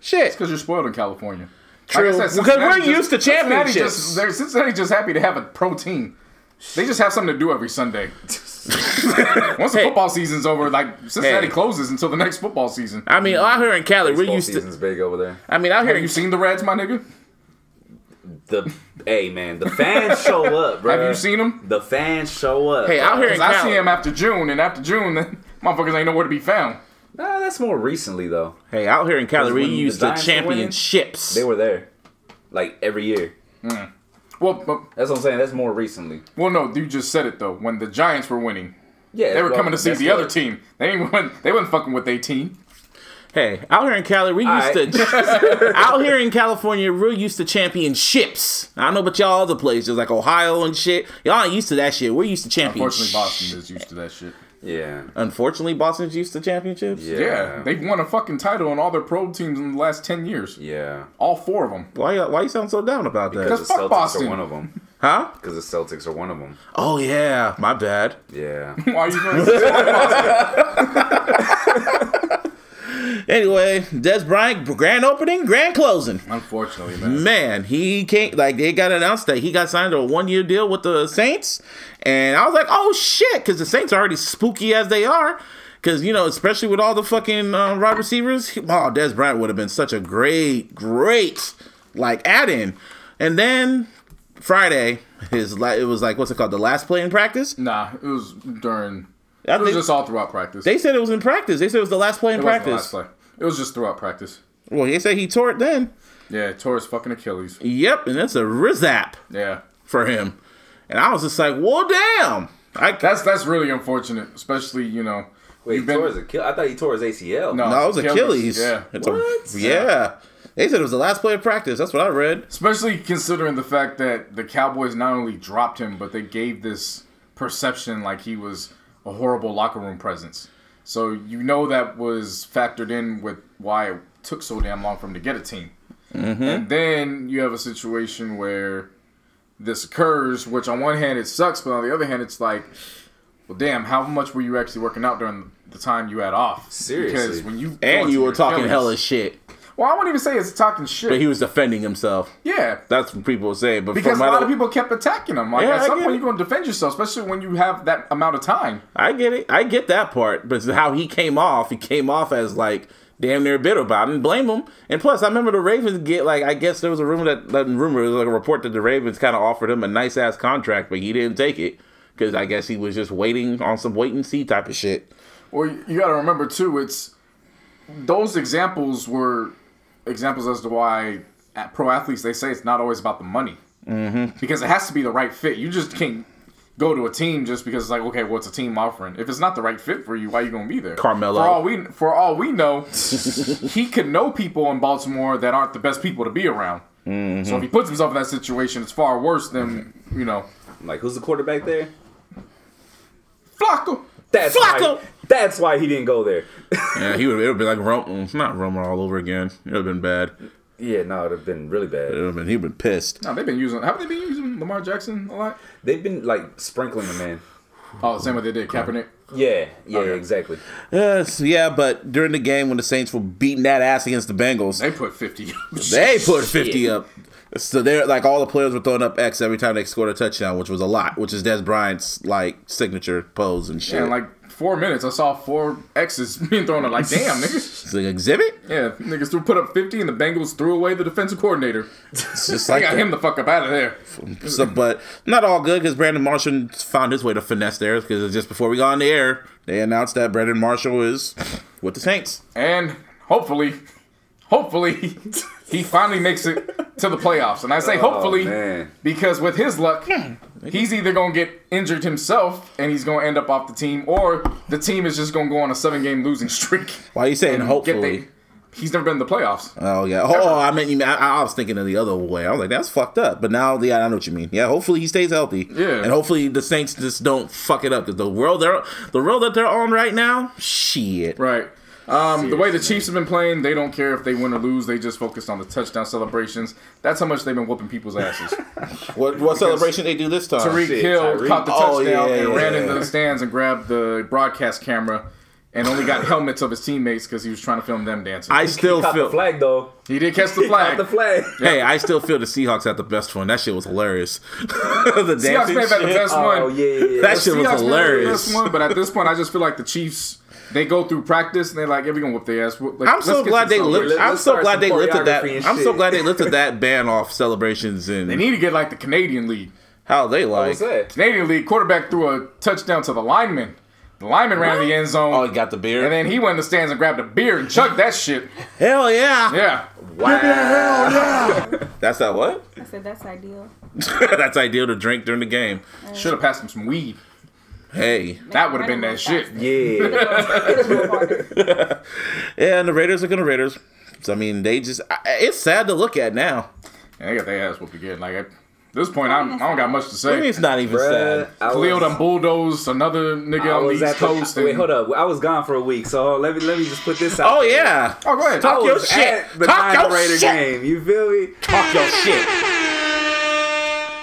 Shit. Because you're spoiled in California. True. Because we're used to Cincinnati championships. just, they're, Cincinnati just happy to have a pro team. They just have something to do [laughs] every Sunday. Once the Hey. football season's over, like Cincinnati Hey. closes until the next football season. I mean, out here in Cali, we're Baseball used season's to. big over there. I mean, out here Have in you seen the Reds, my nigga? The hey man, the fans show [laughs] up, bro. Have you seen them? The fans show up. Hey, out here in Because I see Cali. him after June, and after June, [laughs] then motherfuckers ain't nowhere to be found. Nah, that's more recently though. Hey, out here in Cali, we're when the used to Giants were winning, championships. They were there, like every year. Well, but, That's what I'm saying. That's more recently. well, no, you just said it though. When the Giants were winning, Yeah, they were well, coming to see that's the what- other team. They ain't [laughs] win, they wasn't fucking with their team. Hey, out here in Cali, we're All used [laughs] to out here in California, we're used to championships. I know, but y'all other places like Ohio and shit, y'all ain't used to that shit. We're used to Unfortunately, championships. Boston is used to that shit. Yeah, Unfortunately, Boston's used to championships. yeah, Yeah, yeah. they've won a fucking title on all their pro teams in the last ten years. All four [laughs] of them. Why? Why you sound so down about that? Because the fuck Celtics Boston. are one of them. huh? Because the Celtics are one of them. Oh yeah, my bad. [laughs] Yeah. Why are [laughs] you going to Anyway, Des Bryant grand opening, grand closing. Unfortunately, man. Man, he can't like they got announced that he got signed to a one year deal with the Saints, and I was like, oh shit, because the Saints are already spooky as they are. Because you know, especially with all the fucking uh, wide receivers, he, oh, Des Bryant would have been such a great, great like add in. And then Friday, his la- it was like what's it called, the last play in practice. Nah, it was during. I It was think- just all throughout practice. They said it was in practice. They said it was the last play in it wasn't the last practice. play. It was just throughout practice. Well, they said he tore it then. Yeah, tore his fucking Achilles. Yep, and that's a rizap. Yeah. for him. And I was just like, well, damn. I, That's that's really unfortunate, especially you know. Wait, you've he tore his Achilles. I thought he tore his ACL. No. no, it was Achilles. Achilles, yeah. It's a- What? yeah. They said it was the last play of practice. That's what I read. especially considering the fact that the Cowboys not only dropped him, but they gave this perception like he was a horrible locker room presence. So you know that was factored in with why it took so damn long for him to get a team. Mm-hmm. And then you have a situation where this occurs, which on one hand it sucks, but on the other hand it's like, well, damn, how much were you actually working out during the time you had off? Seriously. when you And you were talking hella hellish. shit. Well, I wouldn't even say it's talking shit. But he was defending himself. yeah, That's what people say. But because from a my- lot of people kept attacking him. Like Yeah, at I some get point, it. you're going to defend yourself, especially when you have that amount of time. I get it. I get that part. But how he came off, he came off as like damn near bitter about it. And blame him. And plus, I remember the Ravens get like I guess there was a rumor that, that rumor it was like a report that the Ravens kind of offered him a nice ass contract, but he didn't take it because I guess he was just waiting on some wait and see type of shit. Or you got to remember too, it's those examples were examples as to why at pro athletes they say it's not always about the money mm-hmm. because it has to be the right fit. You just can't go to a team just because it's like okay, what's a team offering? If it's not the right fit for you, why you going to be there? Carmelo. For all we for all we know, he could know people in Baltimore that aren't the best people to be around. So if he puts himself in that situation, it's far worse than you know. I'm like, who's the quarterback there? Flacco. That's Flacco! Why, that's why he didn't go there. Yeah, he would. It would be like Rome, not Romer all over again. It would have been bad. yeah, no, it'd have been really It bad. would have been. He'd been pissed. No, they've been using. Haven't they been using Lamar Jackson a lot? They've been like sprinkling the man. Oh, same way they did Kaepernick. Yeah, yeah, exactly. Yes, yeah, but during the game when the Saints were beating that ass against the Bengals, They put fifty. [laughs] they put fifty Shit. up. So they're like all the players were throwing up X every time they scored a touchdown, which was a lot. Which is Des Bryant's like signature pose and shit. in like four minutes, I saw four X's [laughs] being thrown. I'm like, damn, niggas. [laughs] it's an exhibit. Yeah, niggas threw put up fifty, and the Bengals threw away the defensive coordinator. It's [laughs] just They like got that. him the fuck up out of there. So, but not all good because Brandon Marshall found his way to finesse theirs because just before we got on the air, they announced that Brandon Marshall is with the Saints. And hopefully, hopefully, he finally makes it to the playoffs. And I say hopefully Oh, man. because with his luck, he's either gonna get injured himself and he's gonna end up off the team, or the team is just gonna go on a seven-game losing [laughs] streak. Why are you saying and get they- hopefully? He's never been in the playoffs. Oh yeah. Oh, I meant you. mean- I, I was thinking of the other way. I was like, that's fucked up. But now, yeah, I know what you mean. Yeah, hopefully he stays healthy. Yeah. And hopefully the Saints just don't fuck it up because the world they're the world that they're on right now, shit. Right. Um, the way the Chiefs have been playing, they don't care if they win or lose. They just focus on the touchdown celebrations. That's how much they've been whooping [laughs] people's asses. Oh, What what celebration they do this time? Tariq shit, Hill Tyreek. caught the Oh, touchdown yeah, and yeah, ran yeah. into the stands and grabbed the broadcast camera and [laughs] only got helmets of his teammates because he was trying to film them dancing. I still Caught the feel. flag though. he did catch the Caught flag. the flag. [laughs] Hey, I still feel the Seahawks had the best one. That shit was hilarious. [laughs] the Seahawks dancing may have had the shit. best one. Oh yeah, yeah, yeah. That shit Seahawks may was have had the hilarious. best one, but at this point, I just feel like the Chiefs. They go through practice and they're like, "Yeah, we gonna whoop their ass." Like, I'm let's so get glad some they celebration. lifted. I'm Let's so start glad some they lifted that. choreography and I'm so shit. glad they [laughs] lifted that ban off celebrations They and need to get like the Canadian League. how they like. What's that? Canadian League quarterback threw a touchdown to the lineman. The lineman ran to the end zone. Oh, he got the beard. and then he went in the stands and grabbed a beer and chugged that shit. Hell yeah. Yeah. Wow. That's that what? I said that's ideal. [laughs] That's ideal to drink during the game. Should have passed him some weed. Hey. That would have been that shit. Yeah. [laughs] Yeah, and the Raiders are gonna Raiders. So, I mean, they just I, it's sad to look at now. And they got their ass whooped again. Like, at this point, I'm, I don't got much to I mean, say. it's not even Bruh, sad. I Khalil was- done bulldozed another nigga I on the was East at Coast. the, wait, and- hold up. I was gone for a week, so let me let me just put this out. Oh there. yeah. Oh, go ahead. I Talk your was shit. at The Talk your Lions Raider shit. game. You feel me? Talk your shit.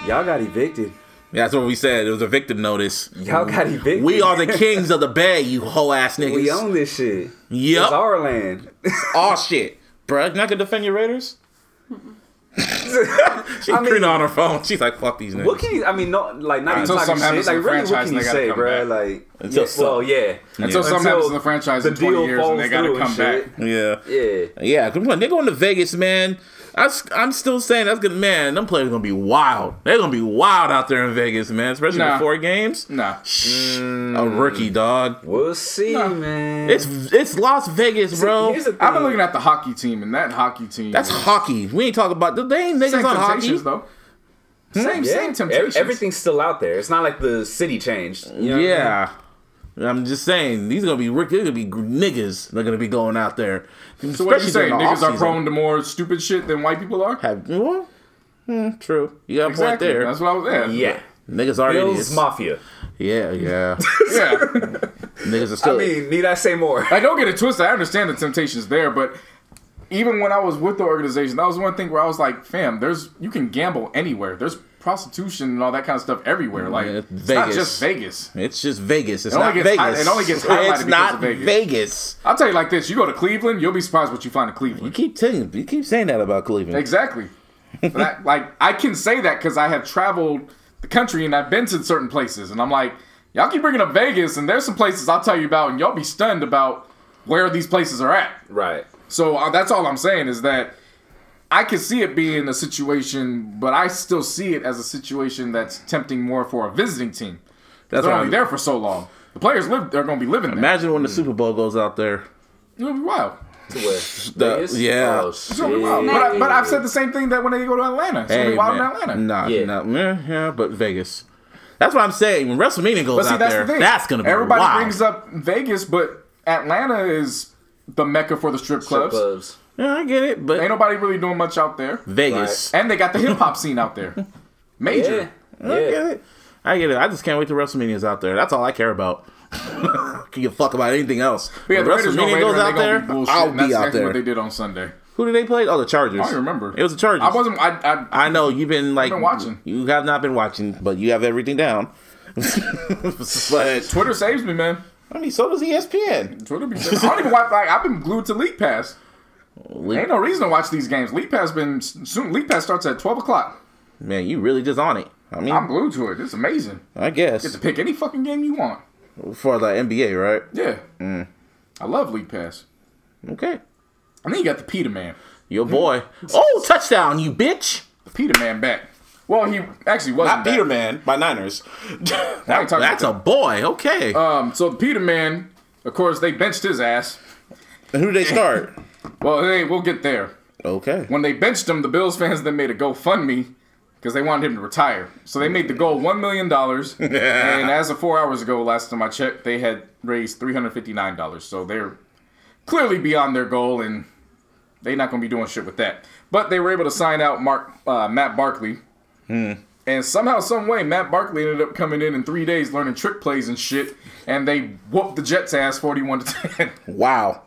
Y'all got evicted. Yeah, that's what we said. It was a victim notice. Y'all got evicted. We are the [laughs] kings of the bay, you whole ass niggas. we own this shit. Yup. It's our land. [laughs] all shit. Bruh, not gonna defend your Raiders? [laughs] She I mean- preening on her phone. She's like, fuck these niggas. What can you? I mean, no, like not even Until talking something happens to shit. Like the really, what franchise can and you they gotta say, come bro? back. Like, Until yeah, well, some- yeah. Until something happens to the franchise in 20 years and they falls gotta through come and back. shit. yeah. Yeah. Yeah, come on. They're going to Vegas, man. I, am still saying that's good, man. Them players gonna be wild. They're gonna be wild out there in Vegas, man. Especially Nah. Mm. before games. Nah. Shh, a rookie, dog. We'll see, man. It's it's Las Vegas, bro. Here's the thing. I've been looking at the hockey team, and that hockey team. That's hockey. We ain't talking about they ain't niggas same on hockey. temptations, though. Same, Yeah, same ev- temptations. Everything's still out there. It's not like the city changed. you know what I mean? Yeah. I'm just saying, these are gonna be rick- they're gonna be gr- niggas. They're gonna be going out there. So what are you saying? Niggas are prone to more stupid shit than white people are. Have well, hmm, true. You got a point there. That's what I was at. Yeah. niggas are Bills idiots. Mafia. yeah, [laughs] yeah. Yeah. [laughs] niggas are I still. mean, need I say more? [laughs] I don't get it twisted. I understand the temptations there, but even when I was with the organization, that was one thing where I was like, "Fam, there's you can gamble anywhere. There's prostitution and all that kind of stuff everywhere. Like Yeah, it's not Vegas. just Vegas. it's just Vegas. It's It only not gets Vegas. high- it only gets highlighted It's because not of Vegas. Vegas. I'll tell you like this: you go to Cleveland, you'll be surprised what you find in You Cleveland. keep telling. You keep saying that about Cleveland. Exactly. [laughs] But I- like I can say that because I have traveled the country and I've been to certain places, and I'm like, y'all keep bringing up Vegas, and there's some places I'll tell you about, and y'all be stunned about where these places are at. Right. So uh, that's all I'm saying is that I can see it being a situation, but I still see it as a situation that's tempting more for a visiting team. That's They're what only I'm- there for so long. The players live; they're going to be living there. Imagine when the Super Bowl goes out there. It'll be wild. To [laughs] where? The- Vegas? yeah. Oh, It's gonna be wild. But, I, shit. but I've said the same thing that when they go to Atlanta, it's going to be wild in Atlanta. Nah, Yeah. nah, yeah, yeah, but Vegas. That's what I'm saying. When WrestleMania goes But see, out that's there, the thing. that's gonna be everybody wild. brings up Vegas, but Atlanta is the mecca for the strip clubs. Clubs. Yeah, I get it, but Ain't nobody really doing much out there, Vegas. and they got the hip hop scene out there, [laughs] major. Yeah. I get Yeah. it. I get it. I just can't wait till WrestleMania's out there. That's all I care about. [laughs] Can you fuck about anything else? But yeah, When the Raiders go Raider, and they gonna be bullshit. I'll and that's be out exactly there. what they did on Sunday. Who did they play? Oh, the Chargers. I don't remember. It was the Chargers. I wasn't. I. I, I know you've been like been watching. You have not been watching, but you have everything down. [laughs] but Twitter saves me, man. I mean, so does E ESPN. Twitter be. saving- I don't even watch. Like I've been glued to League Pass. Ain't no reason to watch these games. League Pass been soon. League Pass starts at twelve o'clock. Man, you really just on it. I mean, I'm glued to it. It's amazing. I guess Pick any fucking game you want. for the NBA, right? Yeah. Mm. I love League Pass. Okay, And then you got the Peter Man. your Hmm. boy. Oh, touchdown, you bitch! The Peter Man back. Well, he actually wasn't. back. Man by [laughs] Niners. I ain't talking That's a about boy. Okay, that. Um. So the Peter Man, of course, they benched his ass. who did they start? Well, hey, we'll get there. Okay. when they benched him, the Bills fans then made a GoFundMe because they wanted him to retire. So they made the goal one million dollars, and as of four hours ago, last time I checked, they had raised three hundred fifty nine dollars. So they're clearly beyond their goal, and They not gonna be doing shit with that. But they were able to sign out Mark uh, Matt Barkley. And somehow, some way, Matt Barkley ended up coming in in three days, learning trick plays and shit, and they whooped the Jets' ass forty-one to ten [laughs] Wow.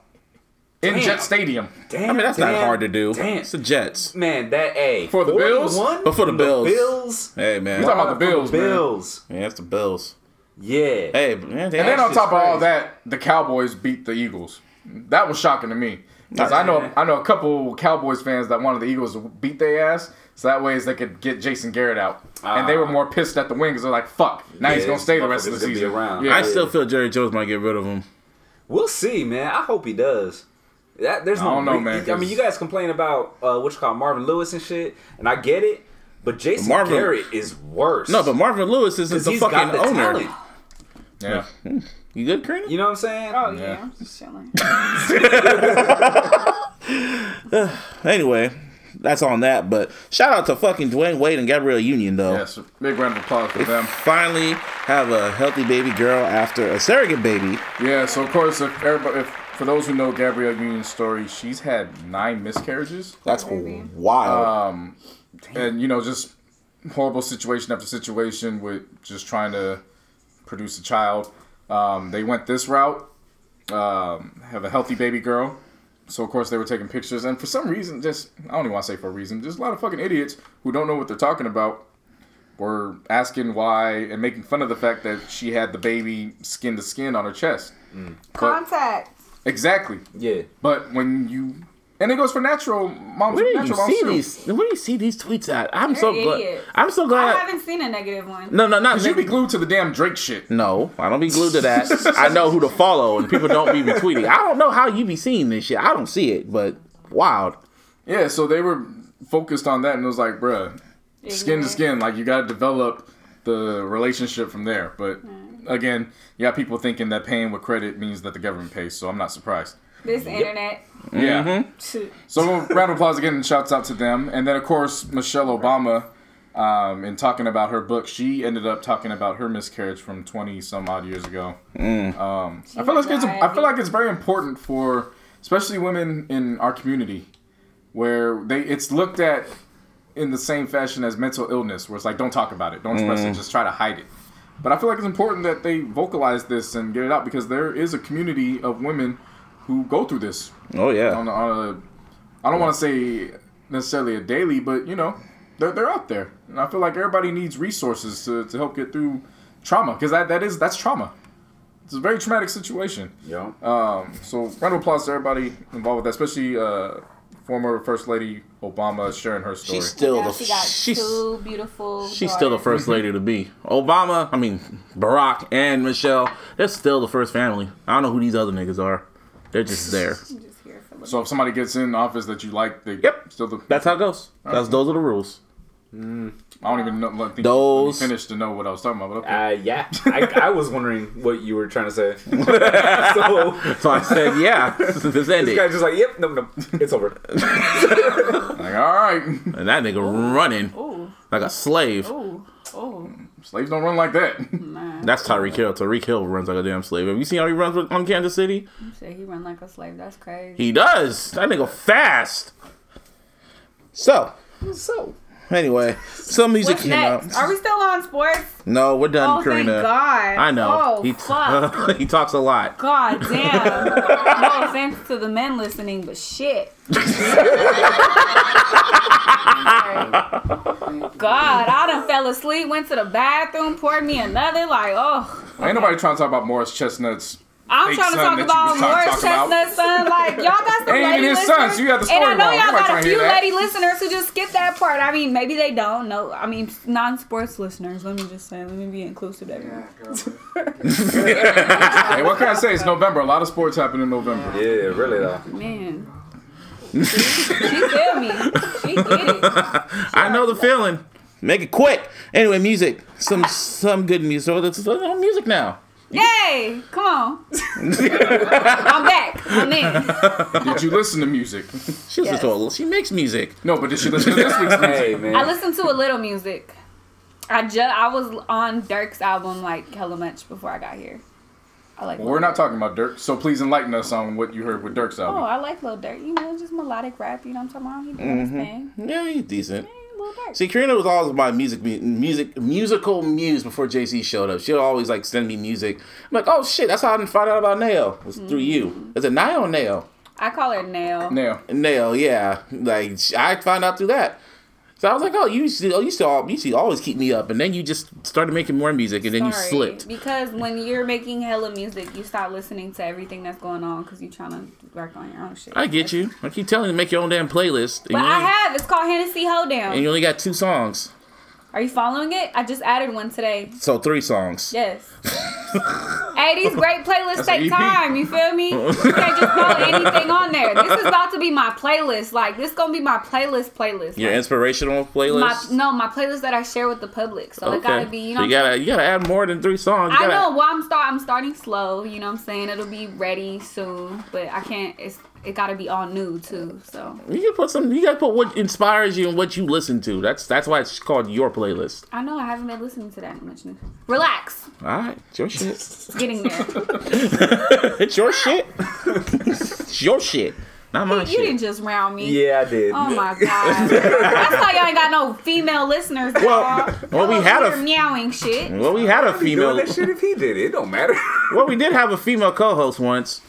in Jet Stadium. Damn, I mean, that's not damn, hard to do. Damn. It's the Jets. Man, that A. For the Bills? 41? But for the Bills. Bills? Hey, man. You talking about the For Bills, man. Bills. Man, that's the Bills. Yeah. Hey, man. They And then on shit's top of all crazy. that, the Cowboys beat the Eagles. That was shocking to me. Because I know I know a couple Cowboys fans that wanted the Eagles to beat their ass, so that way is they could get Jason Garrett out. and they were more pissed at the win because they're like, "Fuck, now he's Ah. Yeah, gonna stay the motherfucker's rest of the gonna be season." around. Yeah. I still feel Jerry Jones might get rid of him. We'll see, man. I hope he does. That there's I no. don't know, re- man, I mean, 'cause- you guys complain about uh, what you call Marvin Lewis and shit, and I get it, but Jason Marvin- Garrett is worse. No, but Marvin Lewis isn't 'Cause the he's fucking got the owner. talent. yeah. You good, Karina? You know what I'm saying? Uh, Oh yeah, I'm just chilling. Anyway, that's on that. But shout out to fucking Dwayne Wade and Gabrielle Union, though. Yes, big round of applause for them. Finally, have a healthy baby girl after a surrogate baby. Yeah, so of course, if everybody, if, for those who know Gabrielle Union's story, she's had nine miscarriages, That's Baby. Uh, wild. and you know, just horrible situation after situation with just trying to produce a child. Um, they went this route, um, have a healthy baby girl. So of course they were taking pictures, and for some reason, just I don't even want to say for a reason, just a lot of fucking idiots who don't know what they're talking about were asking why and making fun of the fact that she had the baby skin to skin on her chest. Contact. Exactly. Yeah. But when you and it goes for natural moms, where do you natural moms see too. these? Where do you see these tweets at? I'm so You're glad. idiots. I'm so I glad. haven't seen a negative one. No, no, not Cause you be glued to the damn Drake shit. No, I don't be glued to that. [laughs] I know who to follow, and people don't be retweeting. I don't know how you be seeing this shit. I don't see it, but wild. Yeah, so they were focused on that, and it was like, bruh, skin to skin, like you gotta develop the relationship from there. But again, you got people thinking that paying with credit means that the government pays, so I'm not surprised. This internet. Yeah. Shoot. So round of applause again and shouts out to them. And then of course Michelle Obama, um, in talking about her book, she ended up talking about her miscarriage from twenty some odd years ago. Um, I feel like it's I feel like it's very important for especially women in our community where they it's looked at in the same fashion as mental illness, where it's like don't talk about it, don't express it, just try to hide it. But I feel like it's important that they vocalize this and get it out because there is a community of women who go through this Oh on yeah, a, on a I don't want to say necessarily a daily, but you know, they're, they're out there, and I feel like everybody needs resources to, to help get through trauma because that, that is that's trauma. It's a very traumatic situation. Yo. So round of applause to everybody involved with that, especially uh, former First Lady Obama sharing her story. she's still Now the she got she's two beautiful. she's still the daughters. first lady to be. Obama, I mean Barack and Michelle, they're still the first family. I don't know who these other niggas are. They're just there. I'm just here for the- so if somebody gets in office that you like, they Yep. Still the That's how it goes. That's those are the rules. I don't even know. Let me, Those- let me finish to know what I was talking about. But okay. Uh, yeah. [laughs] I, I was wondering what you were trying to [laughs] say. so So I said, yeah, [laughs] this this ended. guy's just like, yep, no, no, it's over. like all right, [laughs] And that nigga running Ooh, like a slave. ooh, ooh. slaves don't run like that. That's Tyreek Hill. Tyreek Hill runs like a damn slave. Have you seen how he runs with- on Kansas City? Shit, he run like a slave. That's crazy. He does. That nigga fast. So, so anyway, some music What's came next? out. Are we still on sports? No, we're done, Oh, thank Karina. God. I know. Oh, he, [laughs] fuck. he talks a lot. God damn. no offense to the men listening, [laughs] but shit. God, I done fell asleep, went to the bathroom, poured me another. Like, oh, Ain't nobody trying to talk about Morris Chestnut's I'm Fake trying to son talk that you about was trying to Morris talk about. Chestnut's son. Like, y'all got some [laughs] Ain't lady even his listeners, sons. You got and the I story know wrong. y'all Nobody got tryna a hear few that. lady listeners who just skip that part. I mean, maybe they don't. No, I mean, non-sports listeners. Let me just say, let me be inclusive to everyone. Hey, what can I say? It's November. A lot of sports happen in November. yeah, really though. Man. she, she feel me. She get it. I know the feeling. Make it quick. Anyway, music. Some some good music. So let's let's on music now. Yay! Come [laughs] on. I'm back. I'm in. Did you listen to music? [laughs] She listens to a, she makes music. No, but did she listen to this week's music? Hey man. I listened to a little music. I just I was on Dirk's album like hella much before I got here. I like. Well, we're not talking about Dirk, so please enlighten us on what you heard with Dirk's Oh, album. I like Lil Durk. You know, just melodic rap. You know what I'm talking about? He doing his thing. Yeah, he's decent. Yeah, Lil Durk. Mm-hmm. See, Karina was always my music, mu- music, musical muse before JC showed up. She'd always like send me music. I'm like, oh shit, that's how I didn't find out about Nail. It's through you. Is it Nail or Nail? I call her Nail. Now, Nail, yeah. Like sh- I found out through that. So I was like, oh, you used to, oh, you used to, al- you used to always keep me up, and then you just started making more music, and then you Sorry, slipped. Because when you're making hella music, you stop listening to everything that's going on because you're trying to work on your own shit. I get you. I keep telling you to make your own damn playlist, and, But you I only, have. It's called Hennessy and Hoedown. you only got two songs, Are you following it? I just added one today. so three songs. [laughs] Yes. hey, these great playlists That's an take E EP. time. You feel me? You can't just throw anything on there. This is about to be my playlist. Like this gonna be my playlist playlist. Your inspirational my playlist. no, my playlist that I share with the public. So it gotta be, you So know. what I'm you gotta you gotta add more than three songs. You I gotta- know. Well, I'm start. I'm starting slow. You know what I'm saying? It'll be ready soon, but I can't. It's it gotta be all new too. So You can put some. You gotta put what inspires you and what you listen to. That's that's why it's called your playlist. I know I haven't been listening to that much. New. Relax, All right, it's your shit. [laughs] It's [laughs] getting there. it's your shit. it's your shit, not my you Oh, shit. didn't just round me. Yeah, I did. Oh my god! That's why y'all ain't got no female listeners. Well, y'all. well, we Y'all had a- over here meowing shit. well, we had a You know female. that shit if he did it. It don't [laughs] matter. Well, we did have a female co-host once.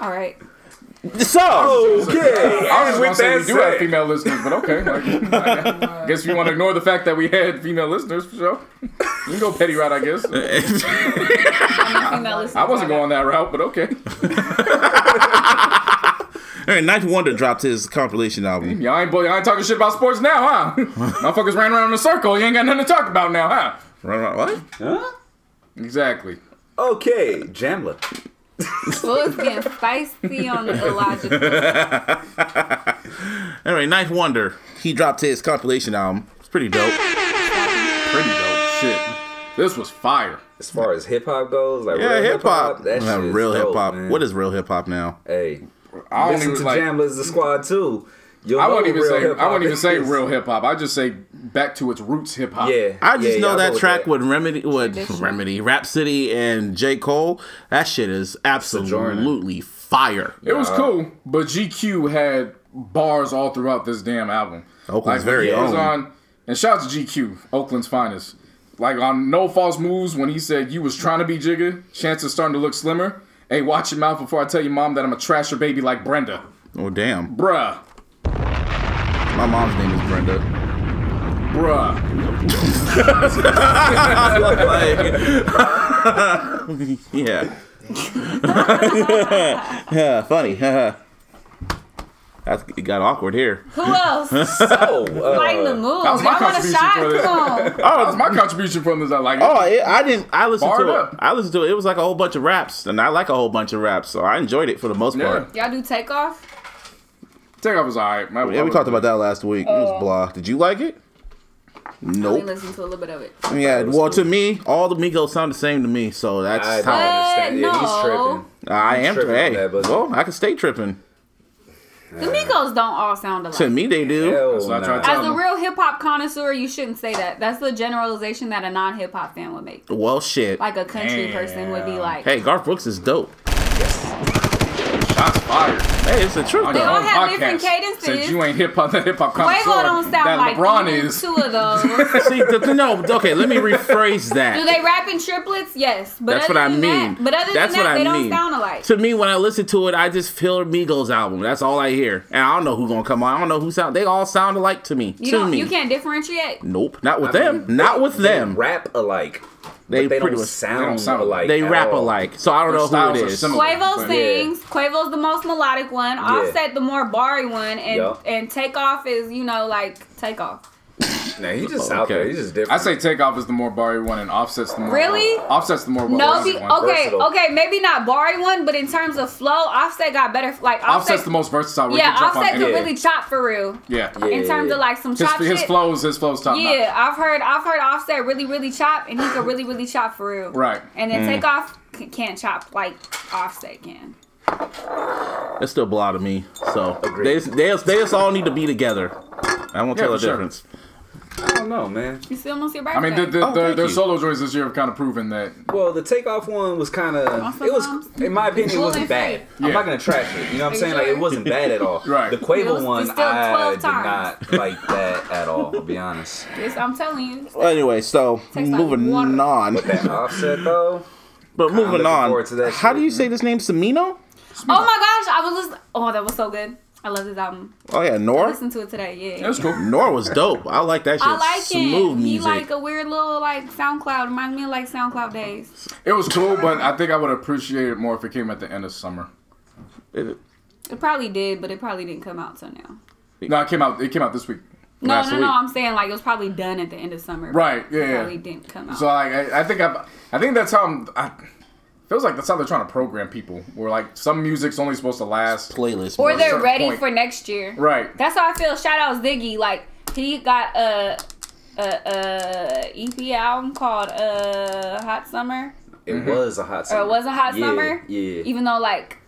All right. So Oh. I okay. was And going to with say that we do have said, female listeners, but okay. Like, [laughs] I guess you want to ignore the fact that we had female listeners for sure. You can go petty route, I guess. Female listeners. I wasn't going that route, but okay. All right, Ninth Wonder dropped his compilation album. Y'all ain't, boy, y'all ain't talking shit about sports [laughs] now, huh? Motherfuckers ran around in a circle. You ain't got nothing to talk about now, huh? Right, right, What? huh? Exactly. Okay, Jamla. Well, it's getting feisty [laughs] on the illogical. All right, Ninth Wonder. He dropped his compilation album. It's pretty dope. Pretty dope shit. This was fire. As far as hip hop goes, like Yeah, real hip hop. that shit is Real dope, hip hop. man. What is real hip hop now? Hey, I don't listen even to like. Jamla's the squad too. You'll I know wouldn't even real say. I hip-hop wouldn't even say is. real hip hop. I just say back to its roots hip hop. Yeah, I just yeah, know y'all go that with track with Remedy, with Traditional. Remedy, Rhapsody, and J. Cole. That shit is absolutely fire. It was cool, but GQ had bars all throughout this damn album. Oakland's when very he was own. on, and shout out to GQ, Oakland's finest. Like on No False Moves, when he said you was trying to be Jigga, chances starting to look slimmer. Hey, watch your mouth before I tell your mom that I'm a trash her baby like Brenda. Oh damn! Bruh, My mom's name is [laughs] Brenda. [laughs] bruh. Yeah. [laughs] yeah, funny. [laughs] that got awkward here. Who else? [laughs] Oh, uh, Lighten the mood. Y'all was my want a contribution shot? for this. Come on. Oh, that's my contribution from this. I like it. Oh, it, I didn't. I listened Barred to it. up. I listened to it. It was like a whole bunch of raps, and I like a whole bunch of raps, so I enjoyed it for the most Yeah. part. Y'all do takeoff? Takeoff was alright. My- Yeah, we talked about that last week. It was Oh. blah. Did you like it? I only Nope. listened to a little bit of it. Yeah, was well, to cool. me, all the Migos sound the same to me, so that's I don't how understand. Yeah, he's no. tripping. I am. tripping hey, on that, but- well, I can stay tripping. The Migos don't all sound alike. To me, they do. Hell what I tried nah. to- As a real hip hop connoisseur, you shouldn't say that. That's the generalization that a non hip hop fan would make. Well, shit. Like a country person would be like, hey, Garth Brooks is dope. Shots fired. Hey, it's the truth. on though. your all own have podcast. different cadences. Said you ain't hip hop that hip hop Quavo connoisseur don't sound that like LeBron either is. two [laughs] of those. See, the, the- no, okay, let me [laughs] rephrase Do that. they rap in triplets? Yes, but That's other what I than mean. That, but other That's than what that, I they mean. don't sound alike. To me, when I listen to it, I just feel Migos album. That's all I hear, and I don't know who's gonna come on. I don't know who sound. They all sound alike to me. You to don't. me, You can't differentiate. Nope, not with I them. mean, not they- with they them. Rap alike. They They, they pretty don't much- sound they don't sound- alike. they at rap all. alike, so I don't Their know styles who are it is. similar. Quavo But- sings. Quavo's the most melodic one. Offset the more barry one, and Yup. and Takeoff is you know like Takeoff. Oh, Nah, he just Oh, out there. okay. He's just different. I say takeoff is the more Barry one and offsets the more uh, Really? offsets the more No, versatile be, one. okay, Versatile. okay, maybe not barry one, but in terms of flow, Offset got better. Like Offset, Offset's the most versatile. where he yeah, can jump on Offset can any- Yeah. really chop for real. yeah. In terms yeah. of like some His, chop his shit. flows, his flows top Yeah, notch. I've heard I've heard Offset really really chop, and he could really really chop for real. Right. And then Takeoff c- can't chop like Offset can. It's still blah to me. So they they they just all need to be together. I won't Yeah, tell the for sure. difference. I don't know, man. You still almost your birthday. I mean, the, the, Oh, the, thank their you. solo joints this year have kind of proven that. Well, the takeoff one was kind of Also it was, bombs? in my opinion, it Cool wasn't and bad. I'm Yeah. not gonna trash it. You know what I'm you saying? Like it sure? wasn't bad at all. Right. The It was- Quavo it's one, still I 12 did times. not [laughs] like that at all. To be honest. It's- I'm telling you. Well, anyway, so Tastes like moving water. on. That offset though. But moving looking on. forward to that How shit. do you say this name, Samino? Oh my gosh, I was listening. Oh, that was so good. I love this album. Oh yeah, Nor. Listen to it today. Yeah. That's cool. Nor was dope. I like that shit. I like Smooth him. He music. like a weird little like SoundCloud. Reminds me of like SoundCloud days. It was cool, but I think I would appreciate it more if it came at the end of summer. It probably did, but it probably didn't come out till now. No, it came out. It came out this week. No, Last no, week. no. I'm saying like it was probably done at the end of summer. but Right, yeah, It yeah. probably didn't come out. So like, I, I think I, I think that's how I'm, I feels like that's how they're trying to program people. Where like some music's only supposed to last. playlist. or music. they're certain ready point. for next year. Right. That's how I feel. Shout out Ziggy. Like he got a a, a EP album called uh Hot Summer. It was a hot Or summer. it was a hot Yeah, summer. Yeah. Even though like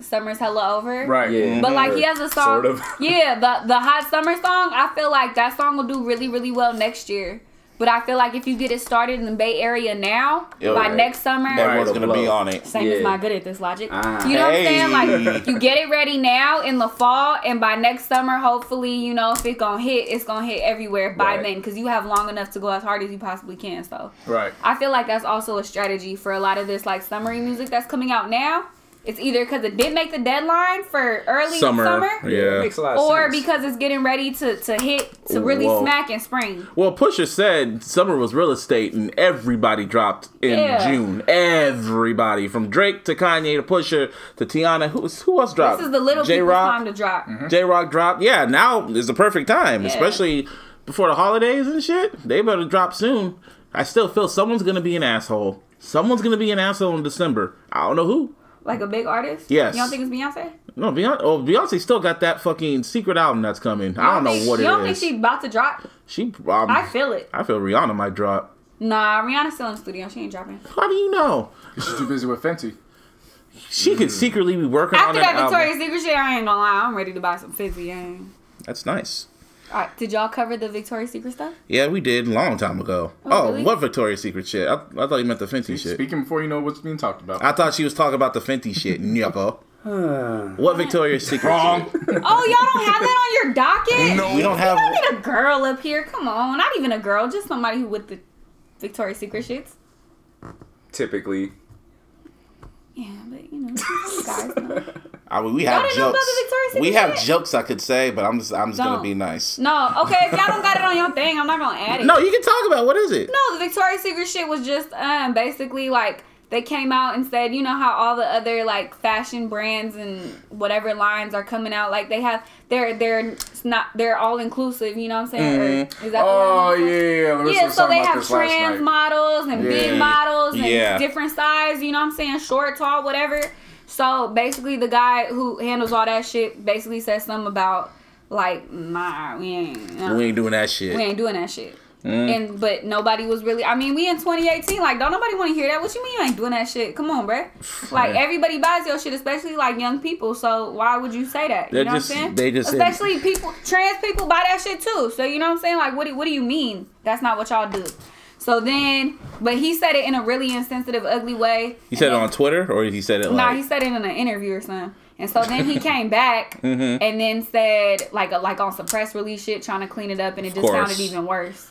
summer's hella over. Right. Yeah. But like he has a song. Sort of. [laughs] [laughs] Yeah, the the hot summer song. I feel like that song will do really really well next year. But I feel like if you get it started in the Bay Area now, Yeah, by right. next summer, Everyone's gonna be Blow. on it. Same is Yeah. not good at this logic. Ah. you know what I'm saying? Hey. Like you get it ready now in the fall, and by next summer, hopefully, you know if it gonna hit, it's gonna hit everywhere by Right. then because you have long enough to go as hard as you possibly can. So Right. I feel like that's also a strategy for a lot of this like summery music that's coming out now. It's either because it did make the deadline for early summer, Summer. It Yeah. makes a lot of or sense. because it's getting ready to to hit to really Whoa. smack in spring. Well, Pusher said summer was real estate, and everybody dropped in Yeah. June. Everybody from Drake to Kanye to Pusher to Tiana. Who who else dropped? This is the little people's time J-Rock. Mm-hmm. to drop. J Rock dropped. Yeah, now is the perfect time, especially before the holidays and shit. They better drop soon. I still feel someone's gonna be an asshole. Someone's gonna be an asshole in December. I don't know who. Like a big artist. Yes. You don't think it's Beyonce? No, Beyonce. Oh, Beyonce still got that fucking secret album that's coming. I don't know think- what it You is. don't think she's about to drop? she? Um, I feel it. I feel Rihanna might drop. Nah, Rihanna's still in the studio. She ain't dropping. How do you know? She's too busy with Fenty. She could secretly be working on Hmm. After that that album. Victoria's Secret shit, I ain't gonna lie. I'm ready to buy some fizzy. Gang. That's nice. All right, did y'all cover the Victoria's Secret stuff? Yeah, we did a long time ago. Oh, Oh, really? what Victoria's Secret shit? I, I thought you meant the Fenty shit. Speaking before you know what's being talked about. I thought she was talking about the Fenty [laughs] shit. Nyoko. what Victoria's Secret? Wrong. shit? Oh, y'all don't have that on your docket? We don't have. You don't need a girl up here. Come on, not even a girl, just somebody who with the Victoria's Secret shits. typically. Yeah, but you know, you guys [laughs] know. I mean, we have didn't know about jokes. the Victoria's Secret we have shit? jokes I could say, but I'm just I'm just Don't. gonna be nice. No, okay, if y'all don't got it on your thing, I'm not gonna add it. No, you can talk about what is it? No, the Victoria's Secret shit was just um basically like they came out and said, you know how all the other like fashion brands and whatever lines are coming out, like they have they're they're it's not they're all inclusive, you know what I'm saying? Mm-hmm. Or is that the Oh word I'm yeah, saying? yeah. Larissa Yeah, was so talking they about have this last trans night. models and big Yeah. models and Yeah. different size, you know what I'm saying? Short, tall, whatever. So basically the guy who handles all that shit basically said something about like, nah, we ain't nah We ain't doing that shit. Mm. we ain't doing that shit. And but nobody was really. I mean, we in 2018. Like, don't nobody want to hear that. What you mean you ain't doing that shit? Come on, bruh. Like Yeah. everybody buys your shit, especially like young people. So why would you say that? They're you know just- what I'm saying? they just in- especially people, trans people buy that shit too. So you know what I'm saying? Like, what do, what do you mean? That's not what y'all do. So then, but he said it in a really insensitive, ugly way. He said it on Twitter, or he said it like. Nah, he said it in an interview or something. And so then he [laughs] came back Mm-hmm. and then said like like on some press release shit, trying to clean it up, and it just course. sounded even worse.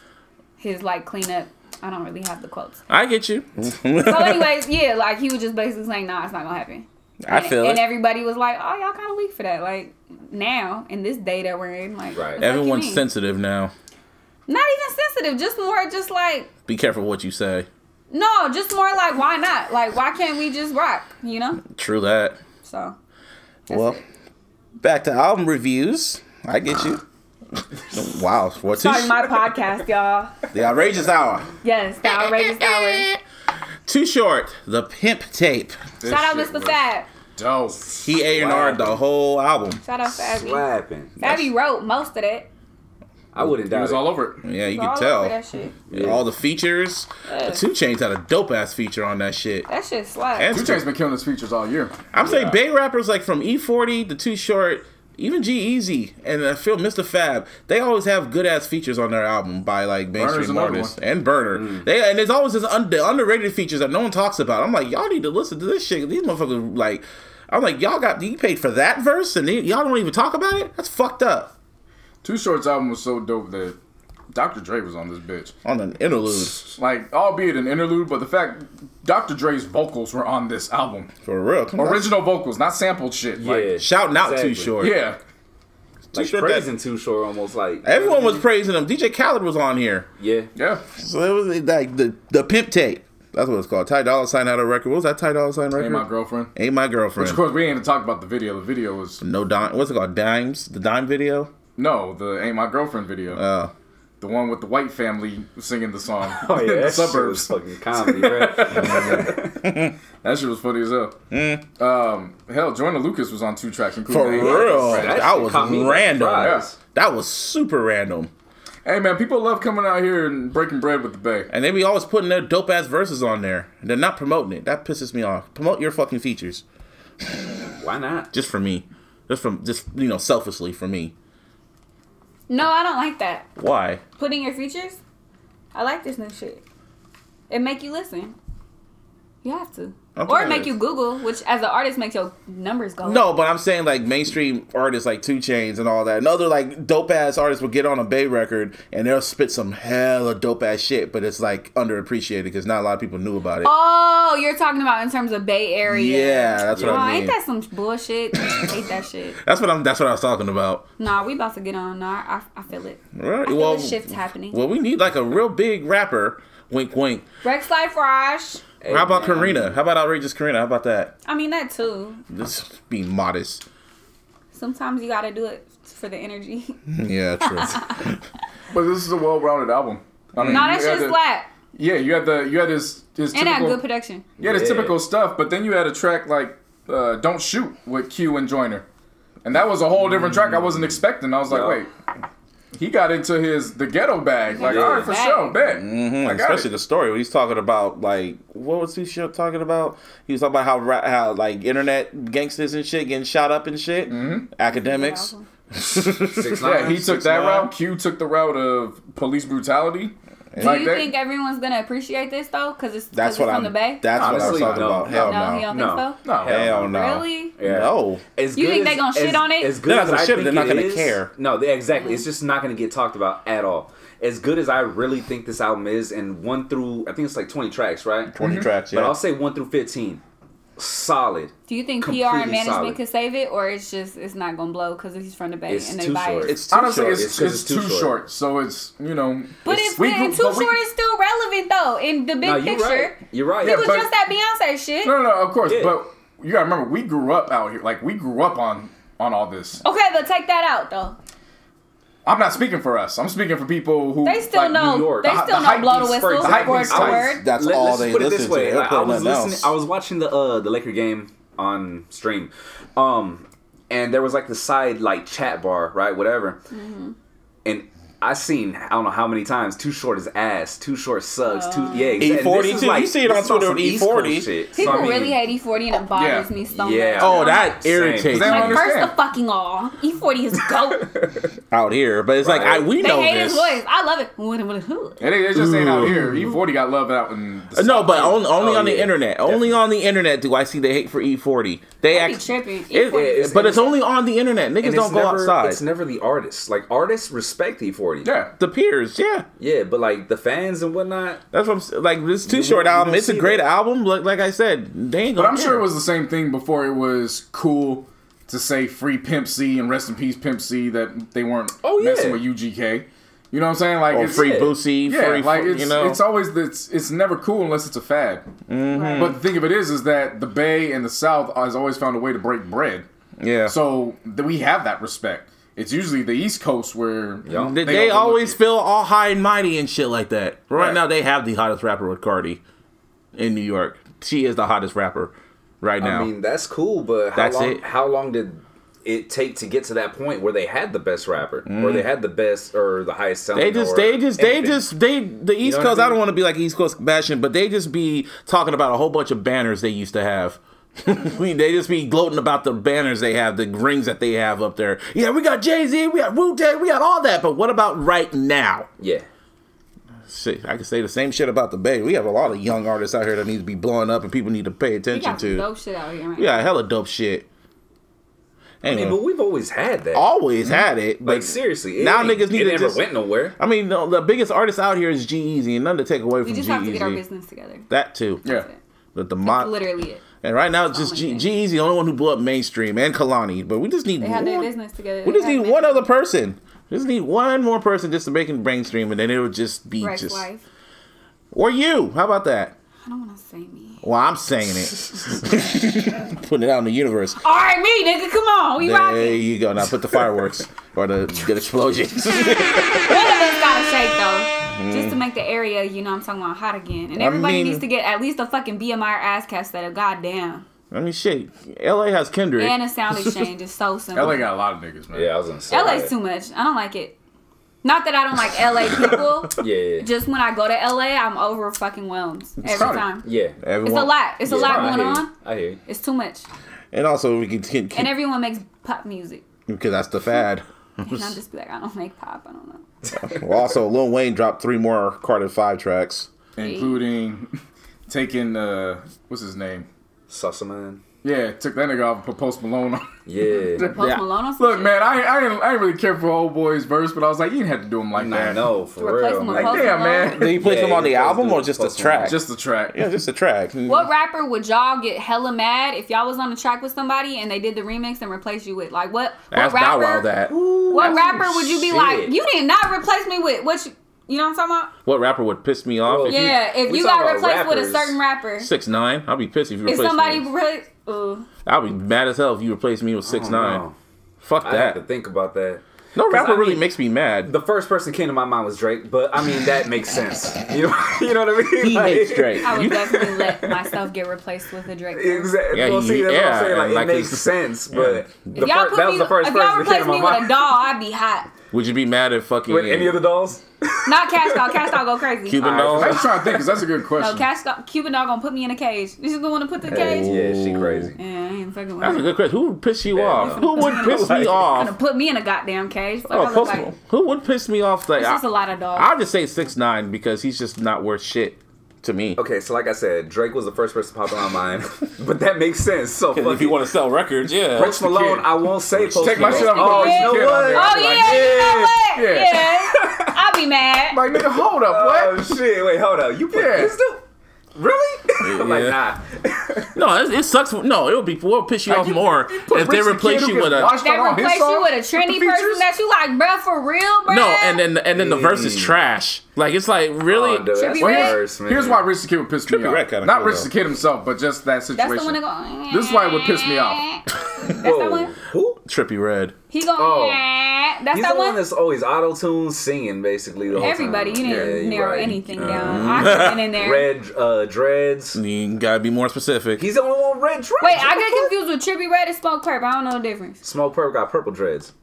His like cleanup. I don't really have the quotes. I get you. So, anyways, [laughs] yeah, like he was just basically saying, "Nah, it's not gonna happen." I and, feel and it. everybody was like, "Oh, y'all kind of weak for that." Like now in this day that we're in, like Right. it's like, you Everyone's mean? sensitive now. Not even sensitive, just more, just like Be careful what you say. no, just more like why not? Like why can't we just rock? You know? True that. So well, it. back to album reviews. I get you. [laughs] wow, what's sorry, this? my podcast, y'all. The outrageous hour. Yes, the outrageous hours. Too short. The pimp tape. This Shout out shit Mr. was Fab. Dope. He A and R the whole album. Shout out Fabby. Slapping. Fabby wrote most of that. I wouldn't He doubt was it. all over it. Yeah, you can All over tell. That shit. All the features. Two Chainz had a dope ass feature on that shit. That shit slaps. And Two Chainz been killing his features all year. I'm saying Bay rappers like from E40 to E Too Short even G Easy and I feel Mr. Fab, they always have good ass features on their album by like Burner's mainstream another artists one. Mm. and Burner. They and there's always this un- the underrated features that no one talks about. I'm like, y'all need to listen to this shit. These motherfuckers like, I'm like, y'all got you paid for that verse and they, y'all don't even talk about it. That's fucked up Two Shorts album was so dope that Dr. Dre was on this bitch. on an interlude Like, albeit an interlude, but the fact Dr. Dre's vocals were on this album. for real. Come on. Original vocals, not sampled shit. Yeah, Like, Shouting out exactly. too short. yeah. Too like Short that- praising Too Short almost like Everyone was praising him. DJ Khaled was on here. [laughs] yeah. Yeah. So it was like the the pimp tape. That's what it's called. Ty Dolla Sign out a record. What was that Ty Dolla Sign record? Hey, my girlfriend. Ain't my girlfriend. [laughs] Of course, we ain't even talked about the video. The video was no dime. What's it called? Dimes. The dime video. no, the "Ain't My Girlfriend" video. Oh. the one with the white family singing the [laughs] song Oh yeah, in the that shit suburbs. was fucking comedy, [laughs] right? That shit was funny as hell. Um, hell, Joyner Lucas was on two tracks, including For Ain't My real. Girlfriend. That, That shit was caught me by random. surprise. That was super random. Hey man, people love coming out here and breaking bread with the Bay. And they be always putting their dope ass verses on there. And they're not promoting it. That pisses me off. Promote your fucking features. Why not? Just for me. Just from just you know, selfishly for me. No, I don't like that. Why? Putting your features. I like this new shit. It make you listen. You have to, I'm tired or it of make this. you Google, which as an artist makes your numbers go. up. No, but I'm saying like mainstream artists like Two Chains and all that, and other like dope ass artists will get on a Bay record and they'll spit some hella dope ass shit, but it's like underappreciated because not a lot of people knew about it. Oh, you're talking about in terms of Bay Area. yeah, that's what Oh, I mean. ain't that some [coughs] bullshit? hate that shit. that's what I'm. That's what I was talking about. Nah, we about to get on. Nah, I, I feel it. Right? I feel well, a shift happening. well, we need like a real big rapper. Wink, wink. Rex Life Raj. How about man. Karina? How about outrageous Karina? How about that? I mean that too. Just be modest. Sometimes you gotta do it for the energy. [laughs] Yeah, true. But this is a well-rounded album. I mean, no, you that had shit's the- slap. Yeah, you had the you had his his And it had typical good production. yeah his Yeah. typical stuff, but then you had a track like uh, "Don't Shoot" with Q and Joyner, and that was a whole different track I wasn't expecting. I was like, Mm. Yeah. wait, he got into his the ghetto bag like Yeah. Mm-hmm. all right for Bag. sure, bet. I got especially it. the story when he's talking about like what was he sh- talking about? He was talking about how ra- how like internet gangsters and shit getting shot up and shit. Mm-hmm. Academics. Yeah, [laughs] Six Yeah, Nine? he took that 6ix9ine. route. Q took the route of police brutality. Do you think everyone's gonna appreciate this though? Cause it's, That's That's what it's I'm. from the Bay. That's Honestly, what I was talking no. about. Hell no, no. you don't No. think so. No. Hell no. Really? Yeah. No. As You good think they as- gonna shit as- on it? As They're good not as gonna I shit, think they're not it gonna is- care. No, they, exactly. It's just not gonna get talked about at all. As good as I really think this album is, and one through I think it's like twenty tracks, right? 20 tracks. Yeah. But I'll say one through fifteen, solid. Do you think PR Completely and management solid. could save it, or it's just it's not gonna blow because he's from the Bay It's and they too buy short. it? it's too Honestly, short. it's, It's it's, 'cause it's too too short. so it's you know. but it's, we and grew- Too but we- Short is still relevant though in the big No, you're right. picture. You're right. He Yeah, was but- just at Beyonce shit. No, no, no, of course, Yeah. but you gotta remember we grew up out here. Like we grew up on on all this. Okay, but take that out though. I'm not speaking for us. I'm speaking for people who They still like, know. New York. They The- still the know hype blow the beats, whistle for example. word The for hype word. That's Let- all let's they put it listen this way. to. They'll Like, play I was nothing listening. else. I was watching the uh, the Laker game on stream, um, and there was like the side like chat bar, right? Whatever, Mm-hmm. and. I seen I don't know how many times Too Short is ass, Too Short sucks, Too Uh. yeah. exactly. And E40 this is E too. You see it this on is some Twitter E with East Coast E40. shit. So, People I mean, really hate E40 and it bothers Yeah. me so Yeah. much. oh, I'm that Same. irritates. They me don't Like, first understand. the fucking all. E40 is goat. out here, but it's like Right. I [laughs] we they know hate this. his voice. I love it. What- what- who? It, ain't- it just ain't out here. E40 got love out in the No, South. but only, only Oh, on the yeah. internet. Only on the internet do I see the hate for E40. They They be act tripping. E E40 It- it's- but it's only on the internet. Niggas and don't it's go never- outside. It's never the artists. Like artists respect E40. yeah. the peers, yeah. yeah, but like the fans and whatnot. That's what I'm s- like. This too You- short you album. don't It's a see great that. album. Like, like I said, they ain't But gonna. I'm sure care. it was the same thing before it was cool to say free Pimp C and rest in peace Pimp C that they weren't Oh, yeah. messing with UGK. You know what I'm saying? Like Or it's- Oh, free yeah. Boosie, Yeah, free, like fu- it's you know. Mm-hmm. it's always it's it's never cool unless it's a fad. But the thing of it is, is that the Bay and the South has always found a way to break bread. yeah. So th- we have that respect. It's usually the East Coast where Yeah. they, they they overlook always it. feel all high and mighty and shit like that. Right, Right. now, they have the hottest rapper with Cardi in New York. She is the hottest rapper right now. I mean, that's cool, but how That's long? it. How long did it take to get to that point where they had the best rapper, or they had the best, or the highest selling? Mm. They just, or they just, they anything? just, they. The East know what I Coast. I, mean? don't want to be like East Coast bashing, but they just be talking about a whole bunch of banners they used to have. [laughs] We- they just be gloating about the banners they have, the rings that they have up there. Yeah, we got Jay Z, we got Wu Tang, we got all that. But what about right now? Yeah. Shit, I can say the same shit about the Bay. We have a lot of young artists out here that need to be blowing up, and people need to pay We attention got some to. dope shit out here, man. Yeah, hella dope shit. I Anyway, mean, but we've always had that. always had it. But like seriously, it now ain't- niggas need it to never just- went nowhere. I mean, the, the biggest artist out here is G Easy, and nothing to take away We from just G E have to get our Easy. business together. That too. Yeah. That's it. But the That's mod. literally it. And right now, it's just Only G thing. Easy, the only one who blew up mainstream, and Kalani. But we just need They one. had their business together. we They just had need their- one other person. Just need one more person just to make it mainstream, and then it'll just be Rex just. wife. Or you? How about that? I don't want to say me. Well, I'm saying it, [laughs] putting it out in the universe. All right, me, nigga. Come on, we There rocking. you go. Now put the fireworks or the good [laughs] explosions. One of us gotta shake though, just to make the area, you know, what I'm talking about hot again. And everybody Mm-hmm. mean- needs to get at least a fucking BMI or ass cast that of goddamn. I mean, shit. L.A. has Kendrick. And a sound exchange is so simple. LA got a lot of niggas, man. Yeah, I was gonna say. LA's too much. I don't like it. Not that I don't like LA [laughs] people. Yeah, yeah, yeah. Just when I go to LA, I'm over fucking whelmed every crowded. time. yeah. It's a lot. It's a Yeah, lot I going hear you. on. I hear. You. It's too much. And also, we can, can, And everyone makes pop [laughs] music. because that's the fad. And I'm just be like, I don't make pop. I don't know. well, also, Lil Wayne dropped three more Carter Five tracks. Including taking uh what's his name? Sussman. Yeah, took that nigga off and put Post Malone on. [laughs] Yeah. [laughs] Post Yeah. Malone on some Look, shit? man, I I ain't, I ain't really care for old boy's verse, but I was like, you didn't have to do him like I that. know for Replace real. him with Like, Post Damn, Malone? [laughs] man. Did he place Yeah, them on he the placed album them- or just the placed them on- track? Just the track. [laughs] yeah, just the track. What rapper would y'all get hella mad if y'all was on a track with somebody and they did the remix and replaced you with? Like what? What Ask Bow rapper? Wow that. What rapper would you be shit. like? You did not replace me with what? You, you know what I'm talking What rapper would piss me off? Bro, if about? Yeah, if we you talking got about replaced with a rappers. certain rapper, Six nine. I'll be pissed if you if replace somebody me. really, ooh, I'll be mad as hell if you replace me with six nine. know. Fuck Oh, I have to that. think about that. No rapper I really mean- makes me [laughs] mad. The first person came to my mind was Drake, but I mean that makes sense. [laughs] You know, you know what I mean? he Like- hates Drake. I would definitely [laughs] let myself get replaced with a Drake. though. Exactly. Yeah, well, see, that's yeah, what I'm saying. Like, like it makes it's- sense, but the If y'all fir- put that me, was the first if y'all person that came replaced to me my with a mind. doll, I'd be hot. Would you be mad at fucking With any of the dolls? Not Cash Doll. Cash Doll go crazy. Cuban All dolls? right. I [laughs] was trying to think because that's a good No, question. Cash Doll, Cuban Doll gonna put me in a cage. This is the one to put the Yeah, cage. she crazy. Yeah, I ain't fucking with That's her. a good question. Who would piss you Yeah, off? [laughs] no. Who would piss me gonna off? put me in a goddamn cage. Fuck, I Oh, look Post like- Malone. Who would piss me off? Like, It's I, just a lot of dogs. I'll just say six nine because he's just not worth shit to me. Okay, so like I said, Drake was the first person to pop in my mind, [laughs] but that makes sense. So fuck If you it. want to sell records, yeah. Post Malone, kid. I won't say Post Take my Malone. shit off Oh, Post you know the kid on what? there. Oh I'd be yeah, like, you know what? yeah. Yeah, I'll be [laughs] mad. Like, nigga, hold up, Oh what? shit! Wait, hold up. You put Yeah. this dude? Really? [laughs] I'm like, nah. Yeah. No, it, it sucks. No, it would be what would piss you off more if they replace you with a they replace you with a trendy person that you like, bruh, for real, bruh. no, and then and then the verse Mm. is trash. Like it's like really. Oh, dude, that's Trippy the Red? worst, man. Here's why Rich the Kid would piss me Trippie Redd off. kinda Not cool, Rich though. the Kid himself, but just that that's situation. the one that go. "Eh." This is why it would piss me off. That's Whoa. that one. Who? Trippy Red. He go. "Eh." Oh. That's He's that the one one. that's always auto tune singing, basically. The whole Everybody, you time. didn't Yeah, you narrow right. Mm-hmm. anything down. I could have [laughs] been in there. Red uh, dreads. You gotta be more specific. He's the only one with red dreads. Wait, I get confused with Trippy Red and Smoke Crap. I don't know the difference. Small Purp got purple dreads.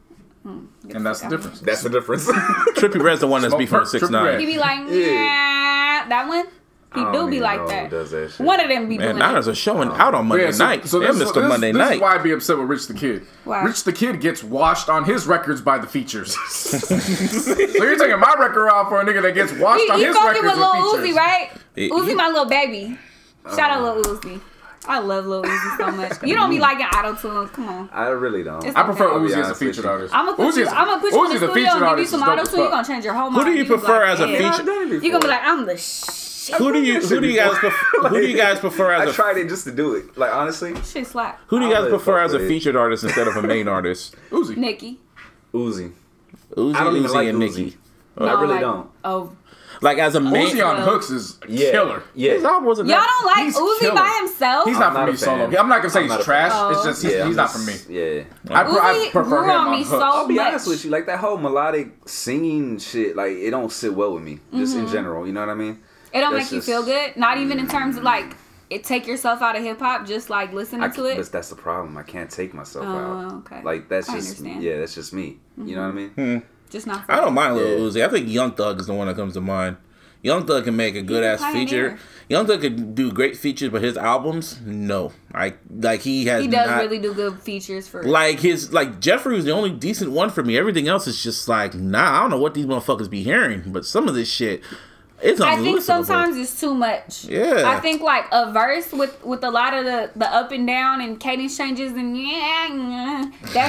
And that's the difference. That's the [laughs] difference. Trippy Red's the one that's Smoke beefing with Perp, six Trippy He nine. Red. be [laughs] like, nah. That one. He do be like that. Does that shit. One of them be Man, doing Niners it. are showing out on Monday Yeah, so, night. so they this, missed this, a Monday this night. is why I'd be upset with Rich the Kid. Why? Rich the Kid gets washed on his records by the features. so you're taking my record out for a nigga that gets washed You, on you his fucking records with Lil with Uzi, features. Oh. right? Yeah, Uzi, you- my little baby. Shout out Lil Uzi. I love Lil Uzi so much. You [laughs] don't be liking auto tunes. Come on. I really don't. It's I prefer I'll Uzi be as a honest with featured you. artist. I'm gonna put Uzi you. is- I'm gonna put you in the Uzi's a studio and featured give you artist, some is dope auto as tune. You fuck. gonna change your whole mind. Who do you gonna be prefer like, as a "Yeah." feature- You gonna be like, I'm the shit. Who do you This who do you shit guys prefer, who do you guys prefer [laughs] I as a tried it just to do it. Like honestly, Shit slap. who do you I guys really prefer fuck as a with it. featured artist instead of a [laughs] main artist? Uzi. Nikki. Uzi. Uzi, I don't even Uzi, like and Uzi. Nicki. I really like- don't. Oh, Like as a main, Uzi on Yeah. hooks is a Yeah. killer. Yeah. his album wasn't y'all that- don't like He's Uzi killer. by himself. He's I'm not for not me a fan. solo. I'm not gonna say I'm not a he's trash. fan. It's just he's, yeah, he's I'm not for me. just- Yeah. I, pre- I Uzi prefer grew him on on me hooks. so I'll be much. honest with you, like that whole melodic singing shit, like it don't sit well with me, just Mm-hmm. in general. You know what I mean? It don't That's make you just- feel good. Not even in terms of like it take yourself out of hip hop. Just like listening I to it. But that's the problem. I can't take myself Oh, out. okay. Like that's I just understand. Mm-hmm. yeah, that's Hmm. just me. You know what I mean? Just not. I don't mind Lil Yeah. Uzi. I think Young Thug is the one that comes to mind. Young Thug can make a good ass pioneer. feature. Young Thug could do great features, but his albums, no. Like like he has He does not- really do good features for. like his like Jeffrey was the only decent one for me. Everything else is just like nah. I don't know what these motherfuckers be hearing, but some of this shit, it's I think unlistenable. sometimes it's too much. Yeah. I think like a verse with with a lot of the the up and down and cadence changes and yeah, yeah that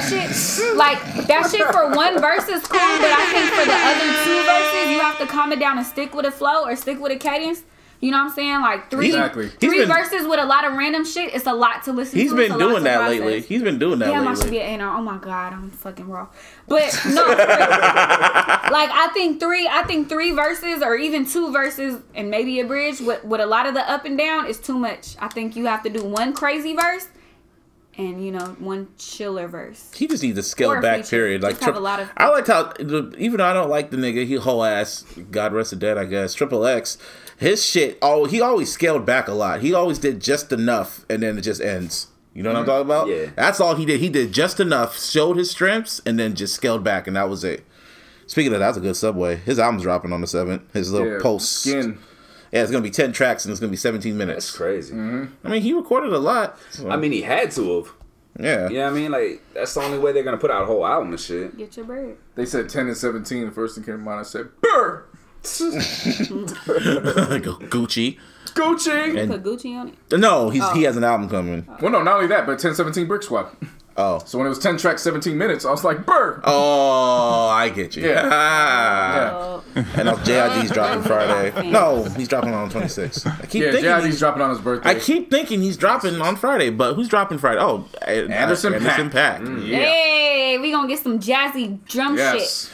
[laughs] shit like that shit for one verse is cool, but I think for the other two verses you have to calm it down and stick with a flow or stick with a cadence. You know what I'm saying? Like three Exactly. He's three been- verses with a lot of random shit. It's a lot to listen. He's to. been It's a lot doing to that process. lately. He's been doing that Yeah, I should lately. be an A&R. Oh my god, I'm fucking raw. But no, [laughs] for real. like I think three, I think three verses or even two verses and maybe a bridge with with a lot of the up and down is too much. I think you have to do one crazy verse and you know one chiller verse. He just needs to Or scale a back. feature. Period. Like Just have trip- a lot of- I like how even though I don't like the nigga, he whole ass. God rest the dead. I guess Triple X. His shit. Oh, he always scaled back a lot. He always did just enough, and then it just ends. You know what I'm talking about? Mm-hmm. Yeah. That's all he did. He did just enough, showed his strengths, and then just scaled back, and that was it. Speaking of that, that's a good subway. His album's dropping on the seventh. His little Yeah, post. Skin. Yeah, it's gonna be ten tracks and it's gonna be seventeen minutes. That's crazy. Mm-hmm. I mean, he recorded a lot. so, I mean, he had to have. yeah. You know what I mean? Like, that's the only way they're gonna put out a whole album and shit. Get your bird. They said 10 and 17. The first thing came to mind, I said, Brr! [laughs] Go Gucci. Gucci! And- Put Gucci on it. No, he's Oh. he has an album coming. Well, no, not only that, but 10 17 Brick Swap. Oh. So when it was 10 tracks, 17 minutes, I was like, Burr! Oh, I get you. Yeah. [laughs] Ah. Oh, And now JID's dropping Friday. Okay. No, he's dropping on the 26th. I keep yeah, thinking JID's he's, dropping on his birthday. I keep thinking he's dropping on Friday, but who's dropping Friday? Oh, Anderson, Anderson Anderson Pack. Paak. [laughs] Mm. yeah. Hey, we gonna get some jazzy drum shit. Yes.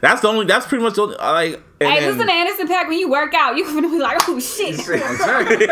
That's the only. That's pretty much the only, like. And Hey, then- listen to Anderson Pack when you work out. You're gonna be like, oh [laughs] shit. [laughs] exactly.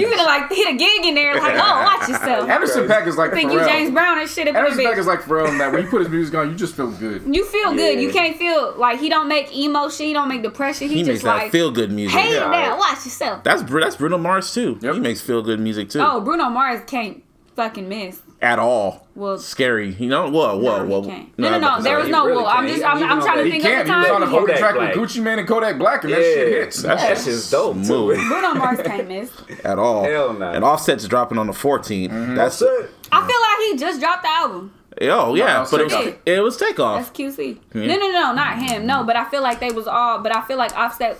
You're gonna like hit a gig in there, like, oh, watch yourself. Anderson Pack is like Think Pharrell. you James Brown and shit up in the Anderson Pack bitch. is like Pharrell in that when you put his music on, you just feel good. You feel good. You Yeah. can't feel like he don't make emo shit. He don't make depression. He, he makes just like that feel good music. hey Yeah. now, watch yourself. That's Bru- that's Bruno Mars too. Yep. He makes feel good music too. oh, Bruno Mars can't fucking miss. At all. Well- Scary. You know. Whoa. Whoa. No, he whoa. can't. No, no, no. There was he no really rule. I'm can't. just, He- I'm, even I'm on trying that- to He He think of can't. the He was on a time. Kodak fucking track Black. with Gucci Man and Kodak Black, and Yeah. that shit hits. That That's- shit's dope, too. [laughs] Smooth. Bruno Mars can't miss. at all. Hell no. And Offset's dropping on the 14th. Mm-hmm. That's it. Shit. I feel like he just dropped the album. Oh yeah, No, but it was, Takeoff. it was takeoff. That's QC. No, no, no, not him. No, but I feel like they was all. But I feel like Offset.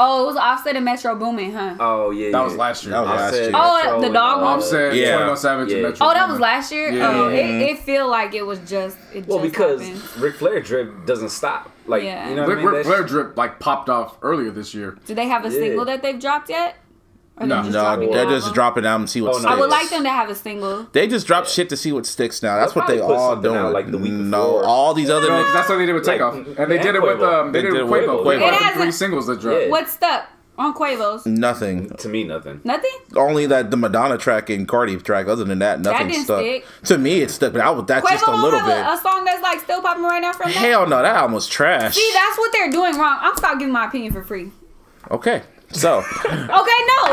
Oh, it was Offset and Metro Booming, huh? Oh, yeah. That was last year. That was I last said year. Oh, Metro the and, dog uh, one? Offset, Yeah. 21 Savage, Yeah. and Metro. Oh, that was Boomin. last year. Yeah. Oh, it, it feel like it was just. It Well, just because happened. Ric Flair drip doesn't stop. Like, Yeah. you know what Ric I mean? Ric That Flair shit- drip like popped off earlier this year. Do they have a Yeah. single that they've dropped yet? Or No. they just dropping No, they're an just album? dropping albums see what Oh, no. sticks. I would like them to have a single. They just drop shit to see what sticks now. That's They'll what they probably put all something doing. out, like, the week no, before. all these other No, 'cause that's what they did with Like, Takeoff, and they and did it with Quavo. um, they, did it with Quavo. Quavo. Quavo, It had has three a- singles that dropped. Yeah. What's up on Quavo's? nothing. To me, nothing. Nothing. Only that the Madonna track and Cardi track. Other than that, nothing didn't stuck. stick. To me, it stuck, but I was that's Quavo just a don't little have a, a bit. song that's like still popping right now from that. Hell no, that album was trash. See, that's what they're doing wrong. I'm stop giving my opinion for free. okay, [laughs] so Okay, no,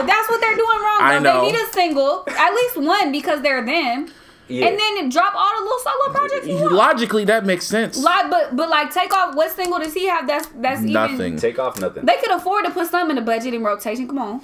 that's what they're doing wrong. I though. know. They need a single, at least one, because they're them. Yeah. And then drop all the little solo projects you want. logically that makes sense. Like, but but like, take off. What single does he have? That's that's even. Nothing. take off nothing. They could afford to put some in the budget in rotation. Come on.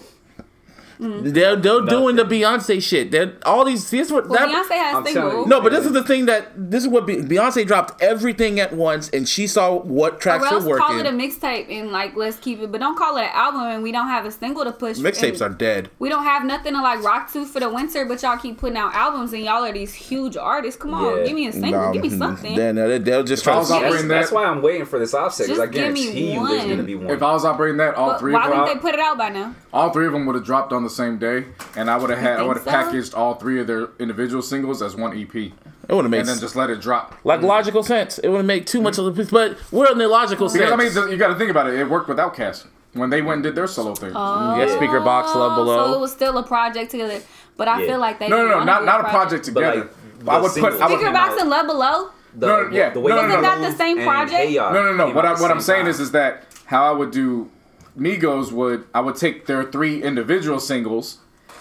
They're, they're doing the Beyonce shit. They're all these. This what that, Well, Beyonce has I'm telling single. you. No, but this is the thing that this is what Be- Beyonce dropped everything at once, and she saw what tracks Or were else call it a working. mixtape and like let's keep it, but don't call it an album and we don't have a single to push. Mixtapes are And dead. We don't have nothing to like rock to for the winter, but y'all keep putting out albums and y'all are these huge artists. Come on, Yeah. give me a single, Nah, [laughs] give me something. Then uh, they- they'll just try I to was see. operating that's, Bring that's that- why I'm waiting for this offset because Just I give me guarantee you there's gonna one. be one. If I was operating that, all But three why of them, wouldn't they put it out by now? all three of them would have dropped on the same day, and I would have had I think would have so? packaged all three of their individual singles as one EP, It wouldn't make and then just let it drop. like logical Mm-hmm. sense. It wouldn't make too much of a but we're in the logical sense. Because I mean, th- you got to think about it. It worked with Outkast when they went and did their solo thing. Oh, yeah, speaker box, love below. So it was still a project together, but I Yeah. feel like they no, no, didn't no, wanna not do not a project but like, together. the I would put. singles I would, came Speaker box out, and love below. the, No, no, yeah. the way No, no, no, they moved no. the same and project? Hey Ya No, no, no. came What out I, the what I'm same saying time. is, is that how I would do Migos would I would take their three individual singles,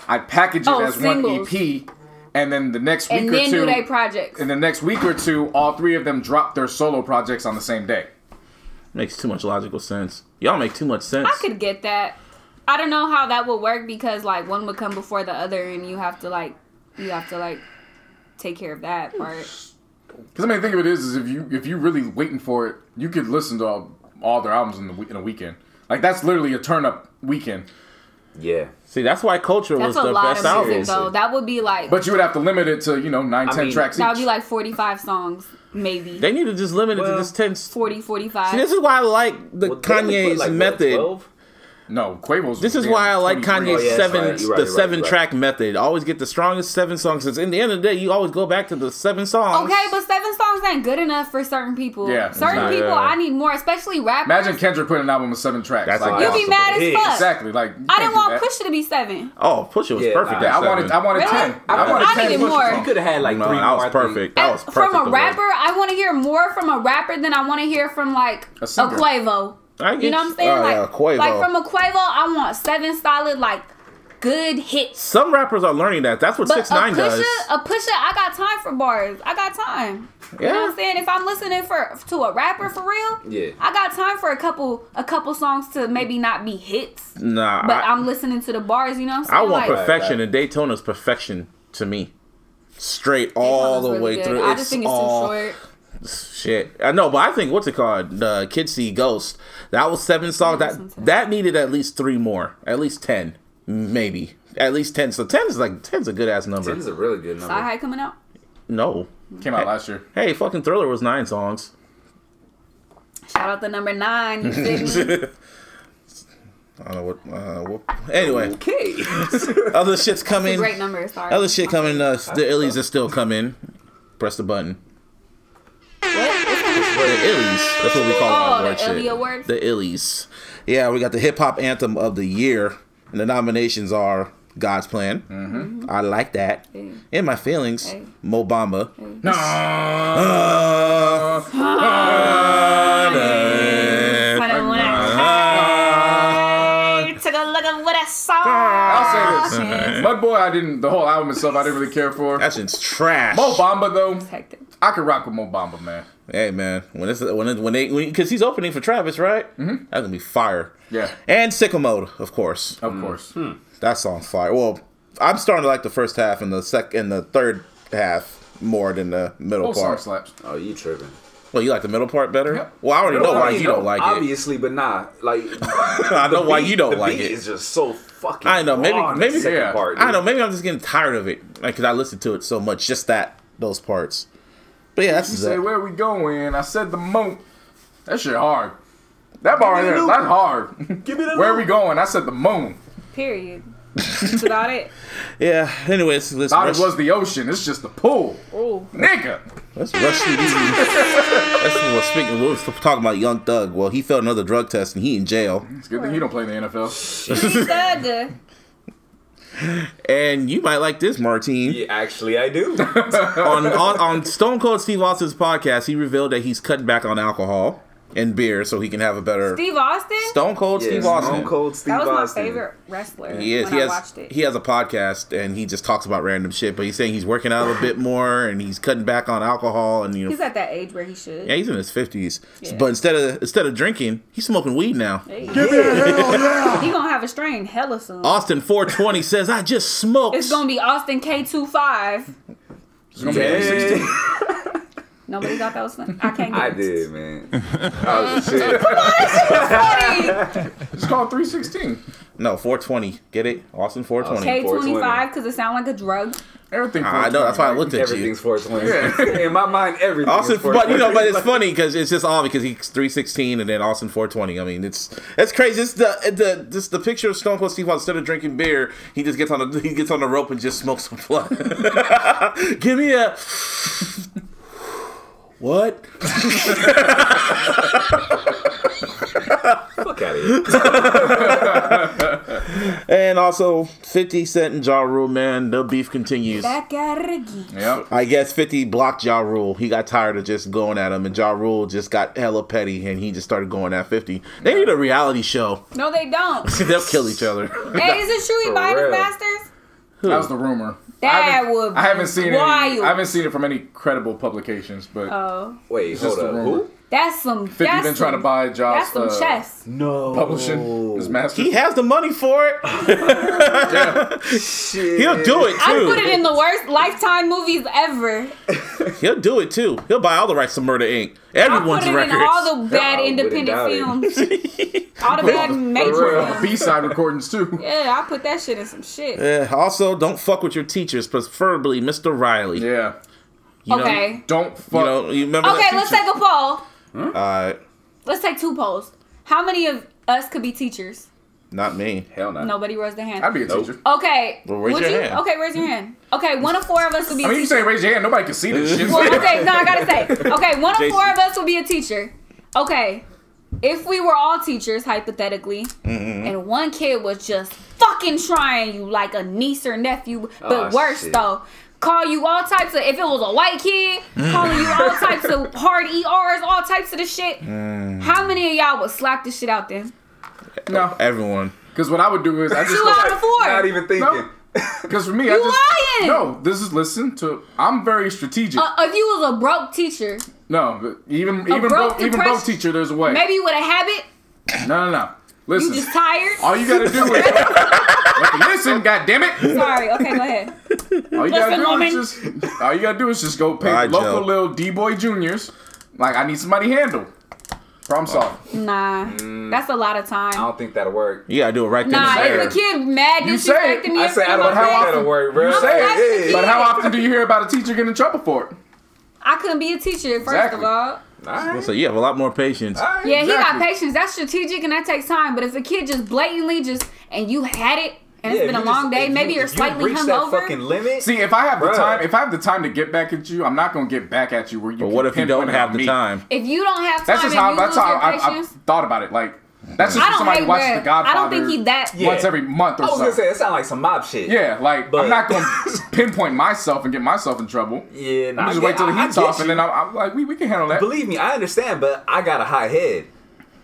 I'd package it Oh, as singles. one EP, and then the next week And or then two, do they projects. in the next week or two, all three of them dropped their solo projects on the same day. Makes too much logical sense. Y'all make too much sense. I could get that. I don't know how that would work because like one would come before the other, and you have to like you have to like take care of that part. Because I mean, the thing of it is, is if you if you really waiting for it, you could listen to all, all their albums in the we- in a weekend. Like that's literally a turn up weekend. Yeah. See, that's why Culture That's was a the lot best of music album. albums. though. That would be like But you would have to limit it to you know nine ten mean- tracks that would each. be like 45 songs maybe. They need to just limit it to Well- just ten. See, 40 45. this is why I like the Well, they only put, Kanye's like, what, method. 12? no, Quavo's. This is why I like Kanye's oh, yeah, that's seven, right. You're right, the you're right, seven you're right. track method. Always get the strongest seven songs. Since in the end of the day, you always go back to the seven songs. Okay, but seven songs ain't good enough for certain people. Yeah, certain exactly. people, Yeah. I need more, especially rappers. Imagine Kendrick putting an album with seven tracks. That's a- like, You'd be mad as Yeah, fuck. exactly. Like you I can't didn't do want that. Push to be seven. oh, Pusha was Yeah, perfect. nah. at Yeah, I wanted. seven. I wanted Really? ten. I I wanted wanted- ten. I needed Pusha more. songs. You could have had like no, three that more, I was think. perfect. That And was perfect. from a the way- rapper, I want to hear more from a rapper than I want to hear from like a, A singer. Quavo. I get You know what you. I'm saying? Oh, like, yeah, Quavo. like from a Quavo, I want seven solid, like good hits. Some rappers are learning that. That's what But Six a Nine pusher, does. a pusher, I got time for bars. I got time. You know what I'm Yeah. saying? If I'm listening for to a rapper for real, Yeah. I got time for a couple a couple songs to maybe not be hits, Nah, but I, I'm listening to the bars. You know what I'm I saying? want Like, perfection, and Daytona's perfection to me. Straight all Daytona's the really way good. through. I just think it's all- too short. Shit, I know, but I think what's it called? The Kid See Ghost. That was seven songs. listen That to that. that needed at least three more, at least ten, maybe at least ten. So ten is like ten's a good ass number. Ten's a really good number. I had coming out. no, Came out last year. hey, fucking Thriller was nine songs. Shout out the number nine. You feel me? [laughs] I don't know what. Uh, what anyway, Okay. other shit's coming. Great number. Sorry. Other shit coming. Uh, the Illies is still coming. Press the button. The Illies. That's what we call Oh, our the award Illy shit. Awards? The Illies. Yeah, we got the hip hop anthem of the year, and the nominations are God's Plan. Mm-hmm. I like that. In my feelings, Hey. Mobamba. No. Uh, I don't want to take a look at what I saw. I'll say [laughs] this. Mudboy, I didn't. The whole album itself, I didn't really care for. that shit's trash. Mo Bamba though, Hectic. I could rock with Mo Bamba, man. Hey man, when it's when it, when they because he's opening for Travis, right? Mm-hmm. That's gonna be fire. Yeah. And Sicko Mode, of course. Of course. Hmm. That song's fire. Well, I'm starting to like the first half and the sec and the third half more than the middle Both song part. slaps. oh, you tripping. Well, you like the middle part better. Yep. Well, I already know why I mean, you don't like it. Obviously, but nah. Like, [laughs] I know why you don't the like beat it. is just so fucking. I know, maybe- raw in maybe- the second Yeah. part. I don't know. Maybe I'm just getting tired of it, like because I listened to it so much. Just that those parts. But yeah, that's You just say it. where we going? I said the moat. That shit hard. That bar Give me there, the loop. that's hard. Give me [laughs] that. where we going? I said the moon. Period. That's about [laughs] it. yeah. Anyways, let's Thought rush, it was the ocean. It's just the pool. Oh, Nigga. let's rush [laughs] through these. That's what we're speaking. We were talking about Young Thug. Well, he failed another drug test and he in jail. It's a good thing he don't play in the NFL. And you might like this, Martine. Yeah, actually, I do. [laughs] on, on on Stone Cold Steve Austin's podcast, he revealed that he's cutting back on alcohol and beer so he can have a better Steve Austin. Stone Cold Yeah, Steve Stone Austin. Cold Steve that was Austin. my favorite wrestler He is. when He I has. watched it. He has a podcast, and he just talks about random shit. But he's saying he's working out a bit more, and he's cutting back on alcohol, and you know, He's at that age where he should. yeah, he's in his fifties. Yeah. But instead of instead of drinking, he's smoking weed now. Hey. he gonna have a strain hella soon. Austin four twenty says, "I just smoked." It's gonna be Austin K25. It's gonna be 360. Nobody thought that was funny. I can't get I it. did, man. I was a shit. Funny. It's called 316. no, four twenty. Get it, Austin four twenty. Okay. K25 because it sound like a drug. Everything. Ah, I know. That's why I looked at you. Everything's 420. In my mind, everything. Austin, is but you know, but 420. it's funny because it's just all because he's three sixteen and then Austin four twenty. I mean, it's it's crazy. It's the the just the picture of Stone Cold Steve Austin instead of drinking beer, he just gets on the [laughs] he gets on the rope and just smokes some blood. [laughs] Give me a [sighs] what? Fuck out of here. And also Fifty Cent and Ja Rule, man, the beef continues. Back at it again. [laughs] Yep. I guess 50 blocked Ja Rule. He got tired of just going at him, and Ja Rule just got hella petty, and he just started going at 50. They need a reality show. [laughs] No, they don't. They'll kill each other. hey, is it true he For buying real. his masters? That was the rumor. I That haven't- would be I haven't seen it. wild. I haven't seen it from any credible publications, but Oh, Wait, just hold a up. rumor. Who? That's some. 50 that's been trying to some- buy Josh. That's some uh, chess. No. Publishing his [laughs] master. Oh. He has the money for it. He'll do it I put it too. in the worst lifetime movies ever. He'll do it too. He'll buy all the rights to Murder Inc. I put Everyone's it in records. all the bad I wouldn't independent doubt it. films, [laughs] all the bad major real. films. B side recordings [laughs] too. Yeah, I put that shit in some shit. Yeah, Eh, also, don't fuck with your teachers, preferably Mr. Riley. Yeah. You know- okay. Don't fuck. you know, you remember Okay, that let's teacher? Uh, take a poll. Alright, Let's take two polls. How many of us could be teachers? not me. Hell no. Nobody raised their hand. I'd be a Nope. teacher. okay. Well, raise would your you? hand. Okay, raise your hand. Okay, one of four of us would be I a mean, you teacher. say raise your hand. Nobody can see [laughs] this shit. [laughs] Well, okay, no, I gotta say. Okay, one of four Jason. of us would be a teacher. Okay. If we were all teachers, hypothetically, and one kid was just fucking trying you like a niece or nephew, but Oh, worse shit. though. Call you all types of if it was a white kid, calling you all types of hard ERs, all types of the shit. How many of y'all would slap this shit out then? No. Everyone. Because what I would do is I just Two go, out of four. Not even thinking. No. Because for me, I You just lying! no. This is listen to. I'm very strategic. Uh, if you was a broke teacher, no, but even even broke broke even depressed- broke teacher. There's a way. maybe you with a habit, No, no, no. you Listen. just tired. all you [laughs] gotta do is Like, listen. God damn it. Sorry, okay, go ahead. All you Listen, gotta do woman. is just all you gotta do is just go pay Bye, local Joe. little D boy juniors. Like I need somebody handle. Uh, Problem solved. Nah, that's a lot of time. I don't think that'll work. You gotta do it right then Nah, and there. if the kid mad You say it. disrespecting me, I in say I front don't of think my face, that'll work, bro. You say like it, the but how kid. often do you hear about a teacher getting in trouble for it? I couldn't be a teacher first Exactly. of all. So you have a lot more patience. Yeah, he got Exactly. patience. That's strategic and that takes time. But if a kid just blatantly just and you had it and Yeah, it's been if a you long just- day, if maybe you, you're if slightly you reach that fucking hungover. limit. See, if I have the Bruh. time, if I have the time to get back at you, I'm not gonna get back at you. Where you. But what if you don't have the time? If you don't have time, That's just and how. you That's lose how your I've, I've patience, thought about it. Like that's just I for don't somebody who hate watches Brad. The Godfather. I don't think he that- Yeah. once every month or I was gonna say something. that sound like some mob shit. Yeah, like But- I'm not gonna pinpoint myself and get myself in trouble. Yeah, nah, I'm I just get- wait till the I- I heat's off, get and you. then I'm, I'm like, we, we can handle that. Believe me, I understand, but I got a high head.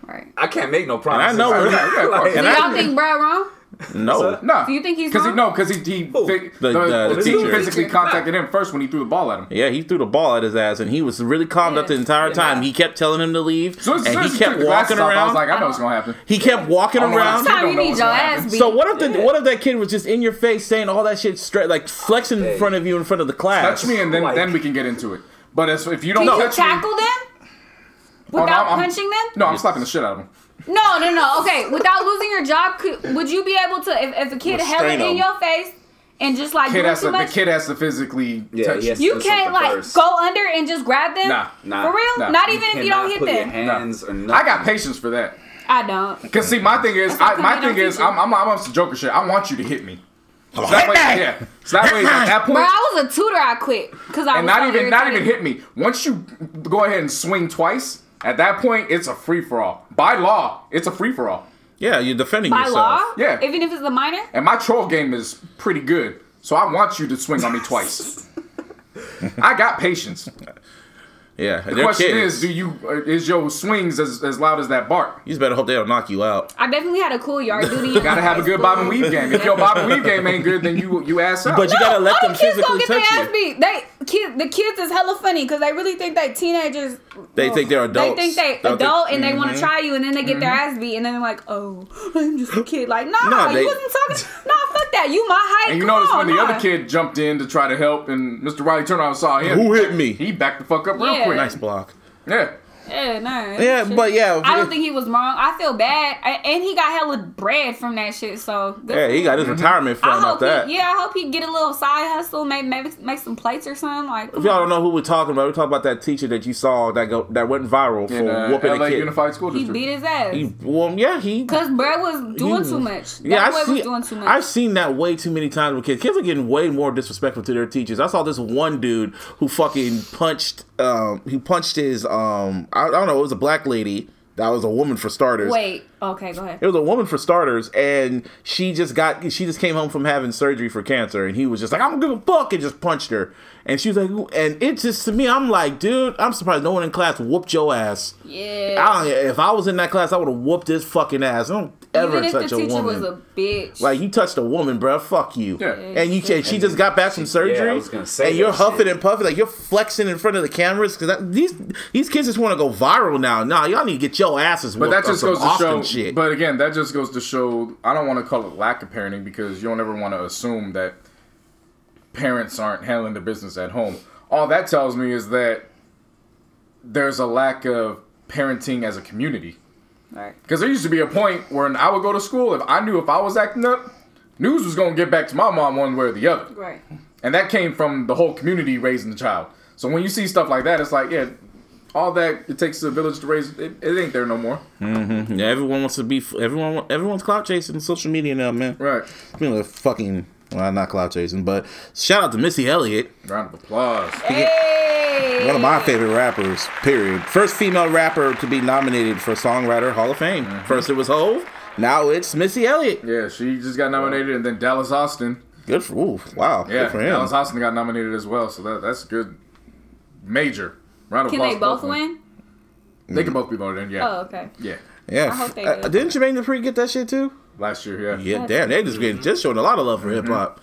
right? I can't make no promises. know where- yeah, yeah, of course. Like, And Do I- y'all think Brad wrong? No. no, Do you think he's because he wrong? no because he, he Who? the, The- the, the- the the teacher teacher. physically Nah. contacted him first when he threw the ball at him. Yeah, he threw the ball at his ass, and he was really calmed up the entire Yeah. time. He kept telling him to leave, So as soon and as he he took kept the glasses walking off, I around. was like, I know what's gonna happen. he kept walking I'm around. like, Time don't you know need what's your gonna ass happen. beat. So what if the what if that kid was just in your face saying all that shit straight, like flexing in front of you in front of the class? Touch me, and then Like- then we can get into it. But as, if you don't Did you touch me, tackle them Oh, no, without I'm- punching them? No, I'm slapping the shit out of him. No, no, no. Okay, without losing your job, could, would you be able to if, if a kid held it Restrain in him. your face and just like Kid doing has too to, the much? kid has to physically Yeah, touch he has you. you do can't something like first. go under and just grab them. Nah, nah, for real. nah. Not You even if you cannot don't hit put your them. hands or nothing. I got patience for that. I don't. Cause see, my thing is, not I, my coming on thing is, teacher. I'm, I'm, I'm on some Joker shit. I want you to hit me. So hit that way, me! yeah. So that way, at that Bro, point, I was a tutor. I quit because I and was not so even, not even irritated. hit me. Once you go ahead and swing twice, at that point, it's a free for all. By law, it's a free for all. Yeah, you're defending by yourself. law. Yeah. even if it's a minor. And my troll game is pretty good, so I want you to swing on me [laughs] twice. I got patience. Yeah, The question is, do you uh, is your swings as, as loud as that bark? you just better hope they don't knock you out. I definitely had a cool yard duty. You Gotta have a good bob and [laughs] weave game. If your bob and weave game ain't good, then you you ass out. But you gotta let them Other kids physically gonna get their touch ass you. beat. They kid, the kids is hella funny because they really think they teenagers. They think they're adults. They think they They'll think- Mm-hmm. adult and they want to try you, and then they get their ass beat, and then they're like, "Oh, [laughs] I'm just a kid." Like, nah, Nah, they- you wasn't [laughs] talking. nah, fuck that. You my height. and you Come notice on, when the nah. other kid jumped in to try to help, and Mr. Riley turned around and saw him. Who hit me? He backed the fuck up real Yeah. quick. Nice block. Yeah. Yeah, no. Yeah, but yeah, I don't think he was wrong. I feel bad, I, and he got hella bread from that shit. So good Yeah, for he him. got his retirement Mm-hmm. I fund off hope that. he, yeah, I hope he get a little side hustle, maybe, maybe make some plates or something. Like, If y'all don't know who we're talking about, we're talking about that teacher that you saw that go that went viral for In uh, whooping LA a kid. Unified School he District. beat his ass. He- well, yeah, he. Cause bro was doing too much. That Yeah, boy I see, was doing too much. I've seen that way too many times with kids. Kids are getting way more disrespectful to their teachers. I saw this one dude who fucking punched, um, he punched his, um, I, I don't know, it was a black lady. That was a woman for starters. Wait, okay, go ahead. It was a woman for starters, and she just got she just came home from having surgery for cancer, and he was just like, "I'm gonna give a fuck," and just punched her. And she was like, and it just to me, I'm like, dude, I'm surprised no one in class whooped your ass. Yeah. I, if I was in that class, I would have whooped his fucking ass. I don't, ever Even if the touch a teacher woman. was a bitch. Like you touched a woman, bro. Fuck you. Yeah. And you can she just got back from surgery. yeah, I was gonna say And you're that huffing shit. and puffing, like you're flexing in front of the cameras because these these kids just want to go viral now. Nah, y'all need to get your asses. But that just goes to show. Shit. But again, that just goes to show. I don't want to call it lack of parenting because you don't ever want to assume that parents aren't handling the business at home. All that tells me is that there's a lack of parenting as a community. Right. Because there used to be a point when I would go to school if I knew if I was acting up, news was gonna get back to my mom one way or the other. right. And that came from the whole community raising the child. So when you see stuff like that, it's like, yeah, all that it takes a village to raise it, it ain't there no more. Yeah, everyone wants to be. Everyone. Everyone's clout chasing social media now, man. Right. You know, fucking. Well, not clout chasing, but shout out to Missy Elliott, Round of applause. Hey. one of my favorite rappers. Period. First female rapper to be nominated for Songwriter Hall of Fame. Mm-hmm. First it was Hove. Now it's Missy Elliott. Yeah, she just got nominated, and then Dallas Austin. Good for ooh, wow. Yeah, good for him. Dallas Austin got nominated as well, so that, that's good. Major round of Can applause. they for both of them. win? They can both be voted in. Yeah, Oh, okay. yeah. Yeah. I hope they Uh, do. didn't Jermaine Dupri get that shit too? Last year, yeah. Yeah, damn, they just Mm-hmm. getting just showing a lot of love for hip hop.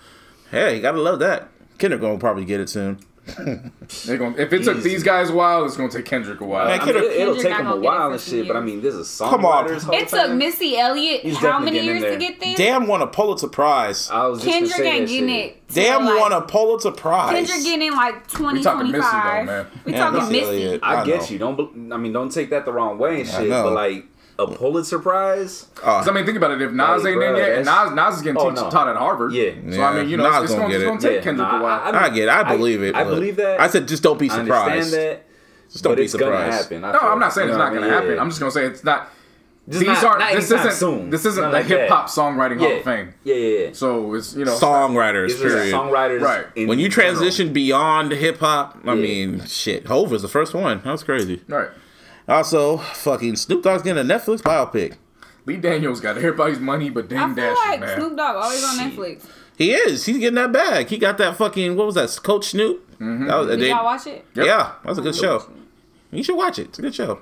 Hey, gotta love that. Kendrick gonna probably get it soon. They gonna, if it took Easy. these guys a while, it's gonna take Kendrick a while. Man, I mean, Kendrick- it, will Kendrick take not them a gonna get it while for and some shit, but I years. mean, this is Come on. songwriters. Hall It of took Fame. Missy Elliott He's how definitely many getting in years to there. get there? Damn won a Pulitzer Prize. Uh, I was just gonna Kendrick say ain't that getting shit. it. Damn till, won like, a Pulitzer Prize. Kendrick getting in like twenty We talking twenty Missy, though, five. man. We Yeah, talking Missy Missy. Elliott. I, I get know. you. Don't. bel- I mean, don't take that the wrong way and I shit. know. But like a Pulitzer Prize. Ah. 'Cause, I mean, think about it. If Nas Hey, ain't in bruh, yet, and Nas that's- Nas is getting Oh, teach- no. taught at Harvard. Yeah. So I mean, you know, Nas it's, it's gonna gonna, get it's it. gonna take Yeah, Kendrick nah, a while. I- I get it. I believe it. I look. believe that. I said just don't be I surprised. understand that. Just don't but be it's gonna surprised. happen. I no, feel. I'm not saying You it's know not what I gonna mean? happen. Yeah. I'm just gonna say it's not. Just these not- aren't. not this anytime isn't. soon. This isn't Not the like hip hop that. songwriting Hall yeah. of Fame. Yeah, yeah. yeah. So it's you know Songwriters, These are period. songwriters. Right. in when you general. transition beyond hip hop, I Yeah. mean, shit. Hove was the first one. That was crazy. right. Also, fucking Snoop Dogg's getting a Netflix biopic. Lee Daniels got everybody's money, but I Dame feel Dash, like man. Snoop Dogg always on Shit. Netflix. He is. He's getting that bag. He got that fucking what was that? Coach Snoop. Mm-hmm. That was- Did they- y'all watch it? Yep. Yeah, that was a good show. You should watch it. It's a good show.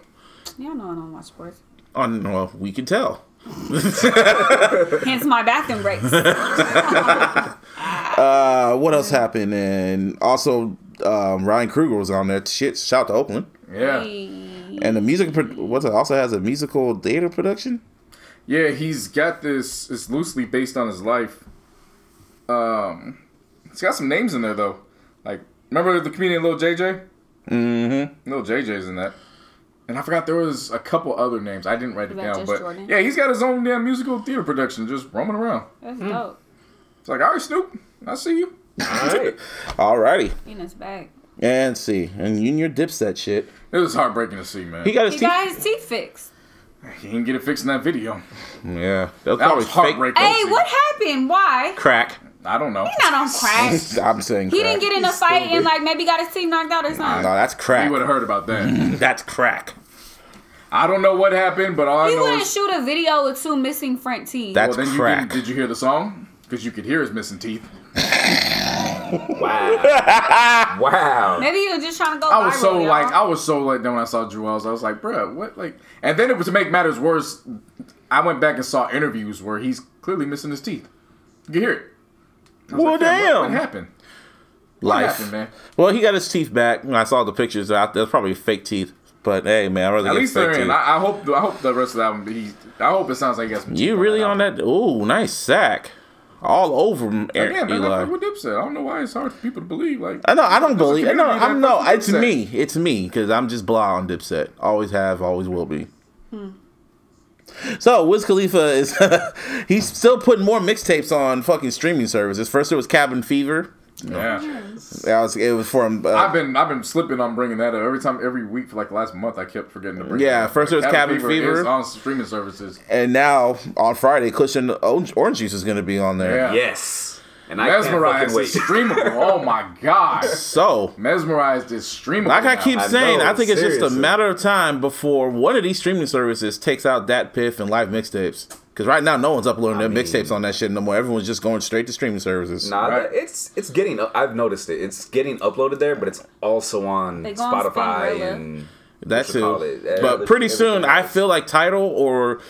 Y'all know I don't watch sports. On well, we can tell. Hence my bathroom breaks. Uh, what else happened? And also, um, Ryan Kruger was on that shit. Shout to Oakland. Yeah, Hey. And the music, pro- what's it? Also has a musical theater production. yeah. He's got this. It's loosely based on his life. Um, it's got some names in there though. Like remember the comedian Lil JJ? Mm-hmm. Lil JJ's in that. And I forgot there was a couple other names. I didn't write it that down, just but Jordan? yeah, he's got his own damn musical theater production, just roaming around. That's dope. It's like, all right, Snoop, I see you. All right. Alrighty, In his bag. and see, and you and your dipset shit. It was heartbreaking to see, man. He He, got his He teeth. got his teeth fixed. didn't get it fixed in that video. yeah, that was That probably was fake heartbreaking. to Hey, see. what happened? Why? crack. I don't know. Not on crack. He I'm saying crack. didn't get in a fight and stupid. like maybe got his teeth knocked out or No, something. that's crack. We would have heard about [laughs] that. That's crack. I don't know what happened, but all I He know wouldn't is shoot a video with two missing front teeth. That's well, then crack. you didn't, did you hear the song? Because you could hear his missing teeth. Wow. wow. Maybe he was just trying to go I was viral, so y'all. like, I was so like, then when I saw Jewel's, I was like, bruh, what? Like, and then it was to make matters worse. I went back and saw interviews where he's clearly missing his teeth. You can hear it. I was Well, "Fam, What, damn. what happened? What Life. happened, man? Well, he got his teeth back. When I saw the pictures. I- That's probably fake teeth. But hey, man, I really At get least fake they're teeth. in. I, I hope. I hope the rest of the album. He. I hope it sounds like he got some. teeth you really on album. that? Ooh, nice sack. All over him, Eric Again, man, Eli. that's like what Dip said. I don't know why it's hard for people to believe. Like, I know. I don't believe. No, community I'm that no. fucks with It's Dipset. me. It's me because I'm just blah on Dipset. Always have. Always will be. Hmm. So Wiz Khalifa is [laughs] he's still putting more mixtapes on fucking streaming services. First it was Cabin Fever. yeah. That was it was for uh, I've been I've been slipping on bringing that up every time every week for like the last month. I kept forgetting to bring. Yeah, it up. first it was Cabin Fever. is on streaming services. and now on Friday Cushion Orange Orange Juice is going to be on there. Yeah, Yes. And I can't fucking mesmerized wait. is [laughs] streamable. oh [laughs] my god, So mesmerized is streamable. Like I now. keep I saying, know, I think it's just a seriously. matter of time before one of these streaming services takes out that piff and live mixtapes. Because right now, no one's uploading their mean- mixtapes on that shit no more. Everyone's just going straight to streaming services. Nah, Right. that- it's it's getting. I've noticed it. It's getting uploaded there, but it's also on They go on Spotify Spinrilla. and that what you too. call it, uh, but pretty everything soon, I else. feel like title or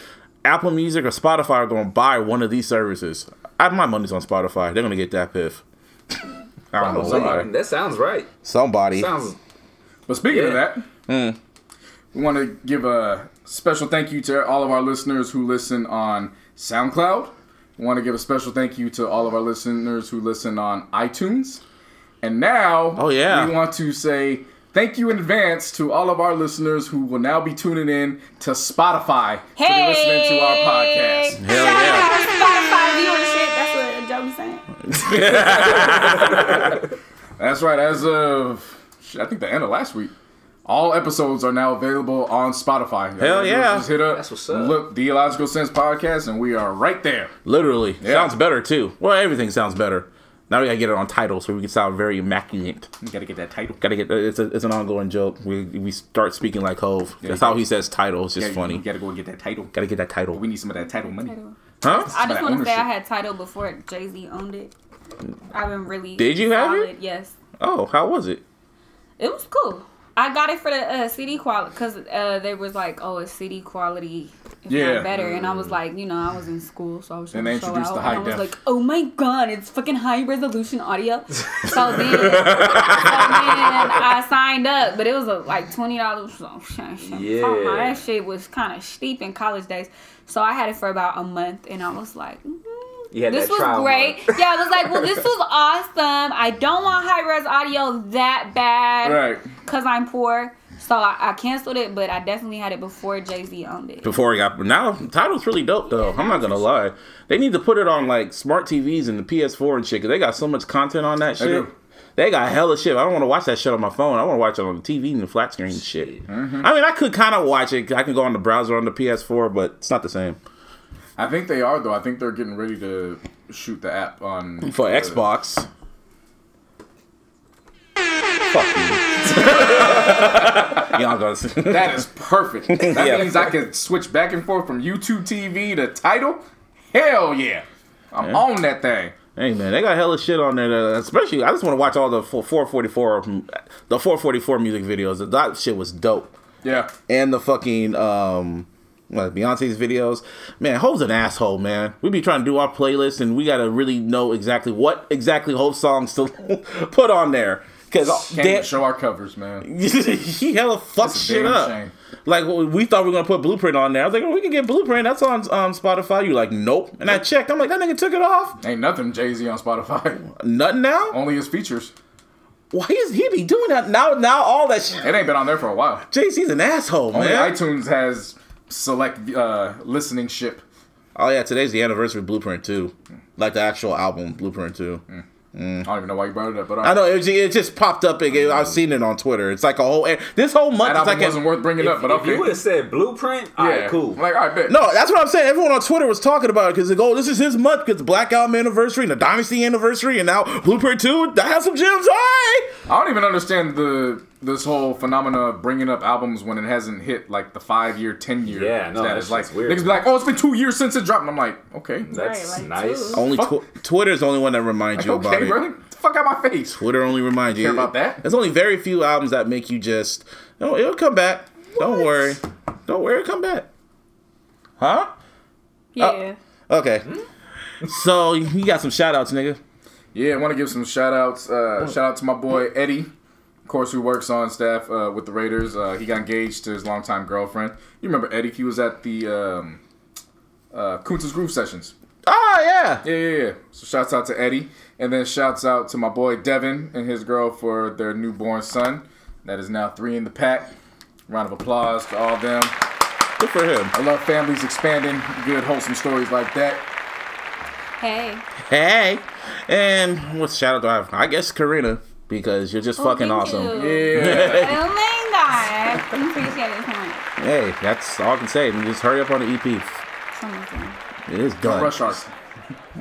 Apple Music or Spotify are going to buy one of these services. I, my money's on Spotify. They're going to get that piff. I don't know Probably. I mean, somebody. that sounds right. Somebody. Sounds But speaking of Yeah. that, Mm. we want to give a special thank you to all of our listeners who listen on SoundCloud. We want to give a special thank you to all of our listeners who listen on iTunes. And now, Oh, yeah. we want to say thank you in advance to all of our listeners who will now be tuning in to Spotify to be listening to our podcast. Hell yeah. Spotify viewership. That's what Joe's saying. That's right. As of shit, I think the end of last week, all episodes are now available on Spotify. Hell yeah. Just hit up. That's what's up. Look, the Illogical Sense podcast, and we are right there. Literally. Sounds better, too. Well, everything sounds better. Now we got to get it on title so we can sound very immaculate. You gotta get that title. Gotta get uh, it's, a, it's an ongoing joke. We, we start speaking like Hove. That's how he says title. It's just funny. You gotta go and get that title. Gotta get that title. We need some of that title money. Huh? I just About want to say I ownership. had title before Jay Z owned it. I've been really. Did you have it? solid, Yes, Oh, how was it? it was cool. I got it for the uh, CD quality because uh, they was like, "Oh, it's CD quality, if Yeah. not better." And I was Mm. like, you know, I was in school, so I was trying And they to show introduced out. the and I high was def. like, "Oh my god, it's fucking high resolution [laughs] audio." so then, so then I signed up, but it was uh, like twenty dollars. So, Yeah. that shit was kind of steep in college days. So I had it for about a month, and I was like. "Mm, You had this that trial was great. run. Yeah, I was like, well, this was awesome. I don't want high res audio that bad Right. because I'm poor. So I, I canceled it, but I definitely had it before Jay Z owned Oh. it. before he got now title's really dope though i'm not gonna lie they need to put it on like smart tvs and the ps4 and shit because they got so much content on that shit do. they got hella shit i don't want to watch that shit on my phone i want to watch it on the tv and the flat screen and shit Mm-hmm. i mean i could kind of watch it i can go on the browser on the ps4 but it's not the same I think they are though. I think they're getting ready to shoot the app on for uh, xbox fuck you [laughs] y'all gonna see That is [laughs] perfect. That Yeah. means I can switch back and forth from YouTube TV to title. Hell yeah, I'm on that thing. Hey man, they got hella shit on there. That, especially, I just want to watch all the four- 444, m- the 444 music videos. That shit was dope. Yeah. And the fucking um, what, Beyonce's videos. Man, Hove's an asshole, man. We be trying to do our playlist, and we gotta really know exactly what exactly Hove songs to [laughs] put on there. Cause Can't even damn, show our covers, [laughs] man. he hella fucks That's a shit damn up. shame. Like we- we thought we were gonna put Blueprint on there. I was like, oh, we can get Blueprint. That's on um, Spotify. You like, nope. And I checked. I'm like, that nigga took it off. Ain't nothing Jay Z on Spotify. [laughs] Nothing now. Only his features. Why is he be doing that now? Now all that shit. It ain't been on there for a while. Jay Z's an asshole, Oh, Only man. iTunes has select uh, listening ship. oh yeah, today's the anniversary of Blueprint Two, like the actual album Blueprint Two. I don't even know why you brought it up, but uh, I know it, ju- it just popped up. and it- I've seen it on Twitter. It's like a whole eh, this whole month. that It's album like a- wasn't worth bringing up. But if okay, you would have said blueprint, all right, cool. I'm like, all right, bet. no, that's what I'm saying. Everyone on Twitter was talking about it because like, oh, this is his month because Black Album anniversary and the Dynasty anniversary, and now Blueprint Two. That has some gems. All right. I don't even understand the this whole phenomena of bringing up albums when it hasn't hit like the five year, ten year. Yeah, no, status. that's like just weird. niggas be like, oh, it's been two years since it dropped, and I'm like, okay, That's Right, like nice. two. Only tw- Twitter's the only one that reminds you about [laughs] okay, it. bro, Get the fuck out my face. Twitter only reminds you Care about that? There's only very few albums that make you just. No, it'll come back. Don't worry. Don't worry. It'll come back. Huh? Yeah. Okay. So you got some shout outs, nigga. Yeah, I want to give some shout outs. Uh, shout out to my boy Eddie, of course, who works on staff uh, with the Raiders. Uh, he got engaged to his longtime girlfriend. You remember Eddie? He was at the um, uh, Kuntz's Groove Sessions. Oh yeah. Yeah, yeah, yeah. So shouts out to Eddie, and then shouts out to my boy Devin and his girl for their newborn son, that is now three in the pack. Round of applause to all of them. Good for him. I love families expanding. Good wholesome stories like that. Hey. Hey. And what shout out do I have? I guess Karina because you're just fucking Oh, thank awesome. you. Yeah. Oh my god. I appreciate it so Hey, much. that's all I can say. Just hurry up on the EP. Something. It is done. Rush hours.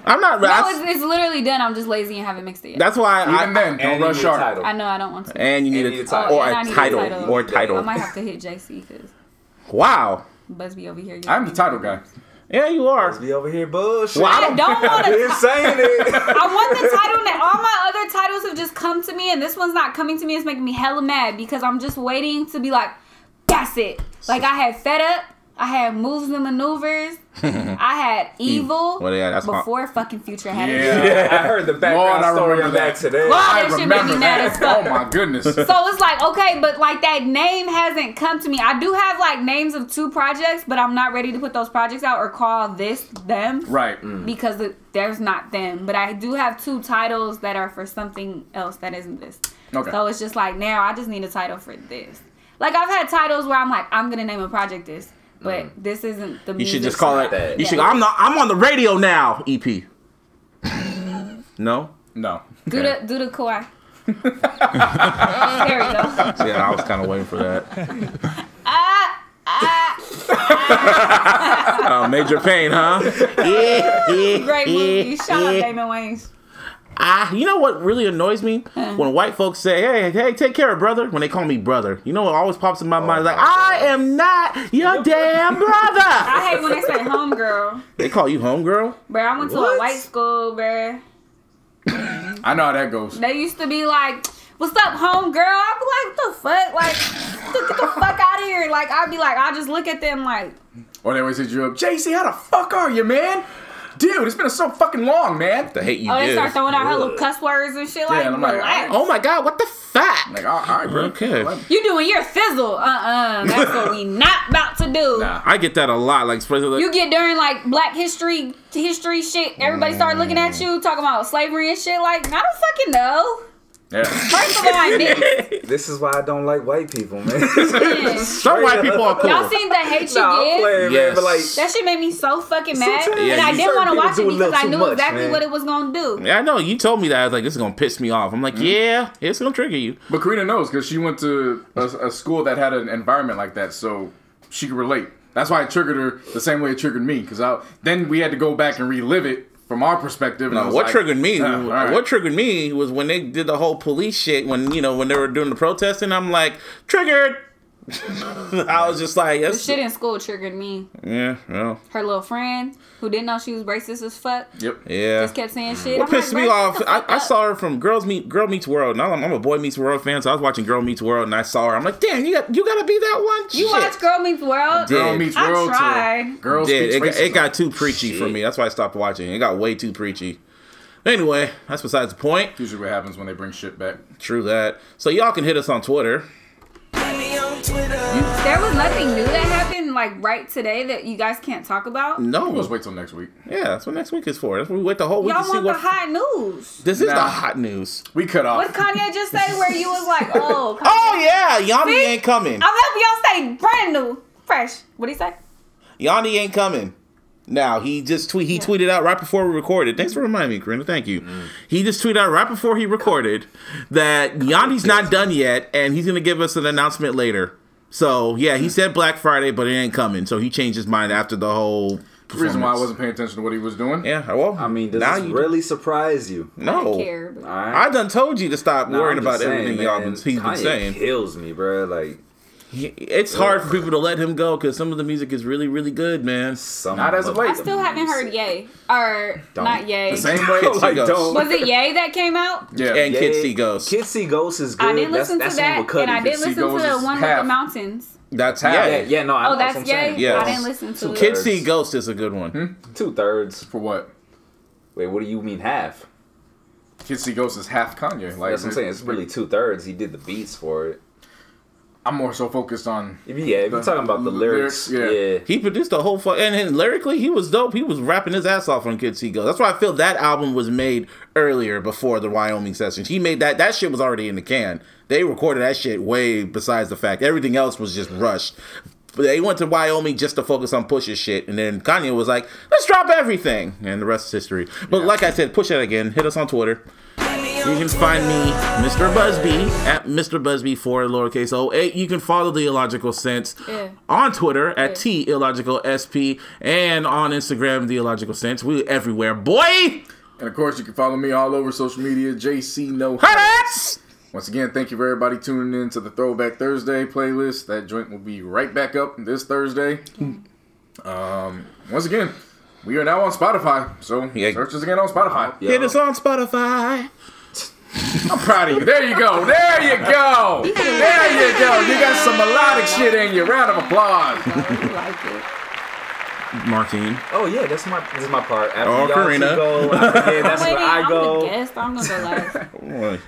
I'm not. No, that's, it's, it's literally done. I'm just lazy and haven't mixed it yet. that's why I. Even then, And don't you rush need a hard. title. I know I don't want to. and you need, need a, a title. or And a I need a title, title. or a I title. might have to hit JC because Wow. Busby over here. I'm the title guy. Yeah, you are. Be over here, bullshit. Well, I I don't- don't [laughs] want to. Been saying [laughs] it. I want the title now. All my other titles have just come to me, and this one's not coming to me. It's making me hella mad because I'm just waiting to be like, that's it. Like I had fed up. I had moves [laughs] and maneuvers. I had evil Well, yeah, that's- before fucking Future had it. Yeah. I heard the background Lord, I story remember on that that. today. Lord, that I shit made remember me mad as that. fuck. Oh my goodness. So it's like, okay, but like that name hasn't come to me. I do have like names of two projects, but I'm not ready to put those projects out or call this them. right. Mm. Because it, there's not them. But I do have two titles that are for something else that isn't this. Okay. So it's just like, now I just need a title for this. Like I've had titles where I'm like, I'm going to name a project this, but this isn't the Mm. You should just call it. that. You should. I'm not. I'm on the radio now. EP. no. No. Do the, do [laughs] the Kawhi. there we go. Yeah, I was kind of waiting for that. Ah, ah. Uh, major pain, huh? [laughs] yeah, yeah, Great movie. yeah, Shout out yeah. Damon Wayans. Ah, you know what really annoys me when white folks say, "Hey, hey, take care of brother." When they call me brother, you know what always pops in Oh, my mind? Like, I am not your damn [laughs] brother. I hate when they say homegirl. they call you homegirl. Bruh, I went to a What? white school, bruh. I know how that goes. They used to be like, What's up, homegirl? I'd be like, What the fuck? Like, get the fuck out of here. Like, I'd be like, I just look at them like, Or they always hit you up, JC, how the fuck are you, man? Dude, it's been so fucking long, man. The hate you Oh, they give. start throwing out her little cuss words and shit. Like, and I'm like, relax. oh my god, what the fuck? Like, all all right, bro. okay. You doing your thizzle. Uh uh That's what [laughs] we not about to do. Nah. I get that a lot. Like, especially like, You get during like black history history shit, everybody start looking Mm. at you, talking about slavery and shit. Like, I don't fucking know. Yeah. First of all, I didn't. [laughs] This is why I don't like white people, man. [laughs] some [laughs] white people are cool. Y'all seen the hate you nah, I'm give? playing, man. But like, Yes. That shit made me so fucking mad, Sometimes- Yeah, and I you- didn't want to certain watch it people do a because I little knew too much, exactly man. what it was gonna do. Yeah, I know. You told me that. I was like, this is gonna piss me off. I'm Mm-hmm. like, yeah, it's gonna trigger you. But Karina knows because she went to a, a school that had an environment like that, so she could relate. That's why it triggered her the same way it triggered me. Because then we had to go back and relive it from our perspective. And it No, was what like, triggered me? "Ah, all right." What triggered me was when they did the whole police shit. When you know when they were doing the protesting, I'm like triggered. [laughs] I was just like, The that's, shit in school triggered me. yeah, yeah, Her little friend who didn't know she was racist as fuck Yep. yeah. just kept saying shit. What I'm like, pissed me "Bruh, off? shut the fuck I, I up." saw her from Girls Meet Girl Meets World. Now I'm, I'm a Boy Meets World fan, so I was watching Girl Meets World, and I saw her. I'm like, damn, you got you gotta be that one. You watch Girl Meets World. did. Girl meets I world. to tried. Girl did. speaks It, got- it racism. got too preachy for me. That's why I stopped watching. It got way too preachy. Anyway, that's besides the point. Usually, what happens when they bring shit back? True that. So y'all can hit us on Twitter. There was nothing new that happened like right today that you guys can't talk about. No, Let's wait till next week. yeah, that's what next week is for. That's what we wait the whole week Y'all to see want the what. hot news? this is the Nah. hot news. We cut off. What did Kanye [laughs] just say? Where you was like, oh, Kanye. Oh yeah, Yanni See? ain't coming. I'm helping y'all stay brand new, fresh. What do you say? Yanni ain't coming. Now he just tweet. He tweeted out right before we recorded. Thanks for reminding me, Karina. Thank you. He just tweeted out right before he recorded that Yanni's not done yet, and he's gonna give us an announcement later. So yeah, he said Black Friday, but it ain't coming. So he changed his mind after the whole. the reason why I performance. wasn't paying attention to what he was doing. Yeah, well, I mean, does now this you really surprise you? I no don't care. But. All right. Oh. I done told you to stop Nah, worrying I'm just about saying, everything man, y'all been, he's been Kanye saying. kills me, bro. Like He- It's hard for people to let him go because some of the music is really, really good, man. some Not as of late. I still haven't heard Yay or not Yay. The Was same way. [laughs] Like, Goes. don't. it Yay that came out? yeah. And Yeah, Kids See Ghosts. Kids See Ghosts is good. I didn't That's- listen that's to one that, with Cuddy. and I didn't Seagull listen to was the just one with half. the mountains. That's How- Yeah, yeah. yeah, no. I Oh, know, that's what I'm Yay. saying. Yeah. I didn't listen to it. Kids Kids. See Ghost is a good one. Two thirds. For what? Wait, what do you mean half? Kids See Ghosts is half Kanye. Like That's what I'm saying. It's really two thirds. He did the beats for it. I'm more so focused on. If you- Yeah, if you're talking about the The lyrics, lyrics, yeah. yeah. He produced the whole fuck, and then lyrically, he was dope. He was rapping his ass off on Kids See Ghosts. That's why I feel that album was made earlier before the Wyoming sessions. He made that that shit was already in the can. They recorded that shit way besides the fact. Everything else was just rushed. But They went to Wyoming just to focus on Push's shit, and then Kanye was like, "Let's drop everything," and the rest is history. But like I said, push that again. Hit us on Twitter. You can find me, Mr. Busby, at Mr. Busby for lowercase o eight. You can follow the Illogical Sense Yeah. on Twitter at t illogical sp and on Instagram the illogical sense. We everywhere, boy. And of course, you can follow me all over social media. JC No. Products! Once again, thank you for everybody tuning in to the Throwback Thursday playlist. That joint will be right back up this Thursday. Um, once again, we are now on Spotify, so Yeah. search us again on Spotify. Yeah. Hit us on Spotify. I'm proud of you. There you go. There you go. There you go. You got some melodic shit in you. Round of applause. You like it. Martine. Oh yeah, that's my this is my part. After Oh, y'all two Karina. go, I- yeah, [laughs] that's where Wait, I I'm the go. guest. I'm gonna go [laughs] last.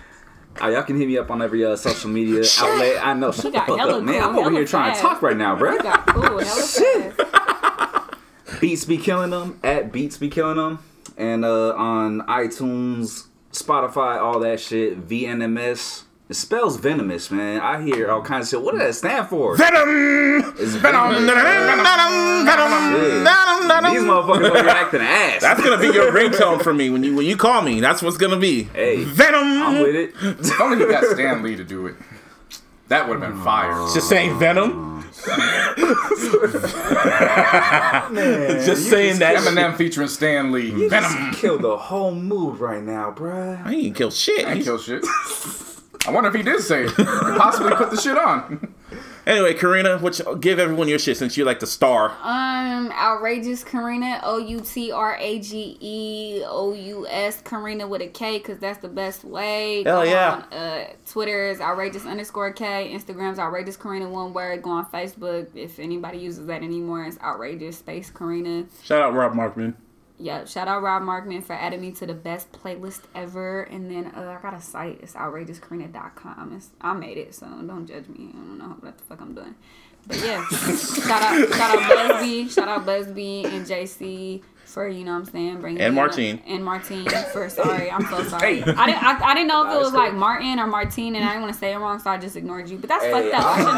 Uh, y'all can hit me up on every uh, social media outlet. I know. Shut the got fuck hella up, man. cool, I'm over hella here trying to fast. talk right now, You bruh. got cool. Hella fast. Beats be killing them. At Beats be killing them, and uh, on iTunes, Spotify, all that shit. VNMS. It spells venomous, man. I hear all kinds of shit. What does that stand for? Venom. It's venomous. Venom. Shit. Venom. These motherfuckers over [laughs] here acting ass. That's gonna be your ringtone for me when you when you call me. That's what's gonna be. Hey. Venom. I'm with it. If only he got Stan Lee to do it. That would have been fire. Just saying Venom. just saying that. shit. Eminem featuring Stan Lee. Venom. [laughs] Just kill the whole mood right now, bruh. I ain't kill shit. I ain't kill shit. I wonder if he did say it. Possibly put the shit on. Anyway, Karina, which give everyone your shit since you're like the star. Um, outrageous Karina, O U T R A G E O U S Karina with a K, cause that's the best way. Hell Go yeah. On, uh, Twitter is outrageous underscore K. Instagram's outrageous Karina one word. Go on Facebook if anybody uses that anymore. It's outrageous space Karina. Shout out Rob Markman. Yeah, shout out Rob Markman for adding me to the best playlist ever. And then uh, I got a site. It's outrageouskarina.com. It's, I made it, so don't judge me. I don't know what the fuck I'm doing. But yeah, [laughs] shout out, shout out Busby, shout out Busby and JC for you know what I'm saying bringing And me up. Martine. and Martine for sorry I'm so sorry I didn't I, I didn't know if it was like Martin or Martine and I didn't want to say it wrong so I just ignored you but that's fucked up I should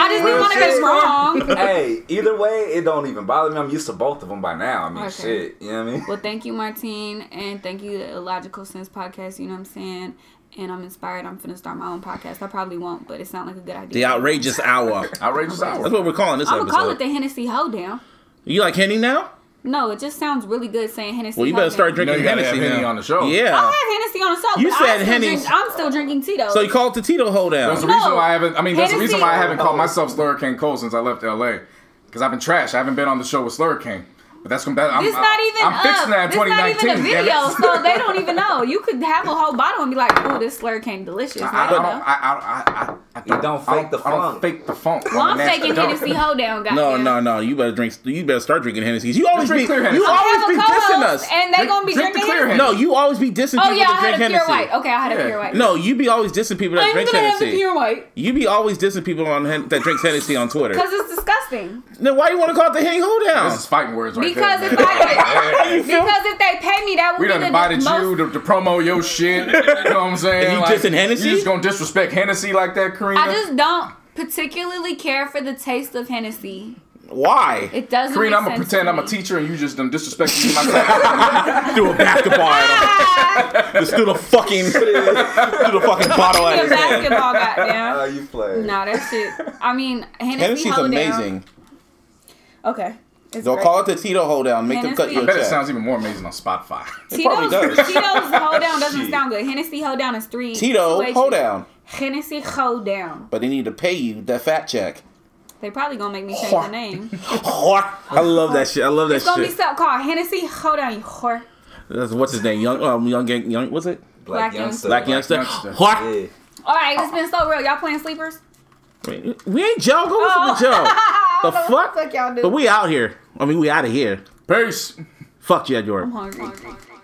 I just didn't want to I just didn't want to get wrong hey, either way, it don't even bother me. I'm used to both of them by now. I mean, Okay. shit. You know what I mean? Well, thank you, Martine, and thank you, the Illogical Sense Podcast. You know what I'm saying? And I'm inspired. I'm finna start my own podcast. I probably won't, but it sounds like a good idea. The outrageous hour. Outrageous That's hour. what we're calling this I'm gonna episode. call it the Hennessy Hoedown. you like Henny now? No, it just sounds really good saying Hennessy. Well, you better Hoedown. start drinking You know you gotta Hennessy have Henny now. on the show. Oh, I Yeah. have Hennessy on the show. You but said I'm still Henny's- drink- I'm still drinking Tito. So you call it the Tito That's the hoedown. No. reason why I haven't. I mean, that's the reason Hennessy. why I haven't called myself Slurricane Cole since I left LA, because I've been trash. I haven't been on the show with Slurricane. But that's gonna. That, I'm, This I'm- not even I'm up. fixing that in this not even 2019. a damn it. video, so they don't even know. You could have a whole bottle and be like, "Ooh, this slur came delicious." I, I They don't. don't know. I, I, I, I, I You don't I fake the I don't funk. fake the funk. well, I'm Nasty taking dog. Hennessy Hoedown, guys. No, no, no. You better drink. You better start drinking Hennessy. You always Drink be. clear You Hennessy. always be dissing us. and they gonna be Drink the drinking clear Hennessy. Hennessy. No, you always be dissing Oh people yeah, I that drink had a pure Hennessy. white. Okay, I had Yeah. a pure white. No, you be always dissing people that I'm drink gonna have a Hennessy. pure white You be always dissing people on Hen- that drinks Hennessy on [laughs] Twitter. because it's disgusting. Then why you want to call it the Henny hoedown? This is fighting words right Because there. [laughs] if man. I could, [laughs] because if they pay me, that would We be done the invited most. you to, to promo your shit. You know what I'm saying? And you dissing Hennessy? You just gonna disrespect Hennessy like that, Karina? I just don't particularly care for the taste of Hennessy. Why? It doesn't. Karina, make I'm gonna sense pretend to I'm a me. [laughs] teacher and you just done disrespecting me. [laughs] myself. threw a basketball at Ah, him. Just threw the fucking, [laughs] threw the fucking bottle [laughs] at give me a his head. basketball, goddamn. Oh, you play. Nah, that shit. I mean, Hennessy Hennessy's hold down. amazing. Okay. It's They'll great. call it the Tito hoedown. Make them cut Hennessy. your I bet it check. sounds even more amazing on Spotify. probably Tito's, does. Tito's hold down doesn't Shit. sound good. Hennessy hold down is three. two Tito H's. hoedown, Hennessy hold down. but they need to pay you that fat check. They probably gonna make me change the Whore. name. Whore. [laughs] I love that shit. I love that It's gonna be shit. something called Hennessy. Hold on, you whore. That's, what's his name? Young, um, young, gang, young. What's it? Black Black youngster. Black youngster. Youngster. Whore. Yeah. All right, Uh-uh. it's been so real. Y'all playing sleepers? Wait, We ain't Joe. Go listen to Joe. [laughs] The fuck? Oh. fuck y'all do. But we out here. I mean, we out of here. Peace. Fuck yeah, Jordan. I'm hungry.